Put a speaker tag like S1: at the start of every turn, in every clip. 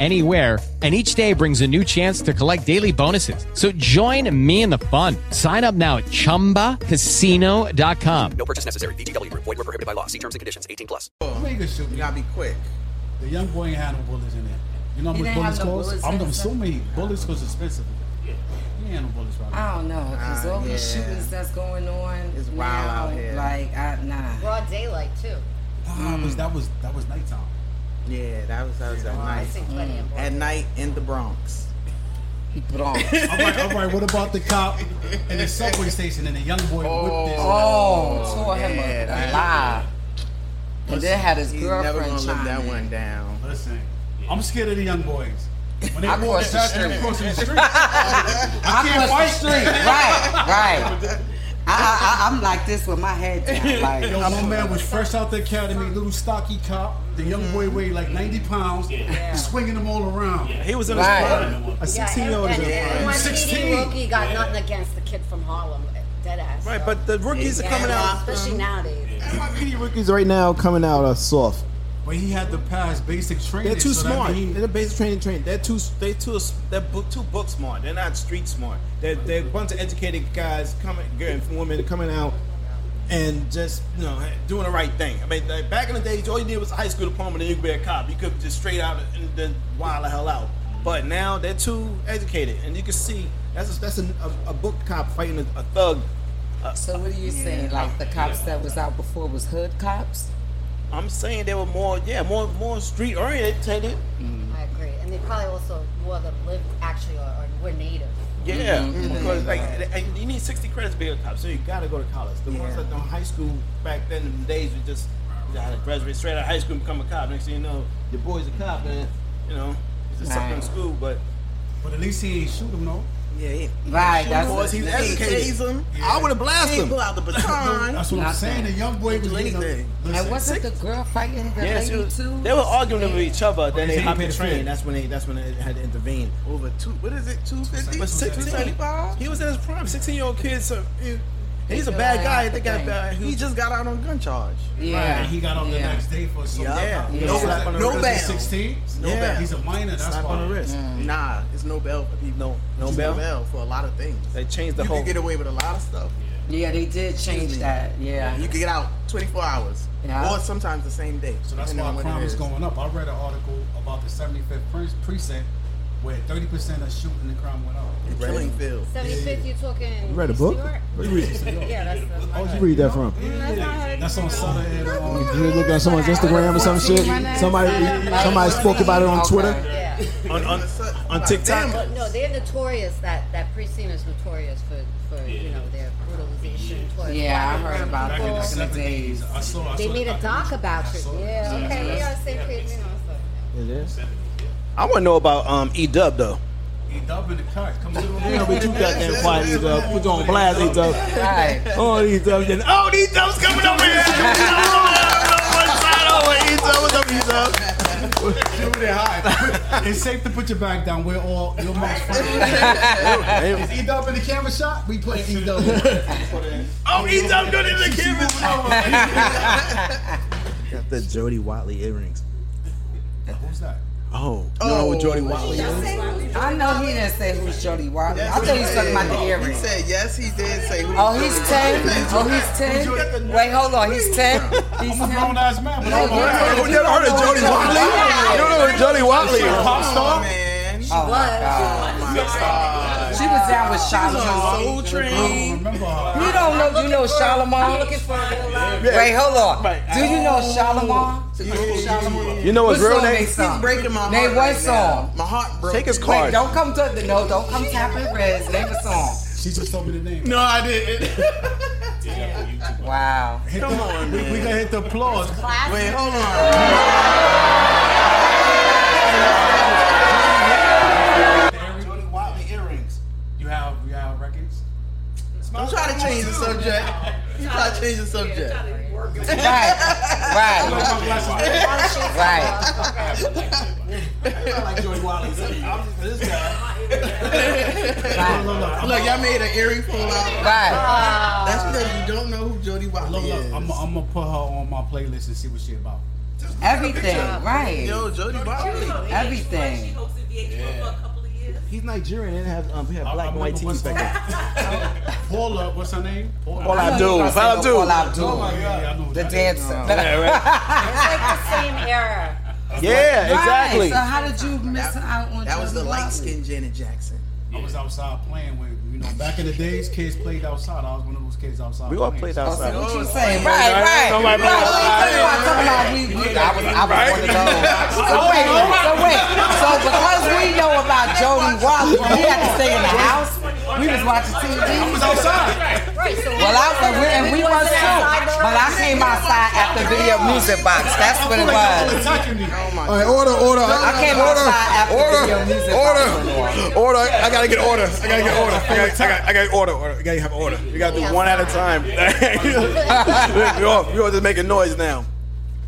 S1: anywhere and each day brings a new chance to collect daily bonuses. So join me in the fun. Sign up now at ChumbaCasino.com.
S2: No purchase necessary. VGW Group. Void were prohibited by law. See terms and conditions. 18 plus.
S3: Nigga shoot
S4: You
S3: me.
S4: gotta be quick.
S3: The young boy ain't had no bullets in there. You know how
S5: He
S3: much
S5: didn't
S3: bullets
S5: have no
S3: cost?
S5: bullets
S3: I'm
S5: and stuff.
S3: assuming bullets cost expensive. He ain't had no bullets right
S5: I
S3: now.
S5: don't know because
S4: Ah,
S5: all the
S4: yeah.
S5: shootings that's going on
S4: It's wild
S5: now,
S4: out here.
S5: like I, nah.
S6: Broad daylight too.
S5: Mm.
S3: Nah, 'cause that was that was nighttime.
S4: Yeah, that was that was at
S6: I
S4: night. Mm.
S6: see plenty of
S4: At
S6: broad.
S4: night in the Bronx.
S5: Bronx.
S3: All right, all right. What about the cop in the subway station and the young boy whipped his?
S5: Oh, tore
S4: yeah,
S5: him
S4: that-
S5: alive. And then had his
S4: He's never gonna
S5: girlfriend
S4: let
S5: chime
S4: that
S5: in.
S4: one down.
S3: Listen, I'm scared of the young boys. When they
S5: I
S3: walk
S5: cross the
S3: past them
S5: street.
S3: crossing the street, I
S5: I
S3: can't
S5: crossed the
S3: fight.
S5: street. Right, right. I, I, I, I'm like this with my head down. Like,
S3: Yo, my man was fresh out the academy, little stocky cop. The young boy weighed like 90 pounds, swinging them all around.
S7: He was in his
S5: Right.
S7: prime.
S3: A
S6: Yeah,
S3: 16
S6: and,
S3: year old is
S6: and,
S3: a
S6: and when
S3: 16.
S6: PD Wilkie got nothing against the kid from Harlem, dead ass.
S7: Right, but the rookies are coming out.
S4: Mm-hmm.
S6: especially nowadays.
S8: Media rookies right now coming out are soft.
S3: But he had to pass basic training.
S8: They're too
S3: so that
S8: smart.
S3: mean-
S8: They're basic training train. They're too. They too.
S7: They're book, too book smart. They're not street smart.
S8: They're, they're a bunch of educated guys coming, girl- women coming out, and just you know doing the right thing. I mean, like, back in the days, all you did was a high school diploma, then you could be a cop. You could just straight out and then wild the hell out. But now they're too educated, and you can see that's a, that's a, a, a book cop fighting a, a thug.
S5: so what are you saying? Like the cops that was out before was hood cops?
S7: I'm saying they were more, yeah, more, more street oriented.
S6: I agree, and they probably also more that lived actually or, or were native.
S4: Mm-hmm.
S7: Yeah,
S5: Mhm.
S7: because like and you need 60 credits to be a cop, so you gotta go to college. The ones
S5: Yeah.
S7: that on high school back then, in the days we just you had to graduate straight out of high school and become a cop. Next thing you know, your boy's a cop, and you know he's just sucking in
S5: Right.
S7: school. But
S3: But at least he ain't shoot him, though.
S4: Yeah, he,
S5: Right, that's
S4: Because he's educated. He tase him.
S8: I would have
S4: He
S8: blasted
S4: ain't
S8: him.
S4: pull out the baton.
S3: That's what I'm
S5: Nothing.
S3: saying. The young boy was
S4: Do
S3: getting
S4: anything.
S3: a,
S5: And
S3: listen,
S5: wasn't the girl fighting the
S7: yeah, she
S5: lady
S7: was-
S5: too?
S7: they were arguing with each other. Then
S3: they
S7: they hopped
S3: paid
S7: in the
S3: the fine.
S7: train. That's when they that's when they had to intervene.
S4: Over two, what is it, 250?
S7: But 16,
S4: 275?
S7: he was in his prime, 16 year old kid. So he- he's a
S5: feel
S7: bad
S5: like
S7: guy.
S5: that's
S7: They
S5: the
S7: got
S5: thing.
S7: bad.
S4: He just got out on gun charge.
S5: yeah.
S3: and he got on the
S5: yeah.
S3: next day for something.
S4: Yeah.
S3: This
S4: No-
S3: is like-
S4: no
S3: this is
S4: bail.
S3: 16? No
S4: Yeah.
S3: bail. He's a minor. That's
S7: slap
S3: why.
S7: on the wrist.
S5: Mm.
S4: Nah, it's no bail for people.
S7: No, no
S4: It's
S7: bell.
S4: No bail for a lot of things.
S7: They changed the
S4: You
S7: whole.
S4: could get away with a lot of stuff.
S5: Yeah, they did change that. Yeah.
S4: You could get out 24 hours.
S5: Yeah.
S4: Or sometimes the same day.
S3: So that's
S4: depending
S3: why
S4: on what it
S3: crime is
S4: is.
S3: going up. I read an article about the 75th pre- precinct where 30% of shooting and crime went up.
S4: Killing field.
S6: 75th, you talking?
S8: Read Oh. a book?
S6: Stuart? yeah, that's the.
S8: Where'd you read that from?
S3: That's on Southern and um,
S8: You look at someone's Instagram or some shit. Somebody, somebody spoke about it on Twitter.
S6: Yeah,
S7: on, on, on
S4: Like,
S7: TikTok.
S4: damn,
S6: but no, they're notorious. That that precinct is notorious for for you know their brutalization. towards
S5: Yeah, I
S6: black
S5: heard
S6: and
S5: about
S3: back
S6: brown
S3: in the
S5: Back
S6: people.
S5: in the
S3: 70s. I saw, I
S6: They
S3: saw
S6: made a doc about it.
S3: saw it.
S6: Yeah,
S3: Yeah,
S6: okay, we
S3: that's-
S6: are same page. You know, so.
S7: I want to know about um, E Dub though.
S3: He dubbing E the cut. Come on.
S8: Yeah, but you goddamn quiet, these up. Put you on blast, these up.
S5: Right.
S8: All these up. Then, oh, these up's coming over here.
S3: Shoot it high. it's safe to put your back down. We're all your most Is E Dub in the camera shot? We play E Dub.
S7: Oh, E Dub good in the
S8: Got the Jody Watley earrings.
S3: Who's that?
S8: Oh,
S4: Oh,
S8: Jody Watley.
S5: I know he didn't say who's Jody Wilder. I thought he was talking about the
S4: He
S5: earrings.
S4: said yes, he did say who
S5: Oh, he's 10? Oh, he's 10? Wait, hold on. He's 10? He's 10?
S3: I'm a grown ass man, but I'm all right.
S5: Who never heard of Jody Wilder?
S8: You know Jody Watley.
S3: Pop
S4: Oh,
S3: star?
S4: man.
S5: Oh, my God.
S4: Oh, my God.
S5: She
S6: was down with Charlamagne. You don't know you know Charlamagne.
S2: Yeah.
S6: Wait, hold on.
S2: Right.
S6: Do you know Charlamagne?
S2: You know his real name?
S6: He's
S2: He's breaking my heart
S6: Name one
S2: right
S6: song.
S2: now. My heart broke.
S6: Wait, don't come to the no. Don't come tapping reds. Name a song.
S3: She just told me the name.
S2: No, I didn't.
S6: Wow.
S2: Come on,
S3: We, we
S2: man.
S3: gonna hit the applause.
S2: Wait, hold on.
S7: Tony Watley earrings.
S3: You have you have records.
S2: I'm trying to change the subject. I'm trying to change the subject.
S6: Right. Right. Right.
S7: Like Joey Watley's. I'm just this guy.
S6: Right.
S2: Look, y'all made an earring pull out.
S6: Right.
S2: That's because you don't know who Jody Watley
S3: Look,
S2: is.
S3: look, I'm, I'm gonna put her on my playlist and see what she about.
S6: Everything. Right.
S2: Yo, Jody Watley.
S6: Everything.
S7: He's Nigerian and have um, we have black and white
S3: What's
S7: teeth
S3: the-
S7: back there.
S3: Paula, what's her name? Paula.
S7: All I do,
S6: Paul
S7: all
S2: Oh
S7: I do.
S6: Abdul.
S3: Yeah, I know
S6: The
S3: that.
S6: dancer.
S9: It's like the same era.
S7: Yeah,
S6: Right. So how did you miss out on
S2: That was the
S6: Jody
S2: light
S6: Watley?
S2: skinned Janet Jackson.
S3: I was outside playing with you know back in the days kids played outside. I was one of those kids outside.
S7: We gonna play that
S3: playing.
S7: outside.
S6: What you saying? Right, right.
S7: Don't worry
S6: Right,
S7: about it.
S6: we talking about we- we- I was, I was one of those. So wait, so wait. So because we know about Jody Wallace, we had to stay in the house. We was watching TV.
S9: Right, so
S6: Well, I was, we- and we was too. But I came outside at the video music box. That's what it was.
S3: Attacking me. Oh my
S10: All right, order, order.
S6: I came outside after video music box.
S10: order, order. I gotta get order. I gotta get order. I gotta, I gotta, I gotta order, order. I gotta have order.
S7: You gotta do one at a time. you all, you all just making noise now.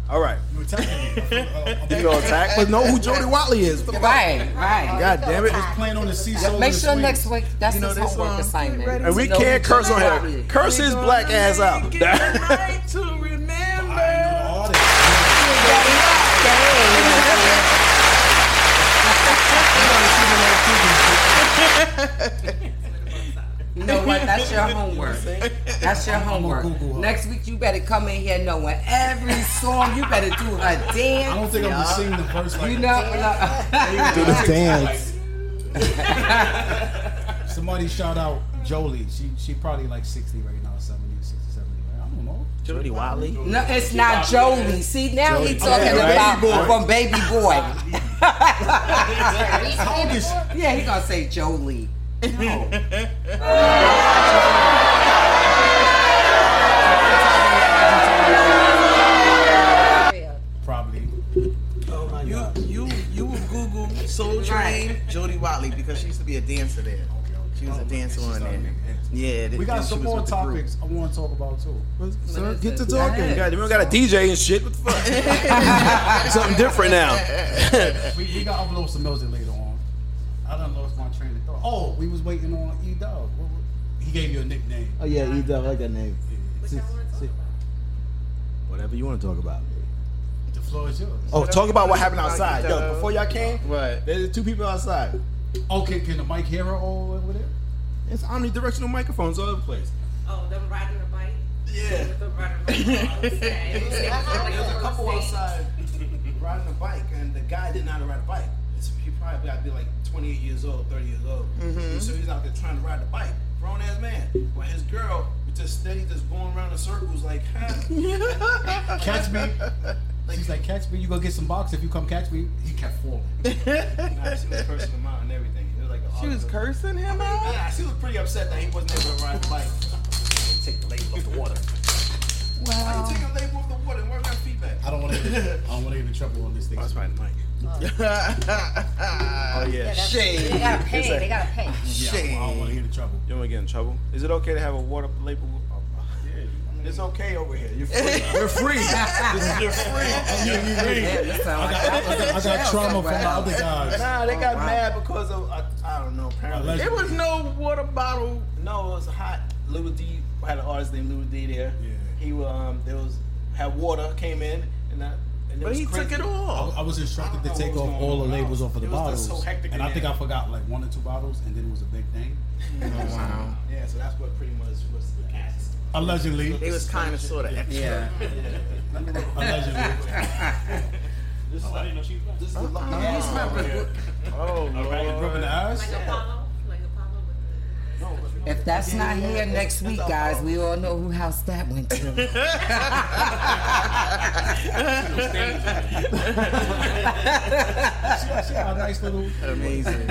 S7: All right.
S3: You attacking me. I'm
S7: You gonna attack?
S10: But know who Jody Watley is.
S6: Right, right.
S7: God damn it.
S3: playing on the seesaw.
S6: Make
S3: and
S6: sure
S3: swings.
S6: next week, that's
S2: You know
S6: his
S2: this
S6: homework
S2: song?
S6: assignment.
S7: And um, we can't curse on here. Curse his black ass out.
S2: to remember.
S3: All that.
S6: You know what? That's your homework. That's your homework. Next week, you better come in here knowing every song. You better do her
S3: I don't
S6: dance.
S3: think I'm gonna sing the verse like
S6: You know, no.
S7: Do the dance.
S3: Somebody shout out Jolie. She she probably like 60 right now, 70, 60, 70. Right? I don't know.
S7: Jody Watley.
S6: no, it's not Jolie. See, now he talking
S7: Yeah,
S6: about
S7: right?
S6: from Baby Boy.
S3: How old is she?
S6: Yeah, he gonna say Jolie.
S3: Probably.
S2: You you you will Google Soul Train Jody Watley because she used to be a dancer there. She was a dancer on there. Yeah,
S3: We got
S2: and she
S3: some
S2: was
S3: more
S2: with the group.
S3: topics Oh, I want to talk about too.
S7: So get to talking. God, we don't got a DJ and shit. What the fuck? Something different now.
S3: We, we got to upload some music later on. I done lost my train of thought. Oh, we was waiting on E Dog. He gave you a nickname.
S7: Oh yeah, E Dub, I like that name. Whatever you want to talk about.
S3: The floor is yours.
S7: Oh, talk about what happened outside. Yo, before y'all came,
S2: Right.
S7: there's two people outside.
S3: Okay, Oh, can the mic hear her all over there?
S7: It's omnidirectional microphones all over the place.
S11: Oh, them riding a bike?
S7: Yeah.
S11: Them riding a bike.
S7: There's a couple outside riding a bike, and the guy didn't know how to ride a bike. So he probably got to be like 28 years old, 30 years old. So he's out there trying to ride the bike. Grown ass man. Well, his girl was just steady, just going around in circles, like, huh?
S3: Catch me. She's like, catch me. You go get some box if you come catch me. He kept falling.
S7: nah, she was cursing him out and everything. It was like a
S2: She was cursing him out.
S7: Nah, she was pretty upset that he wasn't able to ride the bike. Take the label off the water. Wow. Take the label off the water and work out feedback.
S3: I don't want to. Um. I don't want to get in trouble on this thing.
S7: That's right, Mike.
S2: oh
S7: yeah.
S2: Shade.
S9: They gotta pay. They gotta pay.
S3: Yeah, I don't- I don't want to get in trouble.
S7: You don't want to get in trouble. Is it okay to have a water label? It's okay over here. You're free. You're free. this is your free. You're free.
S6: You sound like I was
S3: I got trauma from my other guys.
S7: Nah, they
S10: Oh,
S7: got mad because of I, I don't know. Apparently,
S2: There was no water bottle.
S7: no, it was hot. Little D had an artist named Little D there.
S3: Yeah.
S7: He um, there was had water came in and that. And it
S2: But
S7: was
S2: he took
S7: crazy.
S2: it
S3: I
S2: all.
S3: was instructed to
S7: I don't
S3: take
S7: know what was
S3: off all the
S7: going on.
S3: labels off of the
S7: It was just
S3: bottles,
S7: so hectic in
S3: and I think
S7: there.
S3: I forgot like one or two bottles, and then it was a big thing.
S2: Wow.
S7: Yeah, so that's what pretty much was the case.
S3: Allegedly,
S2: They was kind of sort of extra.
S6: Yeah.
S3: allegedly.
S7: This is, I didn't know she was. This is the
S6: He's my brother.
S7: Oh, Lord.
S3: Rubbing the eyes.
S11: Like Apollo? Like Apollo with the
S10: If that's
S7: Yeah,
S10: not
S7: yeah,
S10: here
S7: it's-
S10: next week, guys, we all know who house that went to.
S12: See how nice little.
S7: Amazing.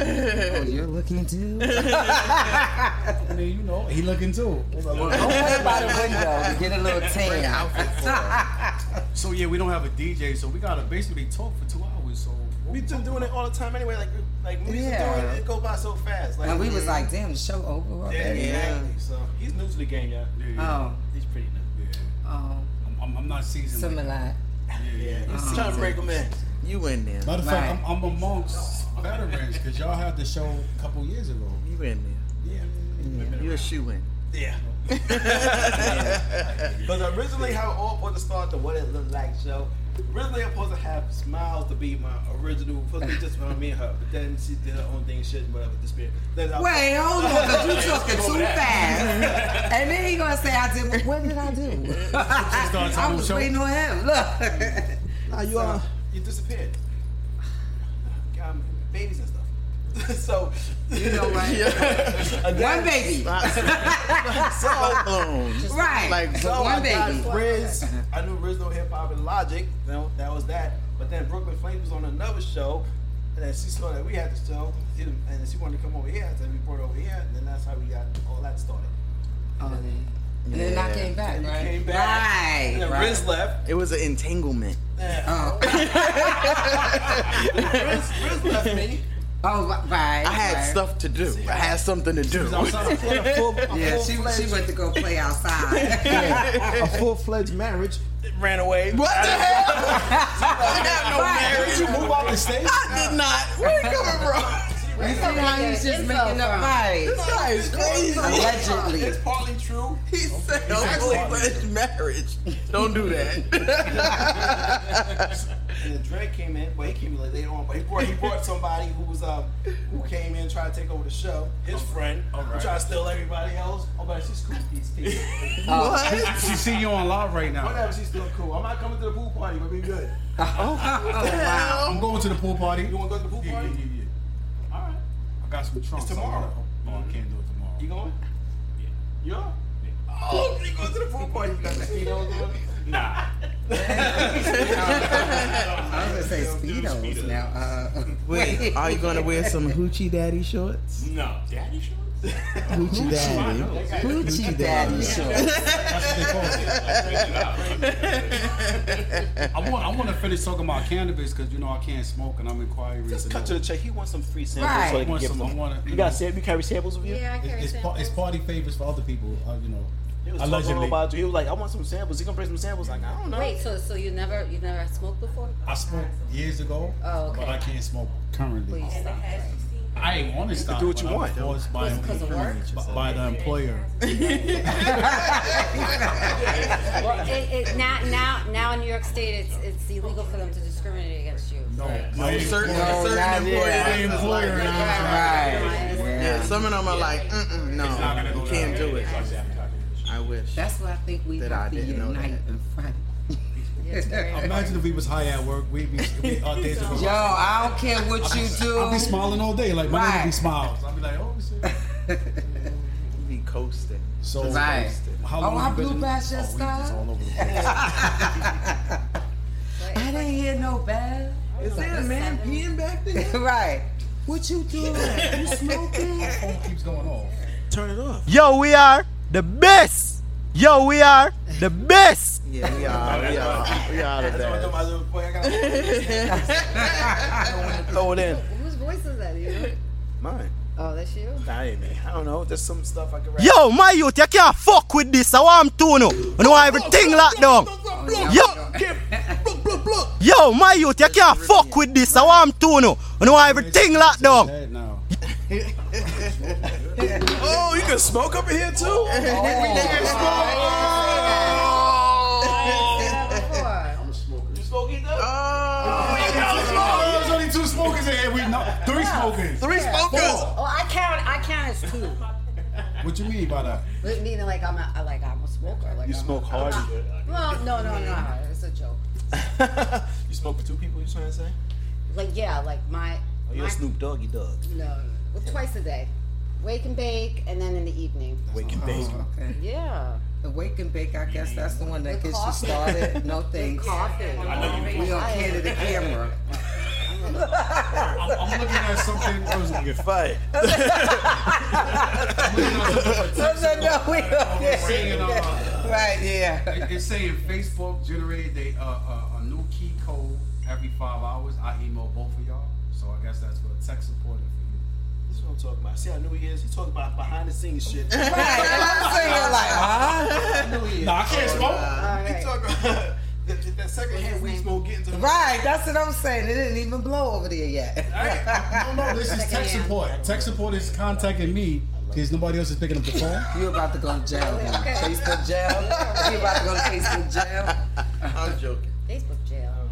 S10: oh, you're looking too.
S12: I mean, you know, he looking too.
S10: Don't play by the window to get a little tan.
S13: so yeah, we don't have a DJ, so we gotta basically talk for two hours. So
S3: We've been doing it all the time anyway. Like, like movies
S10: Yeah.
S3: are doing it, it go by so fast. Like,
S10: And we was like, damn, the show over
S3: yeah,
S10: already.
S3: exactly. So he's new to the game, yeah.
S10: Oh.
S3: he's pretty new.
S10: Oh,
S13: I'm, I'm, I'm not seasoned.
S10: similar.
S3: Yeah,
S10: Oh.
S3: he's trying to break him in.
S7: You in there.
S12: Matter of fact, I'm, I'm amongst veterans because y'all had the show a couple years ago.
S7: You in
S12: there? Yeah.
S7: You a shoe in.
S3: Yeah. But originally, how all supposed to start the What It Looked Like show. Originally, I'm supposed to have Smiles to be my original, supposed to be just about me and her. But then she did her own thing, shit, whatever, disappeared. Then I-
S10: Wait, hold on, 'cause you talking too fast. And then he gonna say I did. What did I do? I was waiting on him. Look.
S3: Nah, you uh, you disappeared. Got babies and stuff. so
S10: You know what? One baby.
S3: so
S10: Right. But
S3: so
S10: one
S3: I got
S10: baby.
S3: Riz. I knew Riz no hip hop and Logic. You know, that was that. But then Brooklyn Flames was on another show, and then she saw that we had the show, and then she wanted to come over here. So we brought her over here, and then that's how we got all that started.
S10: Oh, then. And then I came back,
S3: And you
S10: right?
S3: came back.
S10: Right,
S3: And then
S10: right.
S3: Riz left.
S7: It was an entanglement.
S3: Riz, Riz left me.
S10: Oh, right.
S7: I had
S10: right.
S7: stuff to do. I had something to do.
S10: Yeah, she, she went to go play outside.
S3: a full fledged marriage ran away.
S7: What the hell? I have no
S10: Right.
S7: marriage.
S3: Did you move out the state?
S7: I did not. Where you coming from?
S10: You see how he's just making up
S7: This
S10: lies.
S7: guy is crazy.
S10: Allegedly.
S3: It's partly true.
S7: He said, "Oh, fledged marriage. Don't do that."
S3: And then Dre came in, but he came in later on. But he brought he brought somebody who was um who came in tried to take over the show. His friend, who tried to steal everybody else. Oh, but she's cool these days.
S13: She, she see you on live right now.
S3: Whatever, she's still cool. I'm not coming to the pool party, but we good.
S12: I'm going to the pool party.
S3: You want to go to the pool
S13: Yeah, yeah,
S3: party?
S13: yeah, yeah. All right. I got some trunks.
S3: It's tomorrow.
S13: No, I can't do it tomorrow.
S3: You going?
S13: Yeah.
S3: You are? Oh, you going to the pool party? You got the speedo on?
S13: Nah.
S10: I was gonna say speedos now. Uh,
S7: Wait, are you gonna wear some hoochie daddy shorts?
S13: No. Daddy shorts?
S7: Hoochie daddy.
S10: Gucci daddy shorts?
S13: I want, I want to finish talking about cannabis because you know I can't smoke and I'm inquiring.
S3: Just cut to the check. He wants some free samples
S10: Right.
S3: so they
S13: I
S3: can
S13: want
S3: give
S13: some. I
S3: them.
S13: want to.
S3: You got sam- you carry samples with you?
S6: Yeah, I carry
S12: It's, pa-
S6: samples.
S12: it's party favors for other people, uh, you know.
S3: He was talking
S12: Allegedly.
S3: about you. He was like, I want some samples. He gonna bring some samples. Like, I don't know.
S6: Wait, so so you never you never smoked before?
S12: I smoked years ago,
S6: Oh, okay.
S12: but I can't smoke currently.
S6: Please stop.
S13: I ain't want to stop.
S3: do what you
S13: but I'm
S3: want.
S13: Forced by,
S6: Because of work?
S13: by, by the employer.
S6: It, it, now, now, now in New York State, it's it's illegal for them to discriminate against you.
S12: No,
S6: Right.
S12: my
S7: Certain,
S10: No, not
S7: certain
S10: yet.
S7: employers. is
S12: employer
S7: like,
S12: and
S10: Right.
S7: Yeah,
S10: Yeah.
S7: some of them are like, Mm-mm, no, you can't do it. I wish.
S10: That's what I think we
S7: That I
S10: would be
S7: didn't know
S10: unite
S7: that.
S10: in front.
S6: Yeah, it's very
S12: Imagine if we was high at work, we'd be, we out there just
S10: Yo, I don't care what you do.
S12: I'd be smiling all day, like my name would be
S10: Right.
S12: smiles. I'd be like, oh shit.
S7: You be coasting.
S12: So
S10: Right.
S12: how
S10: Oh,
S12: long
S10: I
S12: you been
S10: blew
S12: in-
S10: past your
S12: oh, we just
S10: stuff.
S12: all over the place.
S10: I didn't hear no bell.
S7: Is there a man peeing back there?
S10: right. What you doing? You smoking?
S12: Phone keeps going off.
S7: Turn it off.
S14: Yo, we are the best. Yo, we are the best.
S7: Yeah,
S3: Oh,
S7: we are. We are. We are the
S3: So I told
S7: best.
S3: my little boy, I gotta
S7: Throw it in.
S6: Whose voice is that? You? know?
S7: Mine.
S6: Oh, that's you.
S7: Nah, I mean, I don't know. There's some stuff I can rap.
S14: Yo, my youth, you can't fuck with this. I want to know. I know everything locked down. Yo, yo, my youth, you can't fuck with this. I want to know. I know everything locked down.
S12: Head now.
S3: Oh, you can smoke up in here too?
S6: Before.
S3: You smoke either?
S12: Oh, there's only two smokers in here. We know three smokers.
S7: Three smokers.
S6: Oh, I count. I count as two.
S12: What you mean by that?
S6: But Meaning, like I'm a, like I'm a smoker. Like
S3: You
S6: I'm
S3: smoke
S6: a,
S3: hard. you
S6: I'm not- Well, no, no, no. It's a joke.
S3: good. You smoke with two people, you trying to say?
S6: Like yeah, like my.
S3: Oh, you're
S6: my
S3: a Snoop Doggy Dog.
S6: no, no, no. Well, twice a day.
S15: Wake and bake, and then in the evening.
S3: Wake and bake.
S6: Okay.
S15: Yeah.
S6: The wake and bake, I guess that's the one that gets you
S15: coffee.
S6: started. No thanks.
S15: coffee. I know you-
S6: We on Canada camera.
S10: I'm, I'm looking at something. I was gonna
S3: get fired.
S6: no, no, no, we don't get
S10: saying, uh,
S6: Right, yeah.
S10: It, it's saying Facebook generated a, uh, uh, a new key code every five hours. I email both of y'all, so I guess that's for tech support and for you.
S3: This is what I'm talking about. See how new he is? He's talking about behind the scenes shit.
S10: Right, and I'm sitting here like,
S6: uh-huh.
S10: huh?
S3: I knew he is.
S10: Nah, I can't smoke.
S3: He talking about that, that- that second hand weed smoke getting to
S6: Right, that's what I'm saying. It didn't even blow over there yet.
S10: No, no, this is tech support. Tech support is contacting me because nobody else is picking up the phone.
S6: You about to go to jail? now. Facebook jail. You about to go to Facebook jail?
S3: I'm joking.
S15: Facebook jail.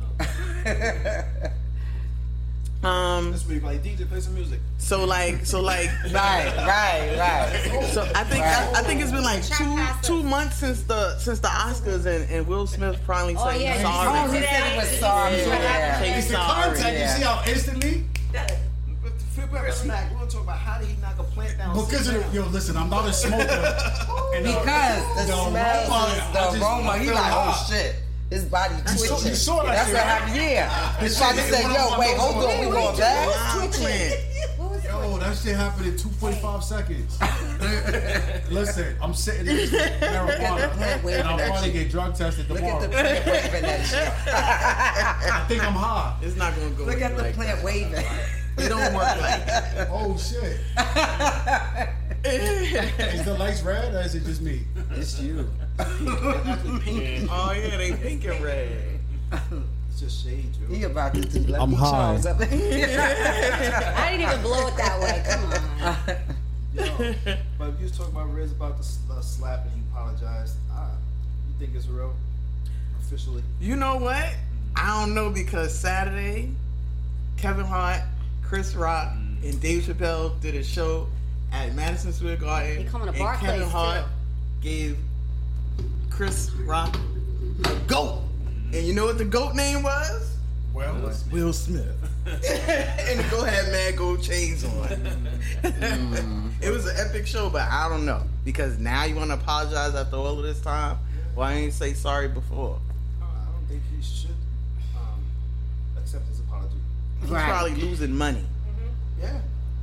S7: Um,
S3: this week, like DJ, play some music.
S7: So like, so like,
S6: right, right, right.
S7: So I think I, I think it's been like two two months since the since the Oscars and, and Will Smith finally
S6: Oh,
S7: said
S6: yeah,
S7: he's
S6: he
S7: sorry.
S6: said- oh, he said he was sorry. Yeah.
S7: He's
S6: It's the
S7: sorry.
S6: contact, you see how
S10: instantly?
S3: Flip back smack. We're gonna talk about how did he knock a plant down?
S10: Because
S3: sit
S10: of
S3: down.
S10: the, yo, listen, I'm not a smoker. And, uh,
S6: Because the smell,
S10: aroma,
S6: is
S10: I
S6: the
S10: just-
S6: aroma.
S10: I
S6: He
S10: feel
S6: like, oh
S10: hot.
S6: shit. His body
S10: You saw-
S6: twitching.
S10: you saw that
S6: That's
S10: shit,
S6: what
S10: right?
S6: happened. Yeah.
S10: This
S6: His
S10: shit
S6: body
S10: is
S6: said,
S10: one of
S6: yo,
S10: my
S6: wait,
S10: most
S6: hold on.
S10: wanted
S6: We
S10: ones.
S6: going back?
S10: Yo, that shit happened in 2.5 seconds. Listen, I'm sitting in this marijuana
S6: waving
S10: and I'm
S6: at
S10: trying to
S6: you.
S10: get drug tested tomorrow. I think I'm high.
S7: It's not gonna go.
S6: Look at the plant waving.
S7: It don't work like
S10: that. Oh shit. is the lights red or is it just me?
S3: It's you.
S7: Oh yeah, they pink and red.
S3: It's just shade, Drew.
S6: He about to do
S3: I'm
S6: Lefty
S3: high.
S6: Charles up
S15: I didn't even blow it that way. Come on.
S3: Yo, but if you was talking about Riz about the s- uh, slap and he apologized, ah, you think it's real? Officially?
S7: You know what? I don't know because Saturday, Kevin Hart, Chris Rock, and Dave Chappelle did a show at Madison Square Garden.
S15: They coming to
S7: and
S15: Barclays,
S7: Kevin Hart
S15: too.
S7: gave Chris Rock a goat. And you know what the goat name was?
S10: Well,
S7: Will Smith. and the goat had mad gold chains on. It was an epic show, but I don't know because now you want to apologize after all of this time. Why didn't you say sorry before?
S3: I don't think he should um, accept his apology.
S7: He's
S6: Right.
S7: probably losing money.
S3: Yeah.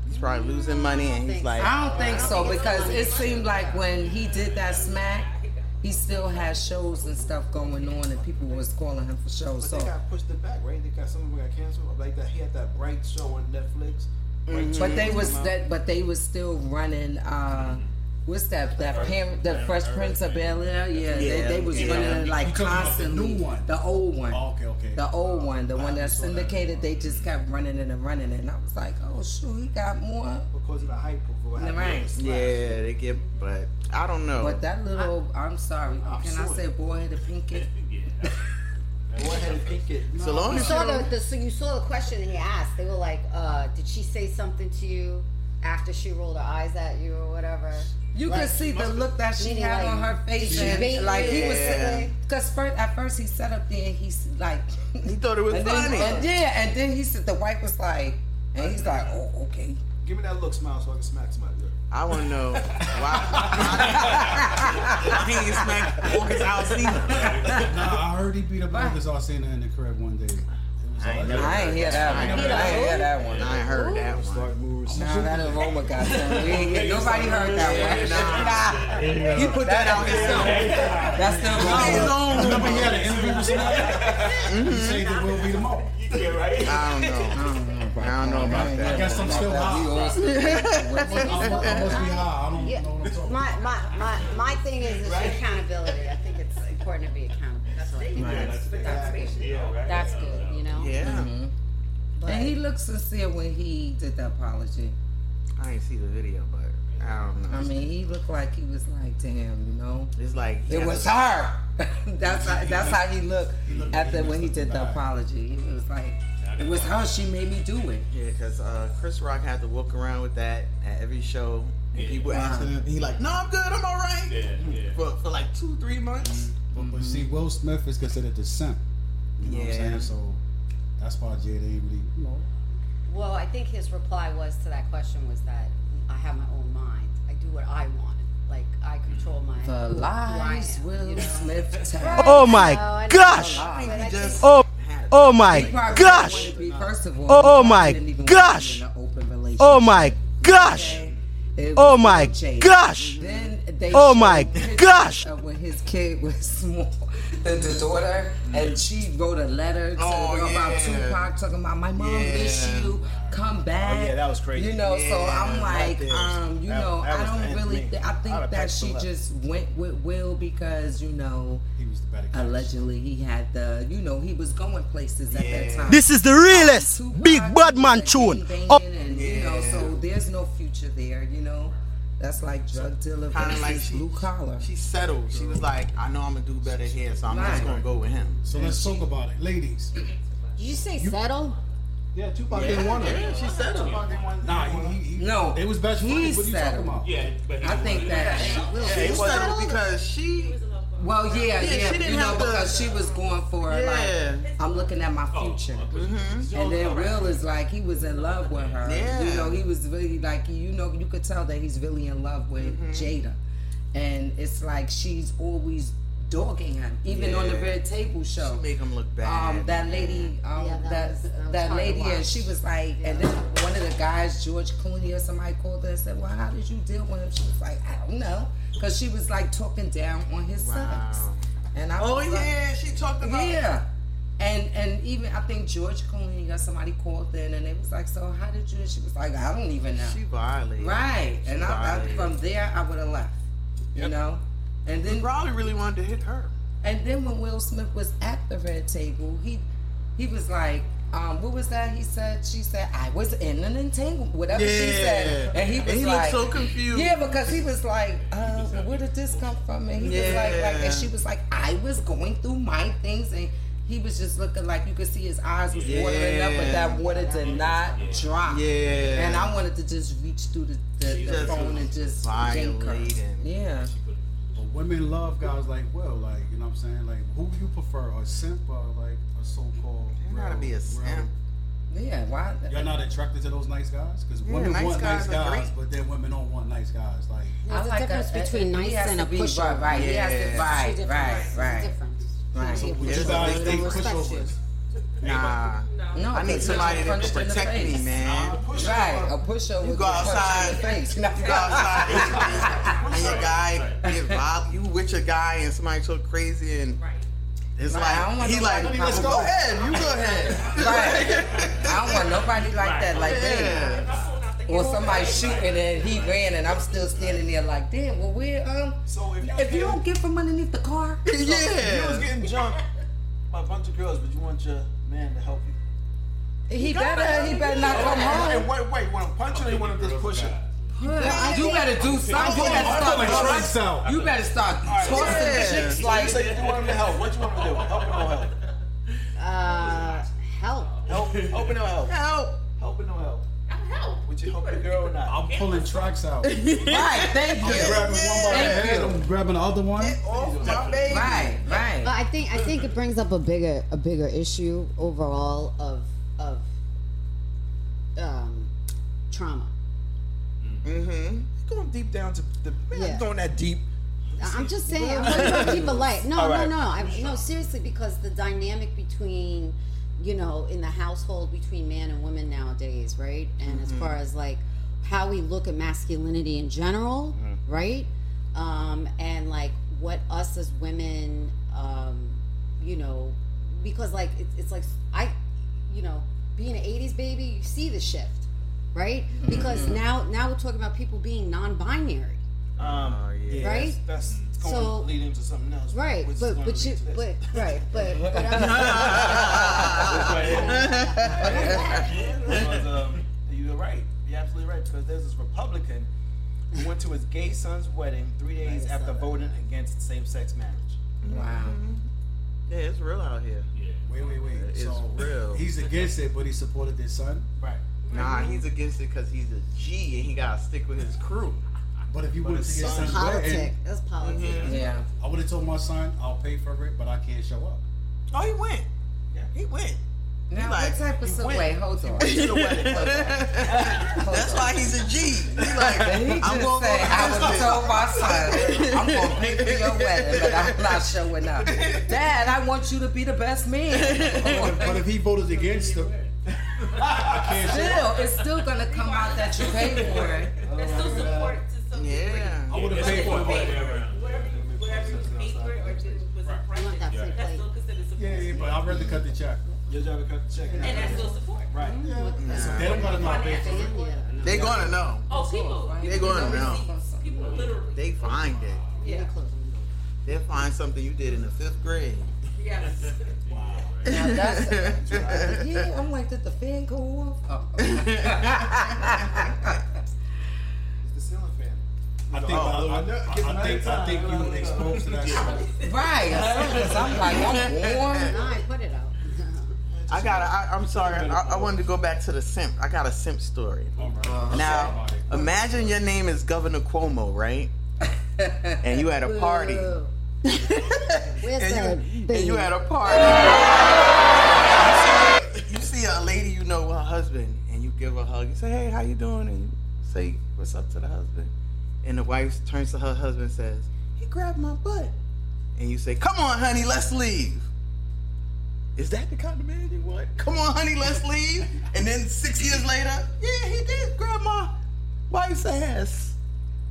S7: He's probably losing money, and he's like,
S6: I don't think so because it seemed like when he did that smack, he still had shows and stuff going on, and people was calling him for shows.
S3: But
S6: So,
S3: they got pushed it back, right? They got some of them got canceled. Like that, he had that Bright show on Netflix. Bright
S6: Mhm.
S3: two
S6: but they
S3: movies
S6: was
S3: came out.
S6: that, but they was still running. uh What's that? That parent, the Fresh Prince of Bel Air. Yeah,
S3: Yeah,
S6: they, they was
S3: yeah.
S6: running it
S3: You
S6: like
S3: talking about the
S6: constantly.
S3: new one? Oh,
S6: The old one.
S10: okay, okay.
S6: The old one, the one that's syndicated. They just kept running it and running it, and I was like, oh shoot, he got more.
S3: Because of the hype of what happened.
S6: Right.
S7: yeah, they get, but I don't know.
S6: But that little, I, am sorry, can I say boy headed pinky?
S3: Go ahead and think it.
S7: So long
S15: You
S7: as
S15: saw the, the so you saw the question he asked. They were like, uh, "Did she say something to you after she rolled her eyes at you or whatever?"
S6: You
S15: Like,
S6: could see the look that she
S15: meaning,
S6: had
S15: like,
S6: on her face,
S15: did she bait
S6: and like
S15: you
S6: he
S15: or
S6: was
S15: something?
S6: because first at first he sat up there and he's like, he
S7: thought it was
S6: and
S7: funny.
S6: Then, and yeah, and then he said the wife was like, and he's like, oh okay.
S3: Give me that look, smile, so I can smack somebody.
S7: I want to know why. why he didn't smack August Alsina.
S10: Nah, I heard he beat up Lucas Alcina in the crib one day. It was all-
S6: I ain't hear that one. I ain't hear that one.
S15: oh.
S7: I ain't heard that one.
S6: Nah, that oh aroma got something. We ain't get- Nobody heard that one. Nah,
S7: He put that out himself.
S6: That's the
S7: aroma.
S10: Remember he had an interview with somebody? He said that we'll beat him up.
S7: I don't know. I don't know about
S10: I
S7: that.
S10: guess I'm still high. I mu- I must be high. I don't
S15: Yeah.
S10: know what I'm talking about.
S15: My my my my thing is, is accountability. I think it's important to be accountable. So I think that's, that's, that's good. You know.
S7: Yeah.
S6: And he looked sincere when he did the apology.
S7: I ain't see the video, but I don't know.
S6: I mean, he looked like he was like, damn, you know.
S7: It's like
S6: It was her. that's how, that's how he looked after when he did the apology. He was like, it was her. She made me do it.
S7: Yeah, because uh, Chris Rock had to walk around with that at every show. And people
S6: Wow.
S7: asking him, he like, no, I'm good, I'm all right. For, for like two, three months.
S10: But see, Will Smith is considered the simp. Mm-hmm. You know what
S7: Yeah.
S10: I'm saying? So that's why Jada ain't really, you know.
S15: Well, I think his reply was to that question was that I
S16: have my own mind. I do what I want. Like I control my
S6: The
S16: who I
S6: lies
S16: am,
S6: Will
S16: you know?
S6: Smith tell.
S16: Right,
S17: Oh
S16: I
S17: my
S16: know, I know,
S17: gosh!
S16: but I just-
S17: Oh, oh my
S6: He probably
S17: gosh!
S6: wanted to be- First of all,
S17: Oh
S6: he
S17: my
S6: didn't even
S17: gosh!
S6: want to be in an open
S17: Oh my gosh!
S6: relationship.
S17: Oh my
S6: Jay.
S17: gosh!
S6: Then they
S17: Oh my
S6: showed pictures
S17: gosh!
S6: of When his kid was small, the, the daughter, and she wrote a letter to
S7: Oh,
S6: them about
S7: yeah.
S6: Tupac, talking about my mom
S7: Yeah. Oh,
S6: miss you, come back.
S7: yeah, that was crazy.
S6: You know, so
S7: Yeah,
S6: I'm
S7: that
S6: like,
S7: was-
S6: um, you
S7: that-
S6: know,
S7: that was the
S6: I
S7: end
S6: don't
S7: for
S6: really.
S7: me.
S6: Th- I
S7: I'd have
S6: think that
S7: packed
S6: she
S7: the left.
S6: just went with Will because you know, he was the better. Allegedly, he had the, you know, he was going places at that time.
S17: This is the realest big bad man tune. Oh,
S6: And, you know, so there's no future there, you know? That's like drug dealer
S7: Kind
S6: versus
S7: of like she,
S6: blue collar.
S7: she settled. She was like, I know I'm gonna do better here, so I'm just
S6: Right.
S7: gonna go with him.
S18: So let's talk about it, ladies.
S16: Did you say settle?
S18: Yeah, Tupac
S7: Yeah.
S18: didn't want her.
S7: Yeah, she settled. Tupac didn't want her.
S18: Nah, he, he, he
S6: no,
S18: it was best friends. What are you talking
S6: settled.
S18: about?
S6: Yeah,
S18: but
S6: I think that
S7: She settled because she.
S6: Well, yeah, yeah,
S7: Yeah, she didn't
S6: you know,
S7: have the-
S6: because she was going for
S7: Yeah. Mm-hmm.
S6: like I'm looking at my future, and then Will is like he was in love with her.
S7: Yeah.
S6: You know, he was really like you know you could tell that he's really in love with
S7: Mm-hmm.
S6: Jada, and it's like she's always dogging him, even on the
S7: Yeah.
S6: red table show.
S7: She make him look bad.
S6: Oh. Um, that lady, um,
S16: Yeah, that
S6: that
S16: was- that was
S6: that,
S16: hard to
S6: lady, and
S16: watch.
S6: she was like, and then one of the guys, George Clooney or somebody, called her and said, "Well, how did you deal with him?" She was like, "I don't know," because she was like talking down on his sex, and I
S7: Oh
S6: was like-
S7: yeah, she talked about.
S6: yeah. And and even I think George Clooney or somebody called in and it was like, so how did you? And she was like, I don't even know.
S7: She violated.
S6: right.
S7: She
S6: and I, I,
S7: violated.
S6: from there, I would have left. You know. And then
S7: Probably really wanted to hit her.
S6: and then when Will Smith was at the red table, he he was like, um, what was that? He said, she said, I was in an entanglement, whatever she said.
S7: Yeah.
S6: And he
S7: And
S6: was
S7: he looked
S6: like,
S7: so confused.
S6: Yeah, because he was like, uh, well, where did this come from? And he was like, like,
S7: Yeah.
S6: and she was like, I was going through my things and. He was just looking like you could see his eyes was watering up, but that
S7: Yeah.
S6: water did not drop.
S7: Yeah.
S6: and I wanted to just reach through the, the, the
S7: just
S6: phone and just yank her.
S7: violating.
S6: Yeah,
S19: But women love guys like Will, like you know what I'm saying. Like who you prefer, a simp or like a so-called?
S7: You
S19: real-
S7: gotta be a
S19: real-
S7: simp.
S6: yeah. Why?
S19: Y'all not attracted to those nice guys? Because
S7: Yeah,
S19: women
S7: nice
S19: want nice
S7: guys are
S19: guys, but then women don't want nice guys. Like
S16: There's a difference between nice
S6: he has
S16: and
S6: to
S16: a
S6: be
S16: pusher.
S6: Right, right. He
S7: Yeah.
S6: has
S16: It's
S6: to
S16: a
S6: right, right,
S16: difference.
S6: right.
S16: It's a
S6: Right.
S16: difference.
S7: You guys think
S16: Respect you.
S19: pushovers.
S7: Nah.
S6: No,
S7: I need
S6: because
S7: somebody
S6: you're
S7: that
S6: punched in
S7: can
S6: the
S7: protect
S6: face.
S7: me, man.
S6: Right, a pushover.
S7: You go
S6: is a punch in
S7: outside.
S6: the face.
S7: You go outside. and- And your guy get violent. You with your guy and somebody so crazy and it's
S6: Right, I
S7: like
S6: don't want
S7: he like
S6: nobody to
S7: go,
S6: go.
S7: ahead, you go ahead.
S6: Right. I don't want nobody like that, like
S7: Yeah.
S6: me. Or somebody shooting and he ran and I'm still standing there like, damn. Well, where um?
S3: So if,
S6: If you don't get from underneath the car,
S3: if you was
S7: yeah.
S3: getting jumped by a bunch of girls, but you want your man to help you.
S6: he better he better not come home.
S3: And wait, wait, you want to punch him or you want to just push him?
S6: You better do something. You better
S19: like
S6: start.
S19: trunks out.
S6: You better start tossing
S7: Yeah.
S6: chicks
S3: Like, you
S6: like.
S3: say you want him to help. What you want him to do? Help him or help?
S16: Uh, help.
S3: Help, help him or help?
S7: Help.
S3: Help him or help? Would you help the girl or not?
S19: I'm pulling tracks out. I'm
S6: Right, thank you.
S19: grabbing one by the head. I'm grabbing the other one.
S7: Off my baby.
S6: Right, right.
S16: But I think I think it brings up a bigger a bigger issue overall of of um, trauma.
S7: Mm-hmm.
S3: Going deep down to the man,
S16: Yeah.
S3: going that deep.
S16: I'm just saying, I'm really trying to keep it light. No,
S3: All right.
S16: no, no. I, no, seriously, because the dynamic between, you know, in the household between man and woman nowadays, right? And as far as like how we look at masculinity in general, right? Um, and like what us as women, um, you know, because like it's, it's like I, you know, being an '80s baby, you see the shift, right? Because now now we're talking about people being non-binary.
S3: Um, yeah,
S16: Right?
S3: That's, that's going
S16: So-
S3: to lead into something else.
S16: Right,
S3: which is
S16: but
S3: gonna
S16: but
S3: lead
S16: you
S3: to this.
S16: but right, but but I'm
S3: Because, um, you're right. You're absolutely right. Because there's this Republican who went to his gay son's wedding three days after voting against same-sex marriage.
S6: Wow.
S7: Yeah, it's real out here.
S19: Wait, wait, wait.
S7: It's
S19: so
S7: real.
S19: He's against it, but he supported his son.
S3: Right.
S7: Nah, he's against it because he's a G and he gotta stick with his crew.
S19: But if you would have
S3: his
S19: seen his
S3: son-
S19: son's
S16: politic.
S19: wedding,
S16: That's politic.
S6: Yeah.
S19: I would have told my son, "I'll pay for it, but I can't show up."
S7: Oh, he went. He went. Now,
S6: what type of subway? Hold on.
S7: That's why he's a G. He like,
S6: He
S7: I'm
S6: just
S7: going
S6: said,
S7: to
S6: I was told my son, I'm going to pay for your wedding, but I'm not showing up. Dad, I want you to be the best man.
S20: But if he voted against him,
S6: still, it's still going to come out that you paid for it.
S21: There's still support to something. Yeah.
S20: I would've paid for it.
S21: Wherever you, wherever you paid for it or did, was a present, that's still considered support.
S20: yeah, yeah, but I'd rather cut the check.
S3: Your job to cut the check.
S21: And that's still support.
S3: Right.
S7: Mm-hmm.
S20: So they don't want to know I paid for it.
S7: They gonna know.
S21: Oh, people.
S7: They gonna know.
S21: People literally.
S7: They find it.
S21: Yeah.
S7: They'll find something you did in the fifth grade.
S21: Yes.
S6: Now that's, yeah, I'm like, did the fan go off?
S3: The ceiling fan.
S20: I think,
S3: Oh,
S20: I,
S3: I know-
S20: I, I think, I think you were exposed to that. shit.
S6: Right. As soon as I'm like, I'm warm.
S22: No, I put it out.
S7: I got. I, I'm sorry. I, I wanted to go back to the simp. I got a simp story. Uh-huh. Now, imagine your name is Governor Cuomo, right? And you had a party. and, you, and you had a party. you see a lady you know, her husband, and you give her a hug. You say, "Hey, how you doing?" And you say, "What's up?" to the husband. And the wife turns to her husband and says, He grabbed my butt. and you say, "Come on, honey, let's leave." Is that the kind of man you want? Come on, honey, let's leave. And then six years later, yeah, he did grab my wife's ass.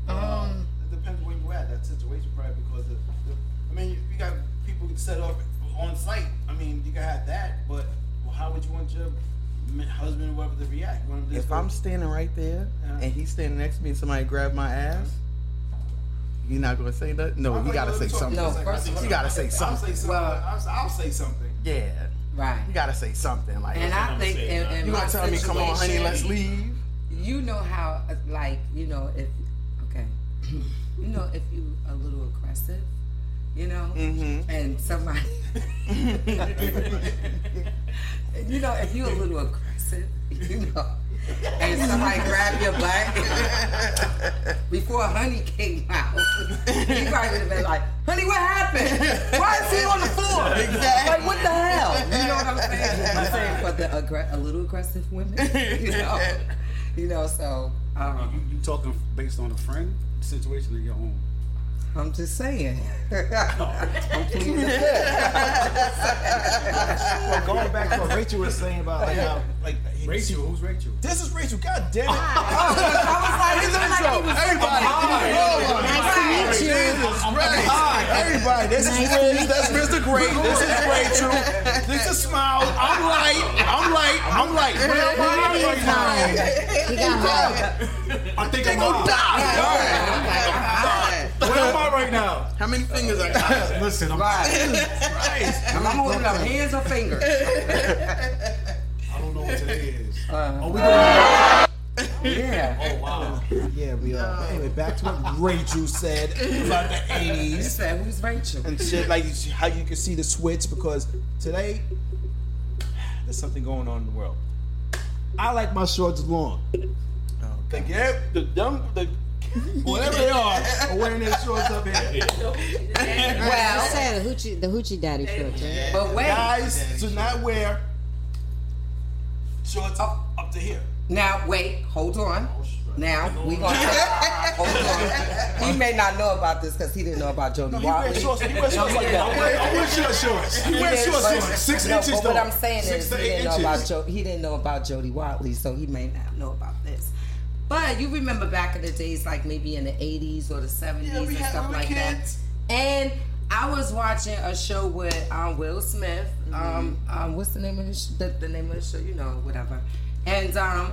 S3: Um, it depends where you at that situation, probably because the, the, I mean, you, you got people set up on site. I mean, you can have that, but well, how would you want your m- husband or whoever to react? You want him to
S7: If
S3: just
S7: I'm
S3: go-
S7: standing right there and he's standing next to me and somebody grabbed my ass, you're not gonna say nothing. No, you gotta say something. you gotta say something.
S3: I'll say something. I'll, say- I'll say something.
S7: Yeah.
S6: Right.
S7: You gotta say something like.
S6: And I think in, in
S7: you
S6: my
S7: gonna tell me, come on, honey,
S6: situation,
S7: let's leave.
S6: You know how, uh, like, you know, if okay, you know, if you a little aggressive, you know, and somebody, you know, if you a little aggressive, you know, and somebody grab your butt before honey came out, you probably would have been like, honey, what happened? Why is he on the floor?
S7: Exactly.
S6: Like, what the hell? You know what I'm saying? I'm saying for the aggr- a little aggressive women, you know. You know, so um,
S23: you, you talking based on a friend situation or your own?
S6: I'm just saying.
S3: Well, going back to what Rachel was saying about like how like
S20: Rachel, who's Rachel?
S3: This is Rachel. God damn it!
S6: I was like, I was like,
S3: Everybody,
S20: Nice to meet you.
S3: Hi, everybody. This is
S20: Nice to meet
S3: Wiz. That's Mr. Great. This is Rachel. This is Smile. I'm right. I'm right. I'm right. We're right right now.
S20: He got I think I'm gonna
S7: die.
S20: Where am I right now?
S7: How many fingers I got?
S20: Listen, I'm
S6: I'm holding up hands or fingers.
S20: I don't know what today is.
S6: Are
S20: we going?
S6: Uh, Yeah. Oh.
S20: Oh wow.
S3: Yeah, we are. But anyway, back to what Rachel said about the 80s.
S6: You said, who's Rachel?
S3: and shit like you- how you can see the switch because today there's something going on in the world. I like my shorts long.
S6: Oh,
S3: The gap, the dumb, the whatever they are, are wearing their shorts up here.
S22: Well, said the hoochie, the hoochie daddy filter.
S6: But wait.
S3: guys do not wear shorts up, up to here.
S6: Now wait, hold on. Now we gonna take, hold on. He may not know about this because he didn't know about Jody
S3: He
S6: Watley.
S3: wears shorts. He wears shorts
S6: No,
S3: like
S6: he
S3: that.
S6: didn't.
S3: I wear, I wear short shorts. He wears short
S6: But-
S3: shorts. Six
S6: no,
S3: inches
S6: but
S3: though.
S6: What I'm saying
S3: Six
S6: is
S3: to
S6: he
S3: eight
S6: didn't know
S3: inches.
S6: about jo- he didn't know about Jody Watley, so he may not know about this. But you remember back in the days, like maybe in the 80s or the 70s
S7: Yeah, we
S6: and
S7: had
S6: stuff
S7: little
S6: like
S7: kids.
S6: that. And I was watching a show with um, Will Smith. Um, um, what's the name of the, sh- the, the name of the show? You know, whatever. And um,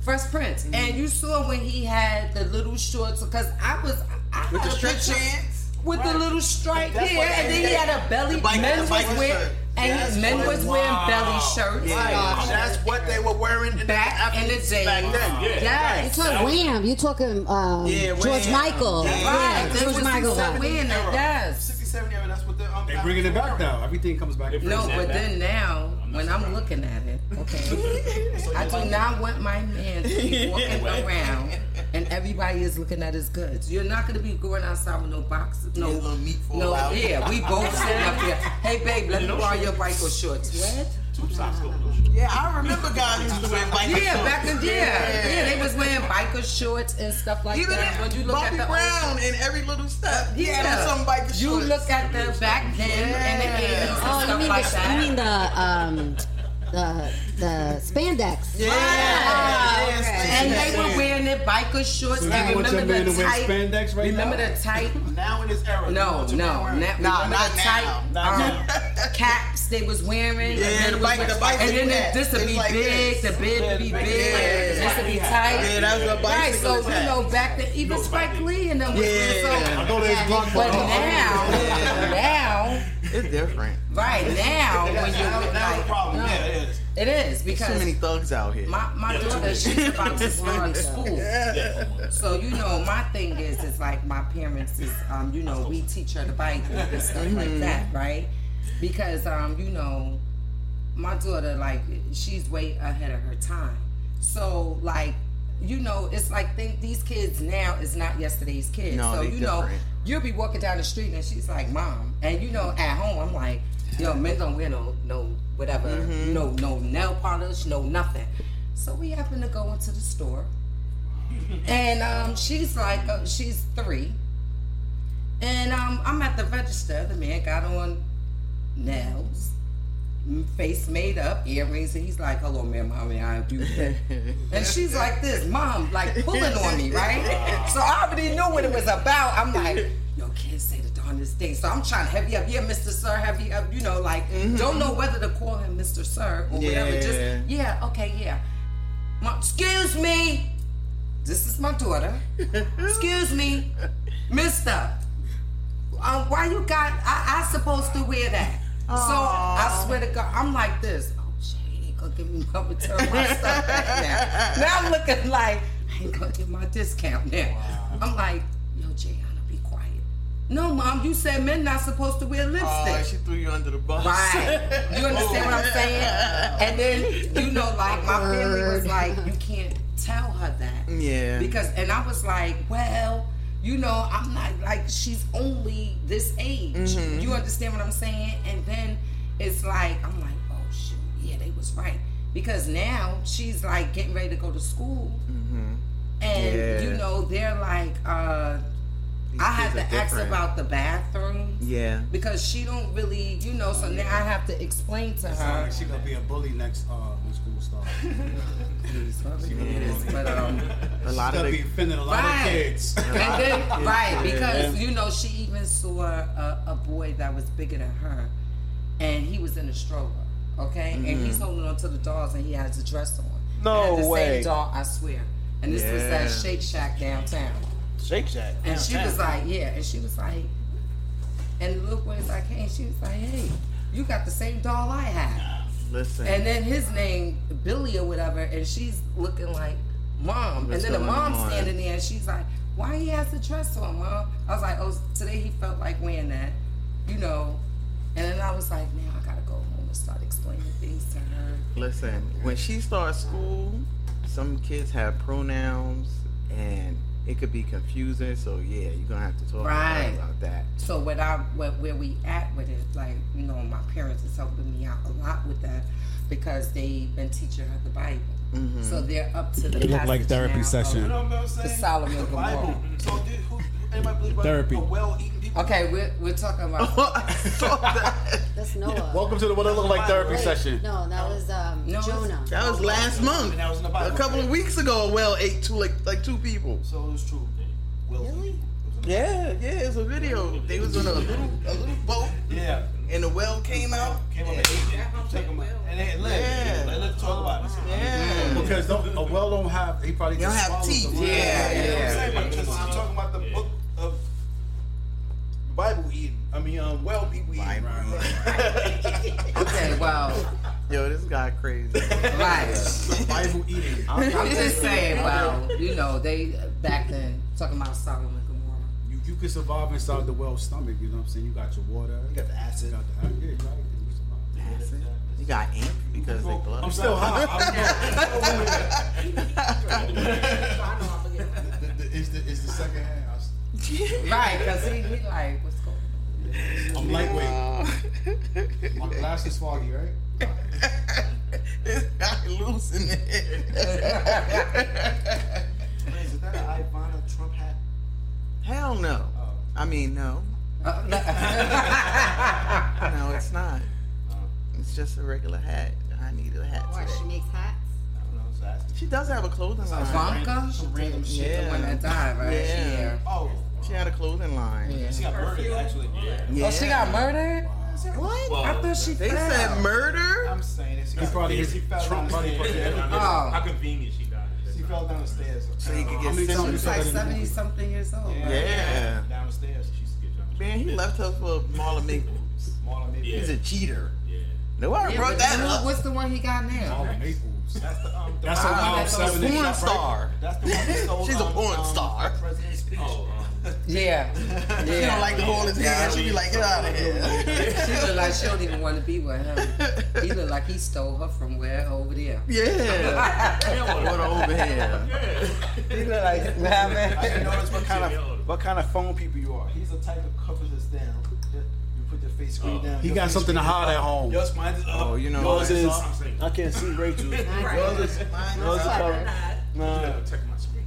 S6: Fresh Prince.
S24: Mm-hmm.
S6: And you saw when he had the little shorts because I was I
S7: With
S6: had
S7: the
S6: a
S7: stretch
S6: picture
S7: pants?
S6: with the little stripe
S7: That's
S6: here,
S7: what-
S6: and then he had a belly.
S7: The biker-
S6: men
S7: the
S6: was
S7: biker
S6: wearing
S7: shirt.
S6: and
S7: That's
S6: men
S7: what-
S6: was wearing
S7: wow.
S6: belly shirts.
S3: Right. That's what they were wearing in
S6: back
S3: the,
S6: in the day.
S3: Back then.
S22: You're talking Wham. You're talking um,
S3: Yeah,
S22: George
S3: Wham.
S22: Michael.
S3: Yeah.
S22: Yeah,
S6: Right. They
S22: George
S6: was
S22: Michael.
S6: wearing it. Yes.
S3: 67 era, that's what they're um,
S23: They bringing it back now. Everything comes back.
S6: No, but then now when I'm looking at it, okay, I do not want my man to be walking
S3: Right.
S6: around and everybody is looking at his goods. You're not gonna be going outside with no boxes, no
S7: little meat
S6: no,
S7: out.
S6: yeah, we both sitting up here. Hey, babe, let me borrow your biker shorts. What?
S25: Stop school.
S2: Yeah, I remember guys used to wear biker
S6: yeah,
S2: shorts.
S6: back in yeah. yeah, they was wearing biker shorts and stuff like
S2: Even
S6: that. When you look
S2: Bobby
S6: at the
S2: Brown in every little step. he
S6: Yeah.
S2: had some biker shorts.
S6: You look at the back then and the eighties and
S16: Oh, you
S6: stuff
S16: mean
S6: like
S16: the,
S6: that.
S16: you mean the um the the spandex?
S6: Yeah. Oh, And they were wearing their biker shorts.
S24: So you
S6: and
S24: want
S6: remember
S24: your man
S6: the
S24: to wear
S6: tight.
S24: spandex right
S6: remember
S24: now?
S6: the tight.
S25: Now in this era.
S6: No,
S24: you want your man
S6: no,
S24: wearing-
S6: not,
S24: Nah,
S6: remember
S24: not
S6: the
S24: now.
S6: tight
S24: Not
S6: um, caps they was wearing.
S2: Yeah,
S6: and
S2: the
S6: they
S2: bike-
S6: was-
S2: the bike
S6: And then
S2: was
S6: it-
S2: that.
S6: this would
S2: It's
S6: be
S2: like
S6: big,
S2: this.
S6: the bid would be
S2: Yeah,
S6: big,
S2: yeah,
S6: this would be
S2: yeah.
S6: tight.
S2: Yeah, that was what
S6: Right, so
S2: bicycles
S6: you
S2: had.
S6: know back then, even Spike Lee and them. was wearing
S2: Yeah.
S6: so-
S2: I know they was blocked
S6: But
S2: by-
S6: now, now.
S2: It's different.
S6: Right now, when you're with, like, no. It
S2: There's
S6: is because
S2: too many thugs out here.
S6: my my daughter she's about to learn school. So you know, my thing is is like my parents is um you know we teach her the Bible and stuff like
S2: Mhm.
S6: that, right? Because um you know, my daughter like she's way ahead of her time. So like you know, it's like think these kids now is not yesterday's kids.
S2: No,
S6: so
S2: they
S6: you know,
S2: different.
S6: you'll be walking down the street and she's like, "Mom," and you know, at home I'm like, "Yo, men don't wear no no whatever,
S2: Mhm.
S6: no no nail polish, no nothing." So we happen to go into the store, and um, she's like, uh, she's three, and um, I'm at the register. The man got on nails, m- face made up, earrings, and he's like, "Hello, ma'am, how may I do that?" and she's like, "This, mom, like pulling on me, right?" So I already knew what it was about. I'm like, "Yo, kids say the darndest thing." So I'm trying to heavy up, yeah, Mister Sir, heavy up, you know, like don't know whether to call him Mister Sir or whatever.
S2: Yeah.
S6: Just yeah, okay, yeah. Ma- excuse me. This is my daughter. Excuse me, Mister. Um, why you got? I, I supposed to wear that? So I swear to God, I'm like this. Oh shit, he ain't gonna give me my return my stuff back now. Now I'm looking like I ain't gonna get my discount now. I'm like, yo, Jayana, be quiet. No, mom, you said men not supposed to wear lipstick.
S7: Uh,
S2: Oh, she threw you under the bus.
S6: Right. You understand what I'm saying? And then you know, like my family was
S2: Word.
S6: like, you can't tell her that.
S2: Yeah.
S6: Because and I was like, well, you know, I'm not like she's only this age.
S2: Mhm.
S6: You understand what I'm saying? And then it's like I'm like, oh shoot, yeah, they was right. Because now she's like getting ready to go to school
S2: Mm-hmm.
S6: and you
S2: Yeah.
S6: know, they're like, uh I
S2: kids
S6: had to
S2: are
S6: ask
S2: different.
S6: about the bathroom
S2: Yeah.
S6: because she don't really, you know. So now I have to explain to
S7: It's
S2: Uh-huh.
S6: her.
S7: like she gonna be a bully next uh, when school starts. She gonna be a bully.
S6: But, um,
S7: She's
S2: a lot of
S7: gonna
S2: the-
S7: be offending a lot
S6: Right.
S7: of kids.
S6: And then, right, because
S7: Yeah.
S6: you know, she even saw a, a boy that was bigger than her, and he was in a stroller, okay, and he's
S2: Mhm.
S6: holding on to the dolls, and he has a dress on.
S25: No
S6: I had the
S25: way.
S6: Same doll, I swear. And this was
S25: Yeah.
S6: at Shake Shack downtown,
S25: Shake Shack.
S6: and she
S25: Downtown.
S6: was like, yeah, and she was like, and the little boy was like, hey, and she was like, hey, you got the same doll I had.
S2: Listen.
S6: And then his name, Billy or whatever, and she's looking like mom.
S2: What's
S6: and then the
S2: going
S6: mom's
S2: on?
S6: standing there and she's like, Why he has the dress on, mom? I was like, Oh, today he felt like wearing that, you know. And then I was like, Now I gotta go home and start explaining things to her.
S2: Listen, when she starts school, some kids have pronouns and it could be confusing. So yeah, you're gonna have to talk to her
S6: Right.
S2: about that.
S6: So what I what where we at with it, like, you know, my parents is helping me out a lot with that because they've been teaching her the Bible.
S7: Mhm.
S6: So they're up to the
S24: It looked like
S6: passage
S24: therapy
S6: now of
S24: session. You know
S7: what I'm
S6: The
S7: saying?
S6: Solomon
S7: The
S6: Gomorrah.
S7: Bible. So did, who, anybody believe about
S24: Therapy.
S7: a well-eaten
S2: Uh,
S6: Okay, we're, we're talking
S3: Oh,
S6: about.
S16: That's Noah.
S26: Welcome to the What It Look Like Therapy session.
S16: No, that was um,
S6: No,
S16: Jonah.
S2: That was last month.
S25: That was in the
S2: A
S25: Bible.
S2: couple of weeks ago, a well ate two like like two people.
S25: So it was true. Really?
S2: Yeah, yeah, it's a video. They was on a little a little boat.
S25: Yeah.
S2: And the well came out.
S25: Came up and ate it. Took 'em out. And they lived.
S2: Yeah.
S25: They lived all about it.
S7: Because don't, a well don't have. He probably
S25: They don't
S7: just
S25: have
S7: swallowed
S25: teeth.
S7: the word.
S25: Yeah,
S7: You know what I'm
S25: yeah.
S7: saying? But Because she's talking about the book of Bible eating. I mean, um, well people eating.
S6: okay, well.
S2: Yo, this guy crazy.
S6: Right.
S7: Bible eating.
S6: I'm just saying, well, you know, they back then talking about Solomon Gomorrah.
S7: You, you can survive inside the well stomach. You know what I'm saying? You got your water. You got the acid. You got the acid. Yeah, you got it. You
S2: You
S7: can survive.
S2: got ink because they glove.
S7: I'm still high. It's the it's the second hand. I s-
S6: right, because he, he like, what's going
S7: I'm lightweight. My glass is foggy, right?
S2: It's got loose in there.
S3: Is that an Ivana Trump hat?
S2: Hell no. I mean, no. no. it's not. It's just a regular hat. I need a hat.
S6: Or she makes hats.
S2: She does have a clothing line.
S7: Ivanka?
S2: Some random
S7: She
S2: shit.
S7: the one that died, right?
S2: Yeah.
S7: Yeah.
S2: Oh. She had a clothing line.
S3: She got murdered, actually. Yeah.
S2: Yeah.
S7: Oh, she got murdered? What? I thought she
S2: They
S7: fell.
S2: said murder?
S3: I'm saying it's
S2: He probably-
S3: convenient.
S2: he fell
S3: Trump
S2: down the
S3: probably-
S2: stairs.
S3: yeah,
S2: Oh.
S3: How convenient she died. She fell down the stairs.
S2: So you could get
S3: How many
S2: sick.
S3: times
S2: She was
S3: you saw
S2: like
S3: that in the
S2: 70
S3: movie?
S7: something years old.
S2: Yeah.
S3: Down the stairs, she used to get jumped.
S2: Man, he left her for Marla Maples.
S3: Marla Maples.
S2: He's a cheater.
S3: Yeah.
S2: No, I
S7: Yeah,
S2: brought
S7: but
S2: that
S7: who-
S2: up.
S7: What's the one he got now?
S3: Maples. That's the um.
S2: That's a
S3: the-
S2: wild
S3: that's the
S2: seven inch
S3: porn
S2: right?
S3: star. That's the one that sold,
S2: She's a
S3: um,
S2: porn
S3: um,
S2: star.
S3: President's speech.
S7: Yeah.
S2: She don't like to hold his hand. She be like, get out of here.
S7: she look like she don't even want to be with him. He look like he stole her from where over there.
S2: Yeah. What over here?
S3: He
S7: look like-
S3: nah, man. I should notice what kind of what kind of phone people you are. He's the type that covers us down. You put your face screen down.
S27: He
S3: your
S27: got
S3: face
S27: something to
S3: screen
S27: hide
S3: up.
S27: at home.
S3: Yours mine is up.
S27: Oh, you know,
S3: Yours
S27: that's
S3: is.
S27: all I'm saying.
S3: I can't see Rachel. Yours
S2: Mine
S3: is. Yours is
S2: is up.
S3: covered. Nah. Check my screen.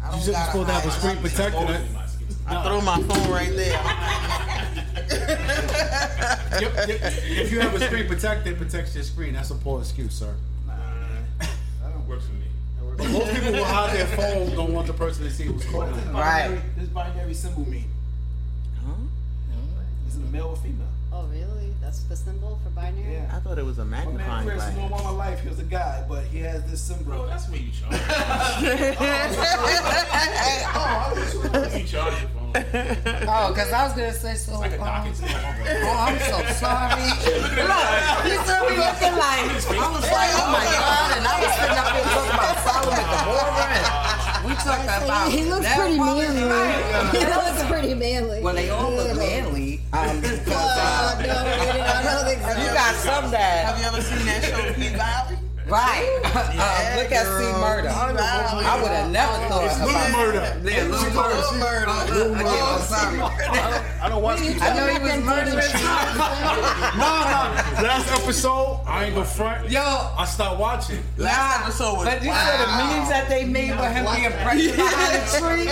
S2: I don't
S27: You just
S2: gotta
S27: supposed to have a
S2: hide.
S27: screen protector. that-
S2: I throw my phone right there.
S27: Yep, yep. If you have a screen protector, it protects your screen. That's a poor excuse, sir.
S3: That don't work for me.
S27: But most people who hide their phone don't want the person to see who's calling. them.
S3: Right. This binary symbol mean.
S2: Huh?
S3: Is it a male or female?
S6: Oh, really? That's the symbol for binary?
S3: Yeah.
S2: I thought it was a
S3: My man
S2: magnifying
S3: Chris,
S2: glass. Oh,
S3: no one in my life, he was a guy, but he has this symbol. Bro, that's where you charge.
S2: oh,
S3: you charge your phone.
S7: Oh, because I was going to say so. um, oh, I'm so sorry. Look, you said we looking like, I was like, oh my God. And I was sitting up here talking about Solomon Gomorrah. And we talking about.
S6: He looks
S7: that
S6: pretty
S7: woman.
S6: manly. He looks pretty manly.
S7: Well, they all look manly. Um, because, uh, you got some that.
S2: Have you ever seen that show, P Valley?
S7: Right.
S2: Yeah,
S7: um, look at
S2: girl.
S7: C murder. I would have never thought
S2: It's
S7: about
S2: Little Murder.
S7: Yeah,
S2: It's
S7: little
S2: Little
S7: murder.
S2: Murder.
S7: Oh,
S2: Little
S7: again,
S2: Murder.
S7: I'm sorry.
S3: I don't watch.
S7: I know he was murdered.
S27: Nah, nah. Last episode, I ain't gonna front.
S7: Yo,
S27: I stopped watching.
S7: Nah, but you saw the memes that they made with him being pregnant behind the tree.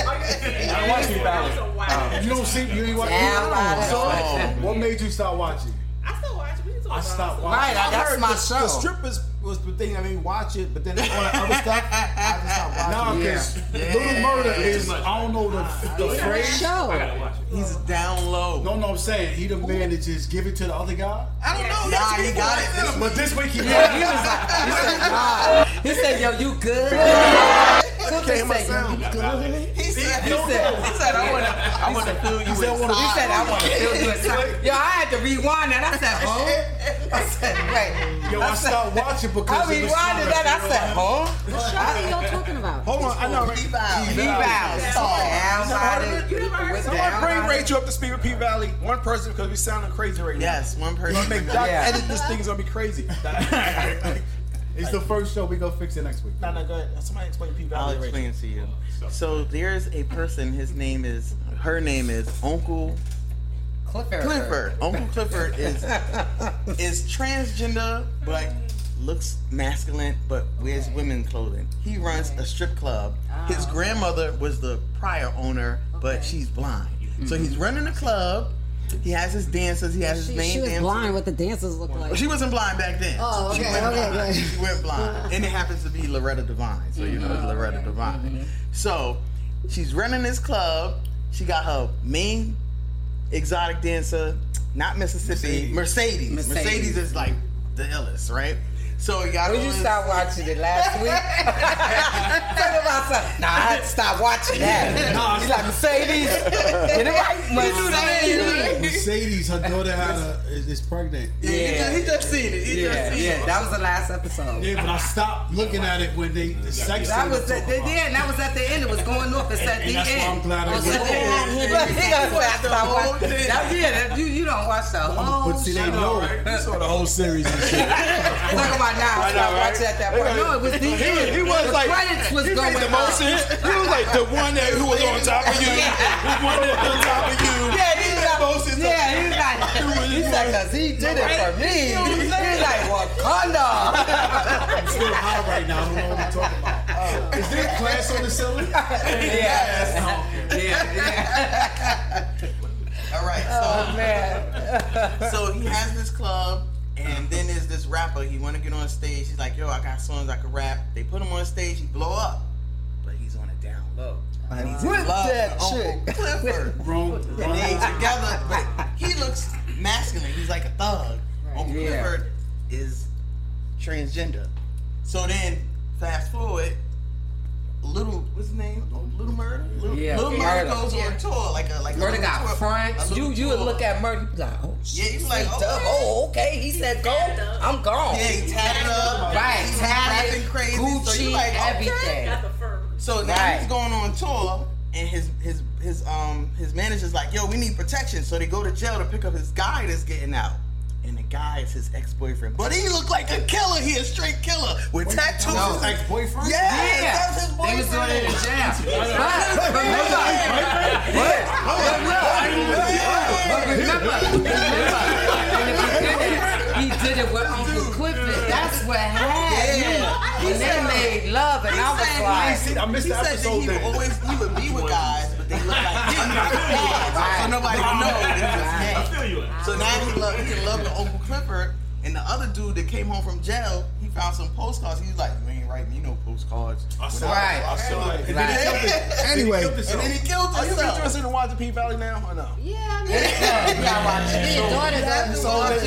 S27: I watched you
S7: Um,
S27: You don't see. You ain't watching.
S7: Damn, I
S27: So,
S7: don't
S27: what made you stop watching?
S28: I still watch. We can talk
S27: I
S28: about
S27: stopped
S28: it.
S27: watching.
S3: I heard the, The strippers was the thing. I mean, watch it, but then all that other stuff. I just stopped
S27: Nah,
S3: watching.
S27: because Little Murder is, I don't know the, the phrase.
S2: He's down low.
S27: No, no, I'm saying he the man that just give it to the other guy.
S2: I don't know. Nah, he got it. This
S27: But this week he
S7: Yeah, he was like, he said, nah. He said, yo, you good? Cooper
S2: Came
S7: said, yo, you good? He said, he said, I want to.
S2: I want to feel you.
S7: He said, I want to feel you inside. Yo, I had to rewind that. I said, "Oh." huh? I said, wait.
S27: Yo, I stopped watching because
S7: I
S27: of the
S7: rewinded
S27: story.
S7: that. I said, huh?
S6: What show are y'all talking about?
S3: Hold on, I know. P
S7: P Valley. Down by the- with
S3: Someone
S7: down
S3: bring
S7: by
S3: Rachel up to speed with P Valley. One person, because we sounding crazy right now.
S2: Yes, one
S3: You
S2: person.
S3: gonna make Doc
S7: Yeah.
S3: edit this thing's gonna be crazy.
S27: It's the first show we gonna fix it next week.
S3: No, no, go ahead. Somebody explain P
S2: I'll
S3: Valley.
S2: explain it to you. So there's a person. His name is. Her name is Uncle
S7: Clifford.
S2: Clifford. Uncle Clifford is is transgender, but looks masculine, but wears women clothing. He runs a strip club. uh,
S7: Ah,
S2: His grandmother was the prior owner, but she's blind. So
S3: Mm-hmm.
S2: he's running the club. He has his dancers. He has
S6: She,
S2: his main
S6: she was
S2: dancer.
S6: blind what the dancers look like.
S2: She wasn't blind back then.
S6: Oh,
S2: She
S6: okay,
S2: went
S6: okay,
S2: blind.
S6: okay.
S2: She went blind. and it happens to be Loretta Devine. So, you know, it's Loretta Devine.
S7: Mm-hmm.
S2: So, she's running this club. She got her main exotic dancer, not Mississippi, Mercedes. Mercedes,
S7: Mercedes.
S2: is like the illest, right? So, you got
S7: When
S2: all
S7: you
S2: this-
S7: stop watching it last week, talking about something. Nah, I had to stop watching that.
S27: Nah,
S7: He's like Mercedes. You know, like Mercedes.
S27: Mercedes, her daughter had a, is, is pregnant.
S2: Yeah. He, just, he just seen it. He
S7: Yeah,
S2: just seen
S7: yeah,
S2: it.
S7: that was the last episode.
S27: Yeah, but I stopped looking at it when they the sex.
S7: That
S27: scene
S7: was
S27: talking
S7: at the
S27: about.
S7: end. That was at the end. It was going off. It's at
S27: And
S7: the
S27: that's why I'm
S7: end. Oh,
S27: glad I
S7: It's at
S27: went
S7: the end.
S27: over
S7: He doesn't say I stopped
S2: whole
S7: watching.
S2: thing.
S7: That- Yeah, that- you you don't watch the whole
S2: Oh,
S27: But see, they
S7: show.
S27: know
S3: You saw the whole series. And shit.
S7: Talk about now. I
S3: I know,
S7: stopped
S3: right?
S7: watching at that point. No, it was the
S3: He was,
S7: end.
S3: he was
S7: the
S3: like,
S7: credits was
S3: he
S7: going
S3: made the
S7: up.
S3: motions. He was like the one that who was on top of you, the one that was on top of you.
S7: Yeah, he was like,
S29: emotions.
S1: Yeah, he's like, he's like, cause he did it for me. He's like, Wakanda.
S30: I'm still high right now. I don't know what I'm talking about.
S2: Uh,
S30: is there a class on the ceiling?
S1: Yes.
S2: Yeah, All right. So,
S1: Oh, man.
S2: so he has this club, and then there's this rapper. He want to get on stage. He's like, "Yo, I got songs I can rap." They put him on stage. He blow up, but he's on a down low. And he's in
S1: With
S2: love with
S1: that
S2: Uncle
S1: chick.
S2: Clifford. and they together, but he looks masculine. He's like a thug. Uncle
S1: yeah.
S2: Clifford is transgender. So then, fast forward, little what's his name? Little Murder. Little,
S1: Yeah,
S2: Little Murder
S1: Murder.
S2: goes on tour like a like a
S1: Murder
S2: little tour-
S1: got
S2: a
S1: fronts.
S2: little
S1: You you would look at Murder, you be like, oh
S2: Yeah,
S1: shit,
S2: you like,
S1: he
S2: okay.
S1: done. oh okay, he said go, I'm gone.
S2: Yeah, he tatted up.
S1: right?
S2: He's
S1: Tatted,
S2: rapping crazy.
S1: Gucci,
S2: so you like, okay.
S1: everything.
S2: So now
S1: Right.
S2: he's going on tour, and his his his um his manager's like, "Yo, we need protection." So they go to jail to pick up his guy that's getting out, and the guy is his ex boyfriend. But he looked like a killer. He a straight killer with tattoos.
S1: no.
S2: His ex boyfriend. Yeah,
S1: Yeah.
S2: that's his
S1: They was
S2: boyfriend.
S1: doing it in jail.
S2: Yeah.
S1: But- but remember- But remember, remember, he did it with Uncle Clifford. That's what had
S2: Yeah.
S1: me. When they made love, and
S2: He
S1: I
S2: said-
S1: was like,
S2: he said that he would always he would be with guys, but they look like him. so nobody would know. that he was gay. So now he love he in love with Uncle Clifford. And the other dude that came home from jail, he found some postcards. He was like, "You ain't writing me no postcards." I
S1: saw it. I saw it. And then he killed himself.
S2: Anyway,
S1: Anyway.
S2: and then he killed
S7: Are you
S2: himself.
S7: interested in watching P Valley now or no?
S6: Yeah, I mean,
S2: Yeah,
S7: Me and daughter got to watch it.
S2: That's so
S7: It's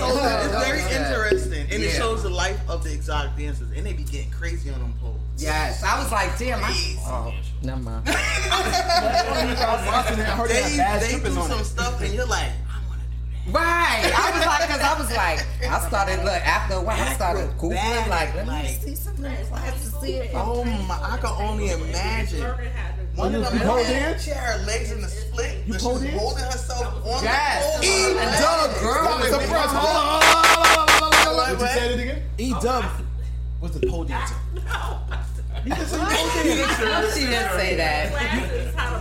S2: lit. It's very
S7: Yeah.
S2: interesting, and it
S7: Yeah.
S2: shows the life of the exotic dancers, and they be getting crazy on them poles.
S1: Yes, I was like, damn, I. Oh, never mind. heard
S2: they
S1: that bad
S2: they do
S1: strippers on
S2: some
S1: it.
S2: stuff, and you're like,
S1: Right. I was like, because I was like, I started, look, after a while, I started Googling, like, let me see some glasses, see if I'm
S2: oh my, I can only imagine. One
S1: You-
S2: of them
S1: you pole
S2: had
S1: dance?
S2: her legs in the split. You pole dance? Holding herself on
S1: Yes.
S2: the pole.
S1: E Dub, girl.
S2: Stop it,
S1: Surprise.
S2: man.
S1: Hold
S2: Wait, wait.
S7: again? E Dub was the pole dancer.
S2: He didn't say
S1: She didn't say that.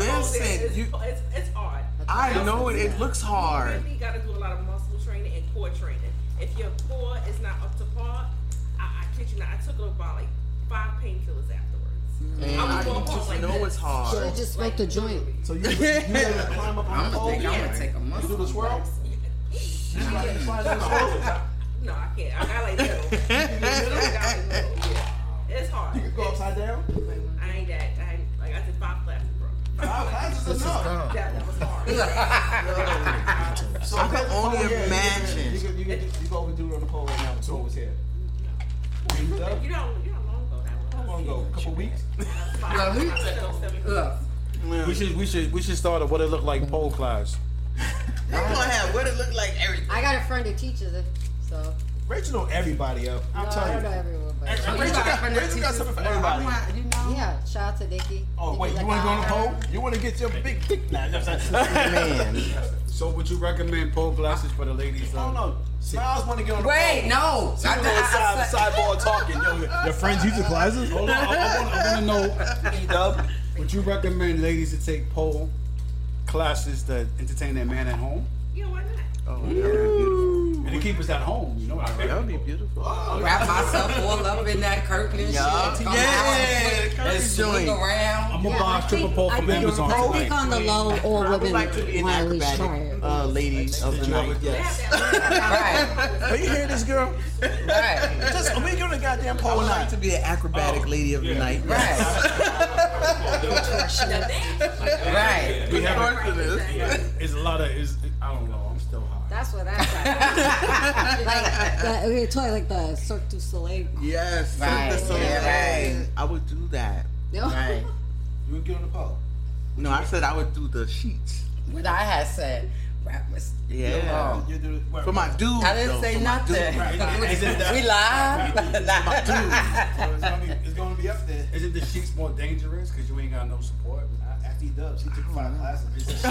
S2: Listen, you,
S31: It's, it's hard.
S2: I know it. It looks
S31: You
S2: hard.
S31: really got to do a lot of muscle training and core training. If your core is not up to par, I, I kid you not, I took about like five painkillers afterwards.
S2: Man,
S31: I
S2: I
S31: was going home
S2: just
S31: like
S2: know it's
S31: this.
S2: hard.
S6: Should have just smoked a joint.
S7: So you, you gotta climb up on
S1: I'm
S7: the pole.
S1: gonna think I'm gonna take a
S7: You do
S1: muscle.
S7: the swirl.
S31: No, I can't. I got like little. It's hard. You can go upside down. I ain't that. I ain't, like I did five laps, bro. Five laps is enough. That, that was hard.
S2: I can only imagine.
S7: Oh, You can, you can, you can overdo it on the pole right now. The pole was here. E Dub.
S31: You don't. You don't long go that
S7: How long ago? A couple weeks.
S1: Look.
S32: We should we should we should start a what it look like pole class.
S2: They gonna have what it look like everything.
S6: I got a friend who teaches it, so.
S7: Rachel know everybody up.
S6: No,
S7: I'm
S6: I
S7: telling
S6: don't know
S7: you.
S6: everyone, but.
S7: Rachel got, Rachel got something for everybody.
S6: Yeah, shout out to Nikki.
S7: Oh wait, you want to go on
S1: "Ah."
S7: the pole? You want to get your big dick now?
S3: So would you recommend pole glasses for the ladies? uh, I don't know.
S7: Smiles want to get on the
S1: Wait,
S7: pole.
S1: no.
S7: See you
S1: I- I-
S7: on the
S1: I
S7: side,
S1: said-
S7: sideboard talking. Yo,
S3: Your friends use the glasses? Hold on, I, want to know.
S7: Dub,
S3: would you recommend ladies to take pole classes to entertain their man at home?
S31: Yeah, why not?
S3: Oh, beautiful. And to keep us at home, you know. That would be
S2: beautiful.
S7: Oh,
S1: Wrap myself all up in that curtain and
S3: Yeah.
S1: shit. Come
S3: Yeah,
S1: out and
S3: curtain
S1: just
S3: joint.
S1: look around.
S3: I'm gonna buy a stripper pole from Amazon
S6: I
S3: tonight.
S6: think on the low, all
S2: I would
S6: women
S2: like to be an
S6: want at least try
S2: acrobatic
S6: it.
S2: uh, lady of the night. Yes.
S7: Are you hear this girl?
S1: Right.
S7: Just we going to goddamn
S2: I
S7: pole
S2: would like
S7: night.
S2: to be an acrobatic lady of the night.
S1: Right.
S3: We have It's a lot of. It's, I don't know. I'm still high.
S6: That's what that's like. like the, we were talking like the Cirque du Soleil.
S2: Yes.
S1: Right,
S2: Cirque du Soleil.
S1: yeah, right.
S2: I would do that.
S6: No.
S2: Right.
S7: You would get on the pole.
S2: No, I said I would do the sheets.
S1: What I had said. Rap was.
S2: Yeah.
S7: You do the
S2: For my dude.
S1: I didn't
S2: though,
S1: say
S2: for my
S1: nothing.
S2: dude.
S1: we live.
S3: So it's, gonna be, it's gonna be up there. Isn't the sheets more dangerous because you ain't got no support? I- After he dubs, he took five classes. It's a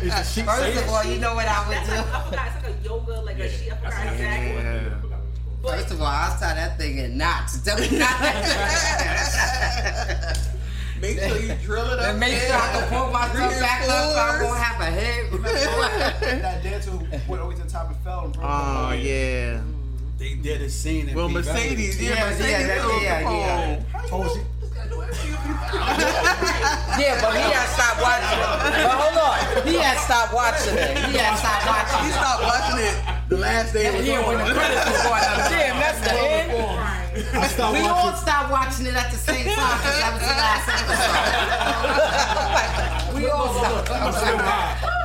S3: sheet. It's a sheet
S1: First
S3: safe?
S1: of all, you know what I would do.
S31: I forgot it's like a yoga, like a she. I forgot exactly.
S1: First of all, I'll tie that thing in knots. Don't-
S2: Make sure you drill it up.
S6: And make sure I can pull myself back up. so I'm gonna have a head.
S3: that dancer who went over to the top and fell and broke
S2: Oh,
S3: her leg.
S2: yeah.
S3: They did a scene. in
S2: Well,
S3: Big Valley.
S2: Mercedes, yeah, Yeah, Mercedes yeah, that- owns the yeah, yeah. phone.
S6: Yeah, but he had stopped watching it. But hold on, he had stopped watching it. He had stopped watching it.
S2: He stopped watching it the last day it was
S6: Yeah,
S2: on.
S6: when the credits was going up. Damn, that's the end.
S2: stopped
S6: We all
S2: watching-
S6: stopped watching it at the same time because that was the last episode. we all stopped.